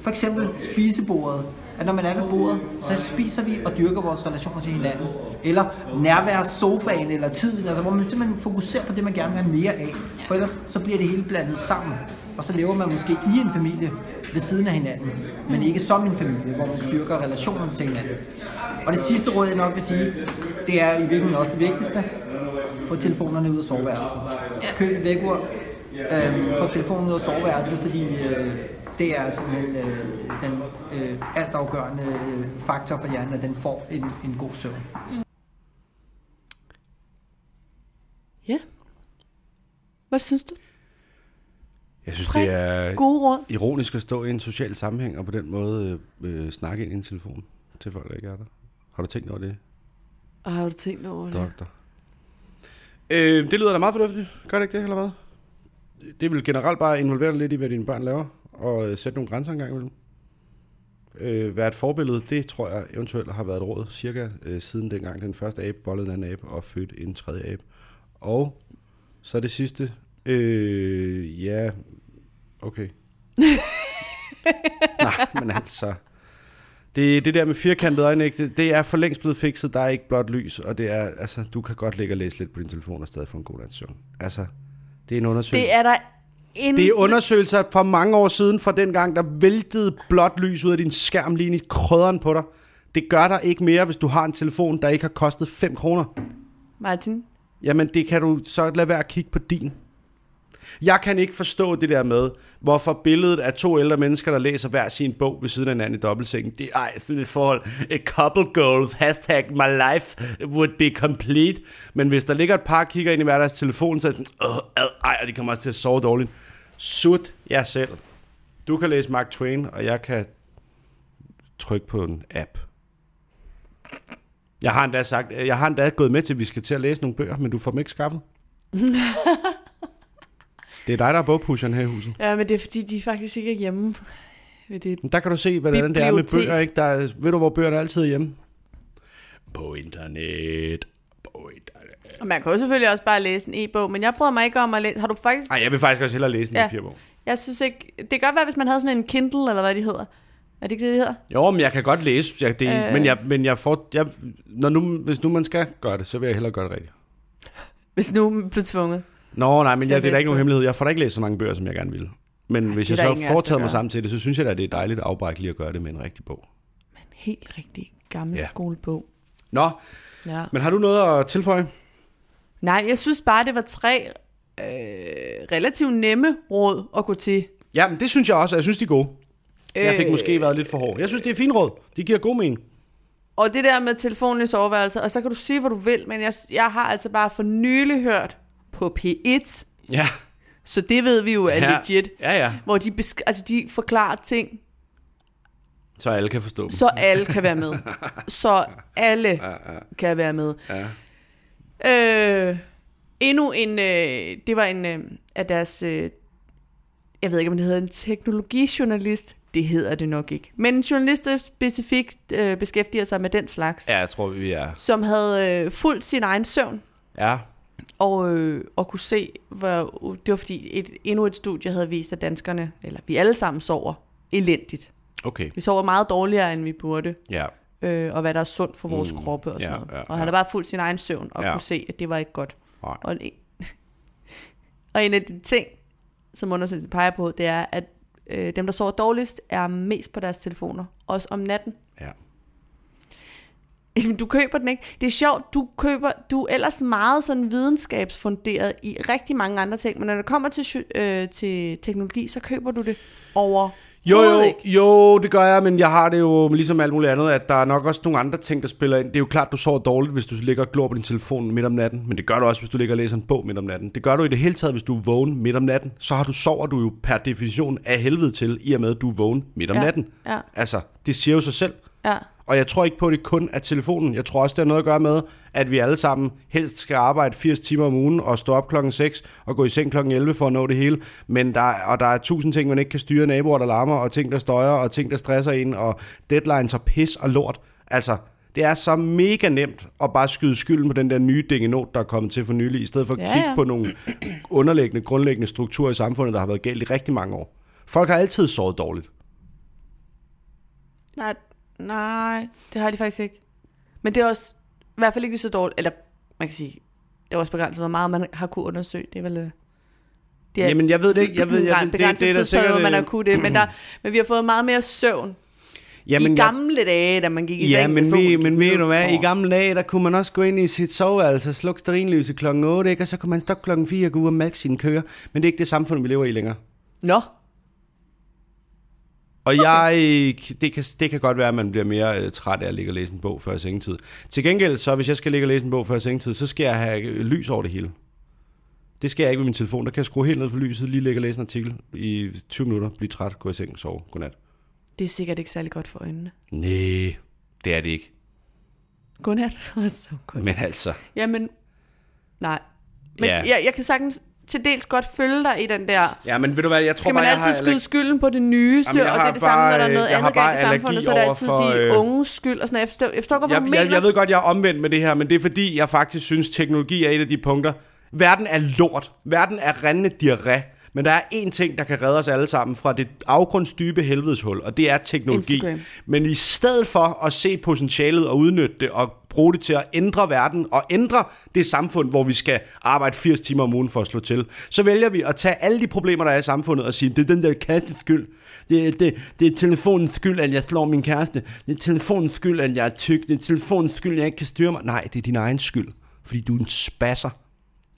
[SPEAKER 6] For eksempel spisebordet. At når man er ved bordet, så spiser vi og dyrker vores relationer til hinanden. Eller nærværssofaen eller tiden, altså hvor man simpelthen fokuserer på det, man gerne vil have mere af. For ellers så bliver det hele blandet sammen. Og så lever man måske i en familie ved siden af hinanden, men ikke som en familie, hvor man styrker relationerne til hinanden. Og det sidste råd, jeg nok vil sige, det er i virkeligheden også det vigtigste. Få telefonerne ud af soveværelset. Køb et vækord. Øhm, få telefonen ud af soveværelset, fordi øh, det er simpelthen øh, den øh, altafgørende øh, faktor for hjernen, at den får en, en god søvn.
[SPEAKER 1] Ja. Hvad synes du?
[SPEAKER 2] Jeg synes,
[SPEAKER 1] Tre
[SPEAKER 2] det er
[SPEAKER 1] gode råd.
[SPEAKER 2] ironisk at stå i en social sammenhæng og på den måde øh, øh, snakke ind i en telefon til folk, der ikke er der. Har du tænkt over det,
[SPEAKER 1] Og har du tænkt over det?
[SPEAKER 2] doktor? Øh, det lyder da meget fornuftigt. Gør det ikke det, eller hvad? Det vil generelt bare involvere dig lidt i, hvad dine børn laver, og øh, sætte nogle grænser engang imellem. Øh, være et forbillede, det tror jeg eventuelt har været et råd, cirka øh, siden dengang den første abe bollede en anden abe og fødte en tredje abe. Og så det sidste, øh, ja, okay. Nej, men altså, det, det der med firkantede øjne, ikke? Det, det er for længst blevet fikset, der er ikke blåt lys, og det er, altså, du kan godt ligge og læse lidt på din telefon og stadig få en god nats søvn. Altså, det er en undersøgelse.
[SPEAKER 1] Det er der en...
[SPEAKER 2] Det er undersøgelser fra mange år siden, fra den gang, der væltede blåt lys ud af din skærm lige ind i krødderen på dig. Det gør der ikke mere, hvis du har en telefon, der ikke har kostet 5 kroner.
[SPEAKER 1] Martin,
[SPEAKER 2] Jamen, det kan du så lade være at kigge på din. Jeg kan ikke forstå det der med, hvorfor billedet af to ældre mennesker, der læser hver sin bog ved siden af hinanden i dobbeltsengen, det er sådan et forhold. A couple goals, hashtag my life would be complete. Men hvis der ligger et par og kigger ind i hver deres telefon, så er det sådan, "Åh, ad, ej, og de kommer også til at sove dårligt. Sut jer selv. Du kan læse Mark Twain, og jeg kan trykke på en app. Jeg har endda sagt, jeg har endda gået med til, at vi skal til at læse nogle bøger, men du får dem ikke skaffet. det er dig, der er bogpusheren her i huset.
[SPEAKER 1] Ja, men det er fordi, de faktisk ikke er hjemme ved det.
[SPEAKER 2] Men der kan du se, hvordan det er med
[SPEAKER 1] Bibliotek.
[SPEAKER 2] bøger, ikke? Der er, ved du, hvor bøgerne altid er hjemme? På internet. På internet.
[SPEAKER 1] Og man kan jo selvfølgelig også bare læse en e-bog, men jeg bryder mig ikke om at læse... Har du faktisk...
[SPEAKER 2] Ej, jeg vil faktisk også hellere læse en
[SPEAKER 1] Ja.
[SPEAKER 2] ja. papirbog.
[SPEAKER 1] Jeg synes ikke... Det kan godt være, hvis man havde sådan en Kindle, eller hvad de hedder. Er det ikke det, de hedder?
[SPEAKER 2] Jo, men jeg kan godt læse, jeg, det, øh. men, jeg, men jeg får... Jeg, når nu, hvis nu man skal gøre det, så vil jeg hellere gøre det rigtigt.
[SPEAKER 1] Hvis nu blev tvunget.
[SPEAKER 2] Nå, nej, men
[SPEAKER 1] Så
[SPEAKER 2] jeg, det er
[SPEAKER 1] læs
[SPEAKER 2] da ikke nogen
[SPEAKER 1] det.
[SPEAKER 2] hemmelighed. Jeg får da ikke læst så mange bøger, som jeg gerne ville. Men hvis jeg
[SPEAKER 1] det er
[SPEAKER 2] så
[SPEAKER 1] der
[SPEAKER 2] har
[SPEAKER 1] ingen af os, der
[SPEAKER 2] foretaget
[SPEAKER 1] gør.
[SPEAKER 2] mig sammen til det, så synes jeg da, det er dejligt at afbrække lige at gøre det med en rigtig bog.
[SPEAKER 1] Men helt rigtig gammel
[SPEAKER 2] Ja.
[SPEAKER 1] ja. skolebog.
[SPEAKER 2] Nå,
[SPEAKER 1] Ja.
[SPEAKER 2] men har du noget at tilføje?
[SPEAKER 1] Nej, jeg synes bare, det var tre øh, relativt nemme råd at gå til.
[SPEAKER 2] Ja, men det synes jeg også, og jeg synes, de er gode. Jeg fik
[SPEAKER 1] Øh.
[SPEAKER 2] måske været lidt for hård. Jeg synes, det er fint råd. Det giver god mening.
[SPEAKER 1] Og det der med telefonen i soveværelset, og så kan du sige, hvad du vil, men jeg, jeg har altså bare for nylig hørt på P1,
[SPEAKER 2] Ja.
[SPEAKER 1] så det ved vi jo er
[SPEAKER 2] ja.
[SPEAKER 1] ja. legit,
[SPEAKER 2] Ja, ja.
[SPEAKER 1] hvor de, besk- altså, de forklarer ting,
[SPEAKER 2] Så alle kan forstå dem.
[SPEAKER 1] så alle kan være med. Så alle ja, ja. kan være med. Ja. Øh, endnu en, øh, det var en øh, af deres, øh, jeg ved ikke om det hedder en teknologijournalist, det hedder det nok ikke, men en journalist, der specifikt øh, beskæftiger sig med den slags, ja.
[SPEAKER 2] Ja, jeg tror, vi er.
[SPEAKER 1] som havde øh, fulgt sin egen søvn,
[SPEAKER 2] Ja.
[SPEAKER 1] og, øh, og kunne se, hvor, det var fordi et, endnu et studie havde vist, at danskerne, eller vi alle sammen sover elendigt.
[SPEAKER 2] Okay.
[SPEAKER 1] Vi sover meget dårligere, end vi burde,
[SPEAKER 2] Ja.
[SPEAKER 1] øh, og hvad der er sundt for vores mm, kroppe og sådan
[SPEAKER 2] ja,
[SPEAKER 1] noget.
[SPEAKER 2] ja,
[SPEAKER 1] og han
[SPEAKER 2] ja.
[SPEAKER 1] havde bare fulgt sin egen søvn og
[SPEAKER 2] Ja.
[SPEAKER 1] ja. kunne se, at det var ikke godt.
[SPEAKER 2] Nej.
[SPEAKER 1] Og en, og en af de ting, som undersøgelsen peger på, det er, at øh, dem, der sover dårligst, er mest på deres telefoner, også om natten.
[SPEAKER 2] Ja.
[SPEAKER 1] Jamen, du køber den ikke. Det er sjovt, du køber, du er ellers meget sådan videnskabsfunderet i rigtig mange andre ting, men når det kommer til, sjo- øh, til teknologi, så køber du det over
[SPEAKER 2] Jo,
[SPEAKER 1] Overhovedet
[SPEAKER 2] jo,
[SPEAKER 1] ikke.
[SPEAKER 2] jo, det gør jeg, men jeg har det jo ligesom alt muligt andet, at der er nok også nogle andre ting, der spiller ind. Det er jo klart, du sover dårligt, hvis du ligger og glor på din telefon midt om natten, men det gør du også, hvis du ligger og læser en bog midt om natten. Det gør du i det hele taget, hvis du er vågen midt om natten, så har du sover du jo per definition af helvede til, i og med, at du er vågen midt om
[SPEAKER 1] Ja,
[SPEAKER 2] natten.
[SPEAKER 1] ja.
[SPEAKER 2] Altså, det siger jo sig selv.
[SPEAKER 1] Ja.
[SPEAKER 2] Og jeg tror ikke på, at det kun er telefonen. Jeg tror også, det har noget at gøre med, at vi alle sammen helst skal arbejde 80 timer om ugen og stå op klokken 6 og gå i seng klokken 11 for at nå det hele. Men der, er- og der er tusind ting, man ikke kan styre. Naboer, der larmer, og ting, der støjer, og ting, der stresser en, og deadlines og pis og lort. Altså, det er så mega nemt at bare skyde skylden på den der nye dingenot, der er kommet til for nylig, i stedet for at
[SPEAKER 1] Ja,
[SPEAKER 2] ja, kigge
[SPEAKER 1] ja.
[SPEAKER 2] ja. på nogle underliggende, grundlæggende strukturer i samfundet, der har været galt i rigtig mange år. Folk har altid sovet dårligt.
[SPEAKER 1] Nej, nej, det har de faktisk ikke. Men det er også i hvert fald ikke lige så dårligt, eller man kan sige, det er også begrænset, hvor meget man har kunne undersøge. Det er vel... øh, Det
[SPEAKER 2] Ja. Jamen, jeg ved det ikke. Jeg ved, jeg,
[SPEAKER 1] en
[SPEAKER 2] det, det, det er da sikkert...
[SPEAKER 1] tidsperiode, man har
[SPEAKER 2] øh,
[SPEAKER 1] kunne det, men, der, men vi har fået meget mere søvn Jamen, i
[SPEAKER 2] jeg-
[SPEAKER 1] gamle dage, da man gik i
[SPEAKER 2] Ja,
[SPEAKER 1] seng.
[SPEAKER 2] men,
[SPEAKER 1] med
[SPEAKER 2] vi,
[SPEAKER 1] solen
[SPEAKER 2] men
[SPEAKER 1] gik
[SPEAKER 2] ved
[SPEAKER 1] ned
[SPEAKER 2] du hvad, i
[SPEAKER 1] for-
[SPEAKER 2] gamle dage, der kunne man også gå ind i sit soveværelse og slukke sterinlyset kl. 8, ikke? og så kunne man stoppe kl. 4 og gå ud og mælke sine køer. Men det er ikke det samfund, vi lever i længere.
[SPEAKER 1] Nå,
[SPEAKER 2] Og jeg, øh, det, kan, det kan godt være, at man bliver mere øh, træt af at ligge og læse en bog før sengetid. Til gengæld, så hvis jeg skal ligge og læse en bog før sengetid, så skal jeg have øh, lys over det hele. Det skal jeg ikke med min telefon. Der kan jeg skrue helt ned for lyset, lige ligge og læse en artikel i 20 minutter, blive træt, gå i seng, sove, godnat.
[SPEAKER 1] det er sikkert ikke særlig godt for øjnene.
[SPEAKER 2] Nej, det er det ikke.
[SPEAKER 1] Godnat. Og så godnat.
[SPEAKER 2] Men altså,
[SPEAKER 1] Jamen, nej. Men
[SPEAKER 2] Ja.
[SPEAKER 1] ja. jeg, jeg kan sagtens til dels godt følge dig i den der...
[SPEAKER 2] ja, men ved du hvad, jeg tror
[SPEAKER 1] Skal man
[SPEAKER 2] bare, jeg har
[SPEAKER 1] altid skyde skylden på det nyeste,
[SPEAKER 2] Jamen,
[SPEAKER 1] og
[SPEAKER 2] jeg
[SPEAKER 1] det
[SPEAKER 2] har
[SPEAKER 1] er det samme, når der
[SPEAKER 2] bare,
[SPEAKER 1] er noget
[SPEAKER 2] øh, jeg har
[SPEAKER 1] andet gang i
[SPEAKER 2] bare allergi
[SPEAKER 1] samfundet, så er det
[SPEAKER 2] over
[SPEAKER 1] altid
[SPEAKER 2] for,
[SPEAKER 1] de
[SPEAKER 2] øh,
[SPEAKER 1] unges skyld og sådan noget. Jeg forstår, jeg forstår godt, hvad du
[SPEAKER 2] jeg, jeg,
[SPEAKER 1] mener.
[SPEAKER 2] jeg ved godt, jeg er omvendt med det her, men det er fordi, jeg faktisk synes, teknologi er et af de punkter. Verden er lort. Verden er rendende diarré. Men der er én ting, der kan redde os alle sammen fra det afgrundsdybe helvedeshul, og det er teknologi.
[SPEAKER 1] Instagram.
[SPEAKER 2] Men i stedet for at se potentialet og udnytte det og bruge det til at ændre verden og ændre det samfund, hvor vi skal arbejde 80 timer om ugen for at slå til, så vælger vi at tage alle de problemer, der er i samfundet og sige, det er den der kastes skyld. Det, er- det, det er telefonens skyld, at jeg slår min kæreste. Det er telefonens skyld, at jeg er tyk. Det er telefonens skyld, at jeg ikke kan styre mig. Nej, det er din egen skyld, fordi du er en spasser.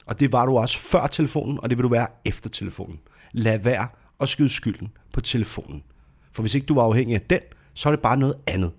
[SPEAKER 2] Og det var du også før telefonen, og det vil du være efter telefonen. Lad være at skyde skylden på telefonen. For hvis ikke du var afhængig af den, så er det bare noget andet.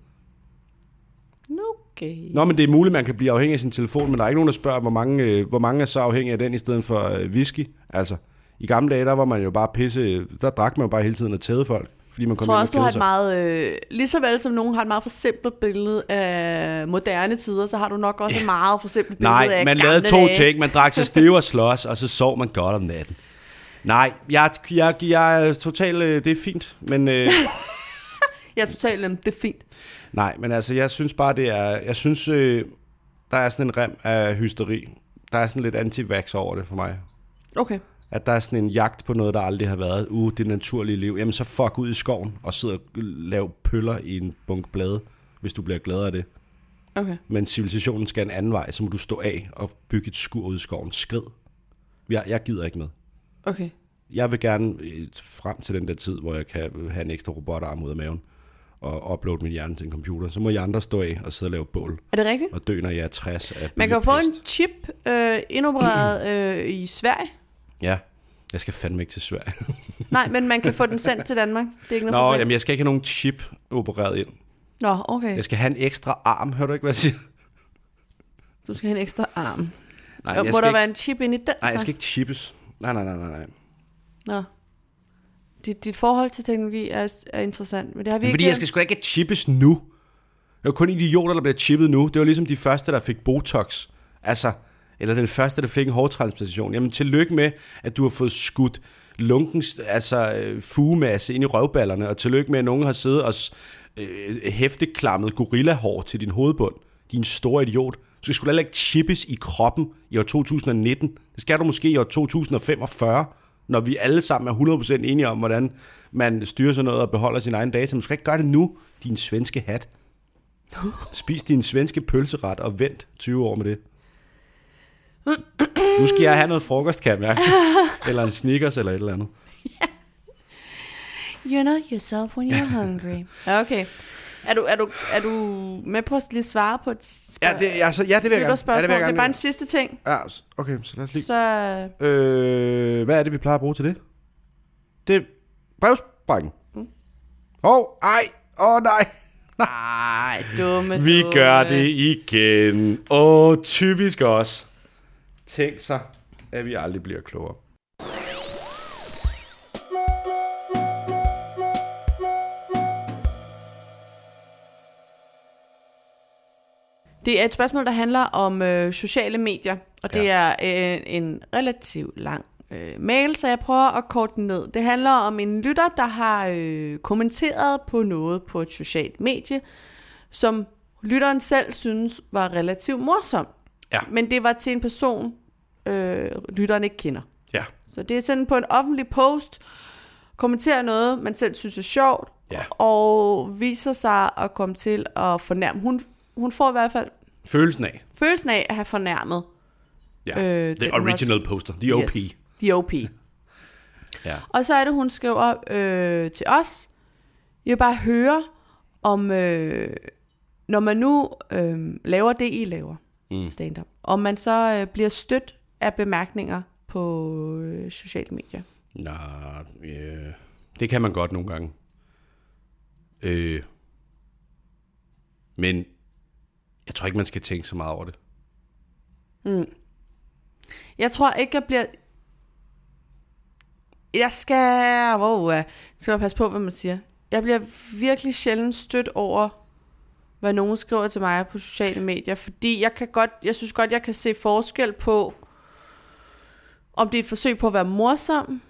[SPEAKER 1] Nå, Okay.
[SPEAKER 2] Nå, men det er muligt, man kan blive afhængig af sin telefon, men der er ikke nogen, der spørger, hvor mange, øh, hvor mange er så afhængige af den i stedet for øh, whisky. Altså, i gamle dage, der var man jo bare pisse, der drak man jo bare hele tiden og tæde folk, fordi man kom
[SPEAKER 1] Jeg tror
[SPEAKER 2] hjem
[SPEAKER 1] også,
[SPEAKER 2] og
[SPEAKER 1] du har
[SPEAKER 2] kedede
[SPEAKER 1] et
[SPEAKER 2] sig.
[SPEAKER 1] meget, øh, lige så vel som nogen har et meget forsimplet billede af moderne tider, så har du nok også et meget forsimplet billede
[SPEAKER 2] Nej,
[SPEAKER 1] af
[SPEAKER 2] man
[SPEAKER 1] gamle
[SPEAKER 2] lavede to
[SPEAKER 1] dage.
[SPEAKER 2] ting. Man drak sig stiv og slås, og så sov man godt om natten. Nej, jeg, jeg, jeg er totalt, øh, det er fint, men... Øh,
[SPEAKER 1] Jeg er totalt, øhm, det er fint.
[SPEAKER 2] Nej, men altså, jeg synes bare, det er... Jeg synes, øh, der er sådan en rem af hysteri. Der er sådan lidt anti over det for mig.
[SPEAKER 1] Okay.
[SPEAKER 2] At der er sådan en jagt på noget, der aldrig har været. Uh, det naturlige liv. Jamen, så fuck ud i skoven og sidde og lave pøller i en bunk blade, hvis du bliver glad af det.
[SPEAKER 1] Okay.
[SPEAKER 2] Men civilisationen skal en anden vej, så må du stå af og bygge et skur ud i skoven. Skrid. Jeg, jeg gider ikke med.
[SPEAKER 1] Okay.
[SPEAKER 2] Jeg vil gerne øh, frem til den der tid, hvor jeg kan øh, have en ekstra robotarm ud af maven og uploade min hjerne til en computer. Så må I andre stå af og sidde og lave bål
[SPEAKER 1] Er det rigtigt?
[SPEAKER 2] og dø, når jeg er 60 af
[SPEAKER 1] Man kan jo få en
[SPEAKER 2] billedpest.
[SPEAKER 1] chip øh, indopereret øh, i Sverige.
[SPEAKER 2] Ja, jeg skal fandme ikke til Sverige.
[SPEAKER 1] Nej, men man kan få den sendt til Danmark. Det er ikke noget
[SPEAKER 2] Nå,
[SPEAKER 1] problem.
[SPEAKER 2] jamen jeg skal ikke have nogen chip opereret ind.
[SPEAKER 1] Nå, okay.
[SPEAKER 2] Jeg skal have en ekstra arm, hører du ikke, hvad jeg siger?
[SPEAKER 1] Du skal have en ekstra arm.
[SPEAKER 2] Nej,
[SPEAKER 1] Jamen,
[SPEAKER 2] jeg
[SPEAKER 1] Må
[SPEAKER 2] skal
[SPEAKER 1] der være
[SPEAKER 2] ikke,
[SPEAKER 1] en chip ind i den?
[SPEAKER 2] nej, jeg
[SPEAKER 1] så?
[SPEAKER 2] skal ikke chippes. Nej, nej, nej, nej, nej.
[SPEAKER 1] Nå. Dit, dit forhold til teknologi er, er interessant, men det har vi
[SPEAKER 2] Men
[SPEAKER 1] ikke...
[SPEAKER 2] fordi jeg skal sgu da ikke chippes nu. Det er jo kun idioter, der bliver chippet nu. Det var ligesom de første, der fik Botox. Altså, eller den første, der fik en hårtransplantation. Jamen, tillykke med, at du har fået skudt lunkens altså, øh, fugemasse ind i røvballerne, og tillykke med, at nogen har siddet og s- øh, hæfteklammet gorillahår til din hovedbund. Din store idiot. Så skulle heller ikke chippes i kroppen i år 2019. Det skal du måske i år 2045, når vi alle sammen er 100% enige om, hvordan man styrer sådan noget og beholder sin egen data. Men du skal ikke gøre det nu, din svenske hat. Spis din svenske pølseret og vent 20 år med det. Nu skal jeg have noget frokost, kan jeg mærke. Eller en Snickers eller et eller andet.
[SPEAKER 1] You know yourself when you're hungry. Ja, okay. Er du, er, du, er du med på at lige svare på et spørg-
[SPEAKER 2] Ja, det, altså, ja, det vil jeg gerne. Ja,
[SPEAKER 1] lytterspørgsmål?
[SPEAKER 2] det, vil jeg
[SPEAKER 1] det er bare
[SPEAKER 2] gerne.
[SPEAKER 1] en sidste ting.
[SPEAKER 2] Ja, s- okay, så lad os lige...
[SPEAKER 1] Så Mm.
[SPEAKER 2] Øh, hvad er det, vi plejer at bruge til det? Det er brevsprækken. Åh, oh, ej. Åh, oh, nej.
[SPEAKER 1] Nej, dumme,
[SPEAKER 2] Vi
[SPEAKER 1] dumme.
[SPEAKER 2] gør det igen. Åh, oh, typisk os. Tænk sig, at vi aldrig bliver klogere.
[SPEAKER 1] Det er et spørgsmål, der handler om øh, sociale medier, og det er øh, en relativt lang øh, mail, så jeg prøver at korte den ned. Det handler om en lytter, der har øh, kommenteret på noget på et socialt medie, som lytteren selv synes var relativt morsom.
[SPEAKER 2] Ja.
[SPEAKER 1] Men det var til en person, øh, lytteren ikke kender.
[SPEAKER 2] Ja.
[SPEAKER 1] Så det er sådan på en offentlig post, kommenterer noget, man selv synes er sjovt,
[SPEAKER 2] Ja.
[SPEAKER 1] og viser sig at komme til at fornærme. Hun, hun får i hvert fald
[SPEAKER 2] Følelsen af.
[SPEAKER 1] følelsen af at have fornærmet.
[SPEAKER 2] Ja.
[SPEAKER 1] Øh,
[SPEAKER 2] The
[SPEAKER 1] den
[SPEAKER 2] original poster. The OP.
[SPEAKER 1] Yes, the OP.
[SPEAKER 2] Ja.
[SPEAKER 1] Og så er det, hun skriver øh, til os, jeg vil bare høre om, øh, når man nu øh, laver det, I laver, mm. stand-up, om man så øh, bliver stødt af bemærkninger på øh, sociale medier.
[SPEAKER 2] Nå, øh, det kan man godt nogle gange. Øh, men jeg tror ikke, man skal tænke så meget over det.
[SPEAKER 1] Jeg tror ikke, jeg bliver... Jeg skal... Wow, jeg skal bare passe på, hvad man siger. Jeg bliver virkelig sjældent stødt over, hvad nogen skriver til mig på sociale medier, fordi jeg kan godt, jeg synes godt, jeg kan se forskel på, om det er et forsøg på at være morsom,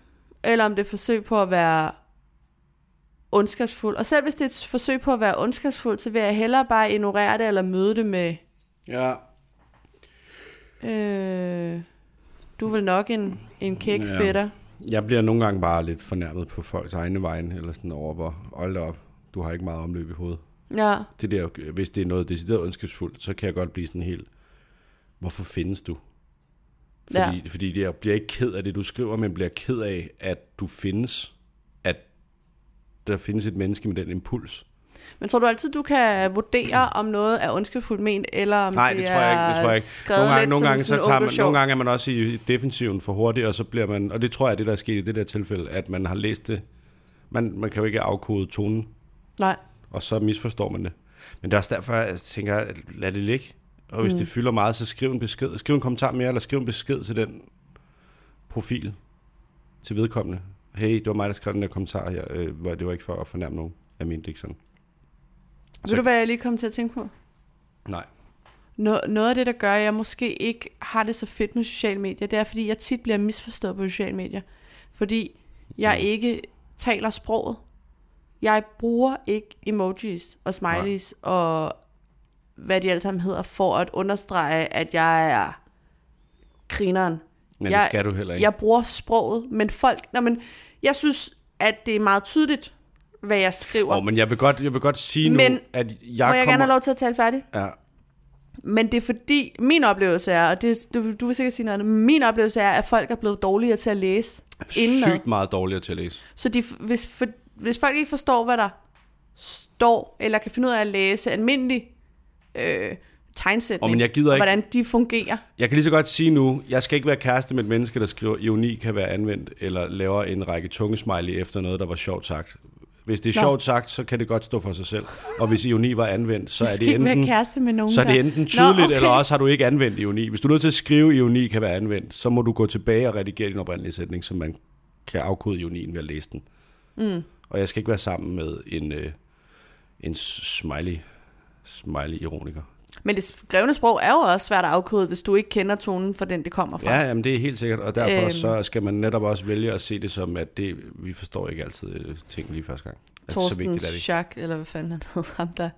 [SPEAKER 1] eller om det er et forsøg på at være ondskabsfuld. Og selv hvis det er et forsøg på at være ondskabsfuld, så vil jeg hellere bare ignorere det, eller møde det med,
[SPEAKER 2] Ja.
[SPEAKER 1] øh, du er vel nok en, en kæk
[SPEAKER 2] Ja.
[SPEAKER 1] ja. fætter.
[SPEAKER 2] Jeg bliver nogle gange bare lidt fornærmet på folks egne vegne, eller sådan over, hvor hold da op, du har ikke meget omløb i hovedet.
[SPEAKER 1] Ja,
[SPEAKER 2] Det der, hvis det er noget decideret ondskabsfuldt, så kan jeg godt blive sådan helt, hvorfor findes du? Fordi,
[SPEAKER 1] Ja.
[SPEAKER 2] ja. fordi jeg bliver ikke ked af det, du skriver, men bliver ked af, at du findes, at der findes et menneske med den impuls.
[SPEAKER 1] men tror du altid, du kan vurdere, om noget er ondskabsfuldt ment, eller om
[SPEAKER 2] Nej,
[SPEAKER 1] det,
[SPEAKER 2] det, tror jeg ikke. Det tror jeg
[SPEAKER 1] er
[SPEAKER 2] ikke.
[SPEAKER 1] skrevet
[SPEAKER 2] nogle gange,
[SPEAKER 1] lidt
[SPEAKER 2] nogle
[SPEAKER 1] som
[SPEAKER 2] gange, så
[SPEAKER 1] sådan
[SPEAKER 2] tager man,
[SPEAKER 1] onkel-sjov?
[SPEAKER 2] nogle gange er man også i defensiven for hurtigt, og så bliver man, og det tror jeg er det, der er sket i det der tilfælde, at man har læst det. Man, man kan jo ikke afkode tonen,
[SPEAKER 1] Nej,
[SPEAKER 2] og så misforstår man det. Men det er også derfor, jeg tænker, at lad det ligge. Og hvis mm. det fylder meget, så skriv en besked. Skriv en kommentar mere, eller skriv en besked til den profil, til vedkommende. Hey, det var mig, der skrev den der kommentar her. Øh, hvor- Det var ikke for at fornærme nogen. Jeg mente det ikke sådan.
[SPEAKER 1] ved
[SPEAKER 2] Altså-
[SPEAKER 1] du, hvad jeg lige kom til at tænke på?
[SPEAKER 2] Nej.
[SPEAKER 1] Nå- noget af det, der gør, at jeg måske ikke har det så fedt med sociale medier, det er, fordi jeg tit bliver misforstået på sociale medier. Fordi jeg
[SPEAKER 2] Mm.
[SPEAKER 1] ikke taler sproget. Jeg bruger ikke emojis og smileys Nej. og hvad de alle sammen hedder, for at understrege, at jeg er grineren.
[SPEAKER 2] Men jeg, det skal du heller ikke.
[SPEAKER 1] Jeg bruger sproget, men folk... Nå, men jeg synes, at det er meget tydeligt, hvad jeg skriver.
[SPEAKER 2] Åh,
[SPEAKER 1] Oh, men
[SPEAKER 2] men jeg vil godt, jeg vil godt sige men, nu,
[SPEAKER 1] Men-
[SPEAKER 2] at jeg
[SPEAKER 1] Må
[SPEAKER 2] kommer...
[SPEAKER 1] jeg gerne have lov til at tale færdig?
[SPEAKER 2] Ja,
[SPEAKER 1] Men det er fordi, min oplevelse er, og det, du, du vil sikkert sige noget andet, men min oplevelse er, at folk er blevet dårligere til at læse indenad.
[SPEAKER 2] sygt meget dårligere til at læse.
[SPEAKER 1] Så de, hvis, for, hvis folk ikke forstår, hvad der står, eller kan finde ud af at læse almindelig øh, tegnsætning,
[SPEAKER 2] Åh, men jeg gider
[SPEAKER 1] og
[SPEAKER 2] ikke-
[SPEAKER 1] hvordan de fungerer.
[SPEAKER 2] Jeg kan lige så godt sige nu, jeg skal ikke være kæreste med et menneske, der skriver, ironi kan være anvendt, eller laver en række tungesmiley efter noget, der var sjovt sagt. Hvis det er
[SPEAKER 1] Nå.
[SPEAKER 2] sjovt sagt, så kan det godt stå for sig selv. Og hvis ironi var anvendt, så er
[SPEAKER 1] skal
[SPEAKER 2] det
[SPEAKER 1] ikke være
[SPEAKER 2] enten,
[SPEAKER 1] kæreste med nogen,
[SPEAKER 2] så er det
[SPEAKER 1] der-
[SPEAKER 2] enten
[SPEAKER 1] Nå,
[SPEAKER 2] tydeligt, Nå, okay.
[SPEAKER 1] okay.
[SPEAKER 2] eller også har du ikke anvendt ironi. Hvis du er nødt til at skrive, ironi kan være anvendt, så må du gå tilbage og redigere din oprindelige sætning, så man kan afkode ironien ved at læse den. Mm. Og jeg skal ikke være sammen med en, øh, en smiley, smiley ironiker.
[SPEAKER 1] Men det skrevne sprog er jo også svært at afkode, hvis du ikke kender tonen for den, det kommer fra.
[SPEAKER 2] Ja, jamen det er helt sikkert, og derfor øhm.
[SPEAKER 1] Øhm.
[SPEAKER 2] så skal man netop også vælge at se det som, at det, vi forstår ikke altid øh, ting lige første gang. Altså, så
[SPEAKER 1] Torsten
[SPEAKER 2] vigtigt er det ikke.
[SPEAKER 1] Schack, eller hvad fanden han hed, ham der.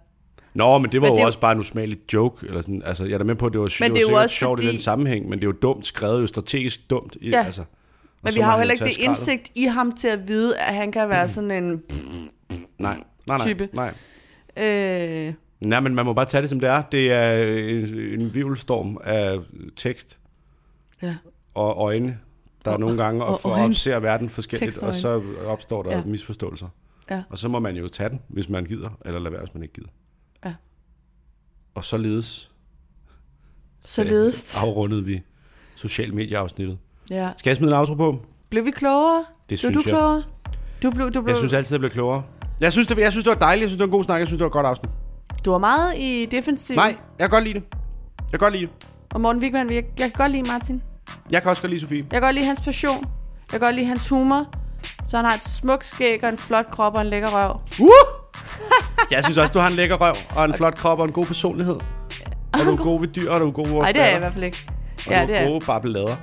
[SPEAKER 2] Nå, men det var
[SPEAKER 1] Men
[SPEAKER 2] men jo
[SPEAKER 1] det er jo-
[SPEAKER 2] også bare en usmagelig joke. Eller sådan. Altså, jeg er da med på, at det var, det
[SPEAKER 1] det
[SPEAKER 2] var
[SPEAKER 1] er jo
[SPEAKER 2] sikkert
[SPEAKER 1] også
[SPEAKER 2] sjovt i
[SPEAKER 1] fordi-
[SPEAKER 2] den sammenhæng, men det er jo dumt skrevet, jo strategisk dumt. I,
[SPEAKER 1] Ja.
[SPEAKER 2] altså. Og
[SPEAKER 1] Men
[SPEAKER 2] så
[SPEAKER 1] vi
[SPEAKER 2] må
[SPEAKER 1] har jo
[SPEAKER 2] han
[SPEAKER 1] heller ikke det
[SPEAKER 2] tage skraldet.
[SPEAKER 1] indsigt i ham til at vide, at han kan være sådan en...
[SPEAKER 2] Nej, nej, nej.
[SPEAKER 1] type.
[SPEAKER 2] nej.
[SPEAKER 1] Øh,
[SPEAKER 2] Nej, men man må bare tage det, som det er. Det er øh, en vivelstorm af tekst
[SPEAKER 1] ja.
[SPEAKER 2] og øjne, der nogle gange og,
[SPEAKER 1] og
[SPEAKER 2] og
[SPEAKER 1] øjne.
[SPEAKER 2] opser verden forskelligt,
[SPEAKER 1] Tekst og
[SPEAKER 2] og så opstår der ja.
[SPEAKER 1] Ja.
[SPEAKER 2] misforståelser.
[SPEAKER 1] Ja.
[SPEAKER 2] Og så må man jo tage den, hvis man gider, eller lade være, hvis man ikke gider.
[SPEAKER 1] Ja.
[SPEAKER 2] Og således
[SPEAKER 1] Således.
[SPEAKER 2] afrundede vi social medieafsnittet.
[SPEAKER 1] Ja.
[SPEAKER 2] Skal jeg smide en outro på?
[SPEAKER 1] Blev vi klogere?
[SPEAKER 2] Det
[SPEAKER 1] blev
[SPEAKER 2] synes
[SPEAKER 1] du
[SPEAKER 2] jeg.
[SPEAKER 1] klogere? Du blev, du blev,
[SPEAKER 2] Jeg synes altid, jeg bliver klogere. Jeg synes, det, jeg synes, det var dejligt. Jeg synes, det var en god snak. Jeg synes, det var et godt afsnit.
[SPEAKER 1] Du var meget i defensiv.
[SPEAKER 2] Nej, jeg kan godt lide det. Jeg kan godt lide det.
[SPEAKER 1] Og Morten Wigman, jeg, jeg kan godt lide Martin.
[SPEAKER 2] Jeg kan også godt lide Sofie.
[SPEAKER 1] Jeg kan godt lide hans passion. Jeg kan godt lide hans humor. Så han har et smukt skæg og en flot krop og en lækker røv.
[SPEAKER 2] Uh! Jeg synes også, du har en lækker røv, og en flot krop, og en god personlighed. Og du er god ved dyr, og du er god ved vores
[SPEAKER 1] Nej, det er jeg i
[SPEAKER 2] datter,
[SPEAKER 1] hvert fald ikke.
[SPEAKER 2] og
[SPEAKER 1] Ja,
[SPEAKER 2] du
[SPEAKER 1] det
[SPEAKER 2] er
[SPEAKER 1] er
[SPEAKER 2] gode babbelader.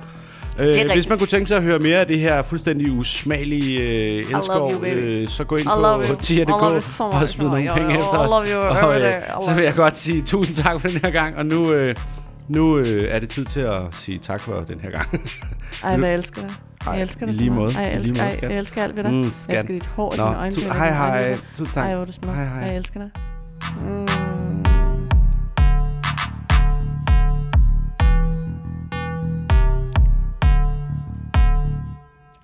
[SPEAKER 2] Øh, hvis
[SPEAKER 1] rigtigt.
[SPEAKER 2] man kunne tænke sig at høre mere af det her fuldstændig usmagelige øh, elskov,
[SPEAKER 1] you, baby.
[SPEAKER 2] øh, så gå ind
[SPEAKER 1] I love
[SPEAKER 2] på
[SPEAKER 1] you. I love you
[SPEAKER 2] tia.dk
[SPEAKER 1] so
[SPEAKER 2] og
[SPEAKER 1] much,
[SPEAKER 2] smid
[SPEAKER 1] man.
[SPEAKER 2] nogle
[SPEAKER 1] I-
[SPEAKER 2] penge
[SPEAKER 1] I- I
[SPEAKER 2] efter os.
[SPEAKER 1] love you
[SPEAKER 2] Og,
[SPEAKER 1] every
[SPEAKER 2] øh,
[SPEAKER 1] day. I
[SPEAKER 2] så
[SPEAKER 1] love
[SPEAKER 2] vil jeg
[SPEAKER 1] you.
[SPEAKER 2] godt sige tusind tak for den her gang, og nu, øh, nu øh, er det tid til at sige tak for den her gang.
[SPEAKER 1] Ej, men jeg elsker dig.
[SPEAKER 2] Ej,
[SPEAKER 1] Jeg elsker
[SPEAKER 2] i
[SPEAKER 1] dig så
[SPEAKER 2] lige
[SPEAKER 1] meget.
[SPEAKER 2] måde.
[SPEAKER 1] Ej, jeg
[SPEAKER 2] I lige
[SPEAKER 1] elsker,
[SPEAKER 2] måde,
[SPEAKER 1] ej,
[SPEAKER 2] skat.
[SPEAKER 1] jeg elsker alt ved dig.
[SPEAKER 2] Mm,
[SPEAKER 1] jeg
[SPEAKER 2] skat.
[SPEAKER 1] elsker dit hår og
[SPEAKER 2] Nå,
[SPEAKER 1] dine øjne.
[SPEAKER 2] tu-
[SPEAKER 1] det er
[SPEAKER 2] hej,
[SPEAKER 1] rigtig
[SPEAKER 2] hej.
[SPEAKER 1] dejligt.
[SPEAKER 2] Tusind tak.
[SPEAKER 1] Ej, hvor er du smuk.
[SPEAKER 2] Hej, hej.
[SPEAKER 1] Ej, jeg elsker dig.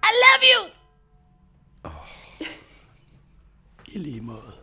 [SPEAKER 4] I love you!
[SPEAKER 3] I lige måde.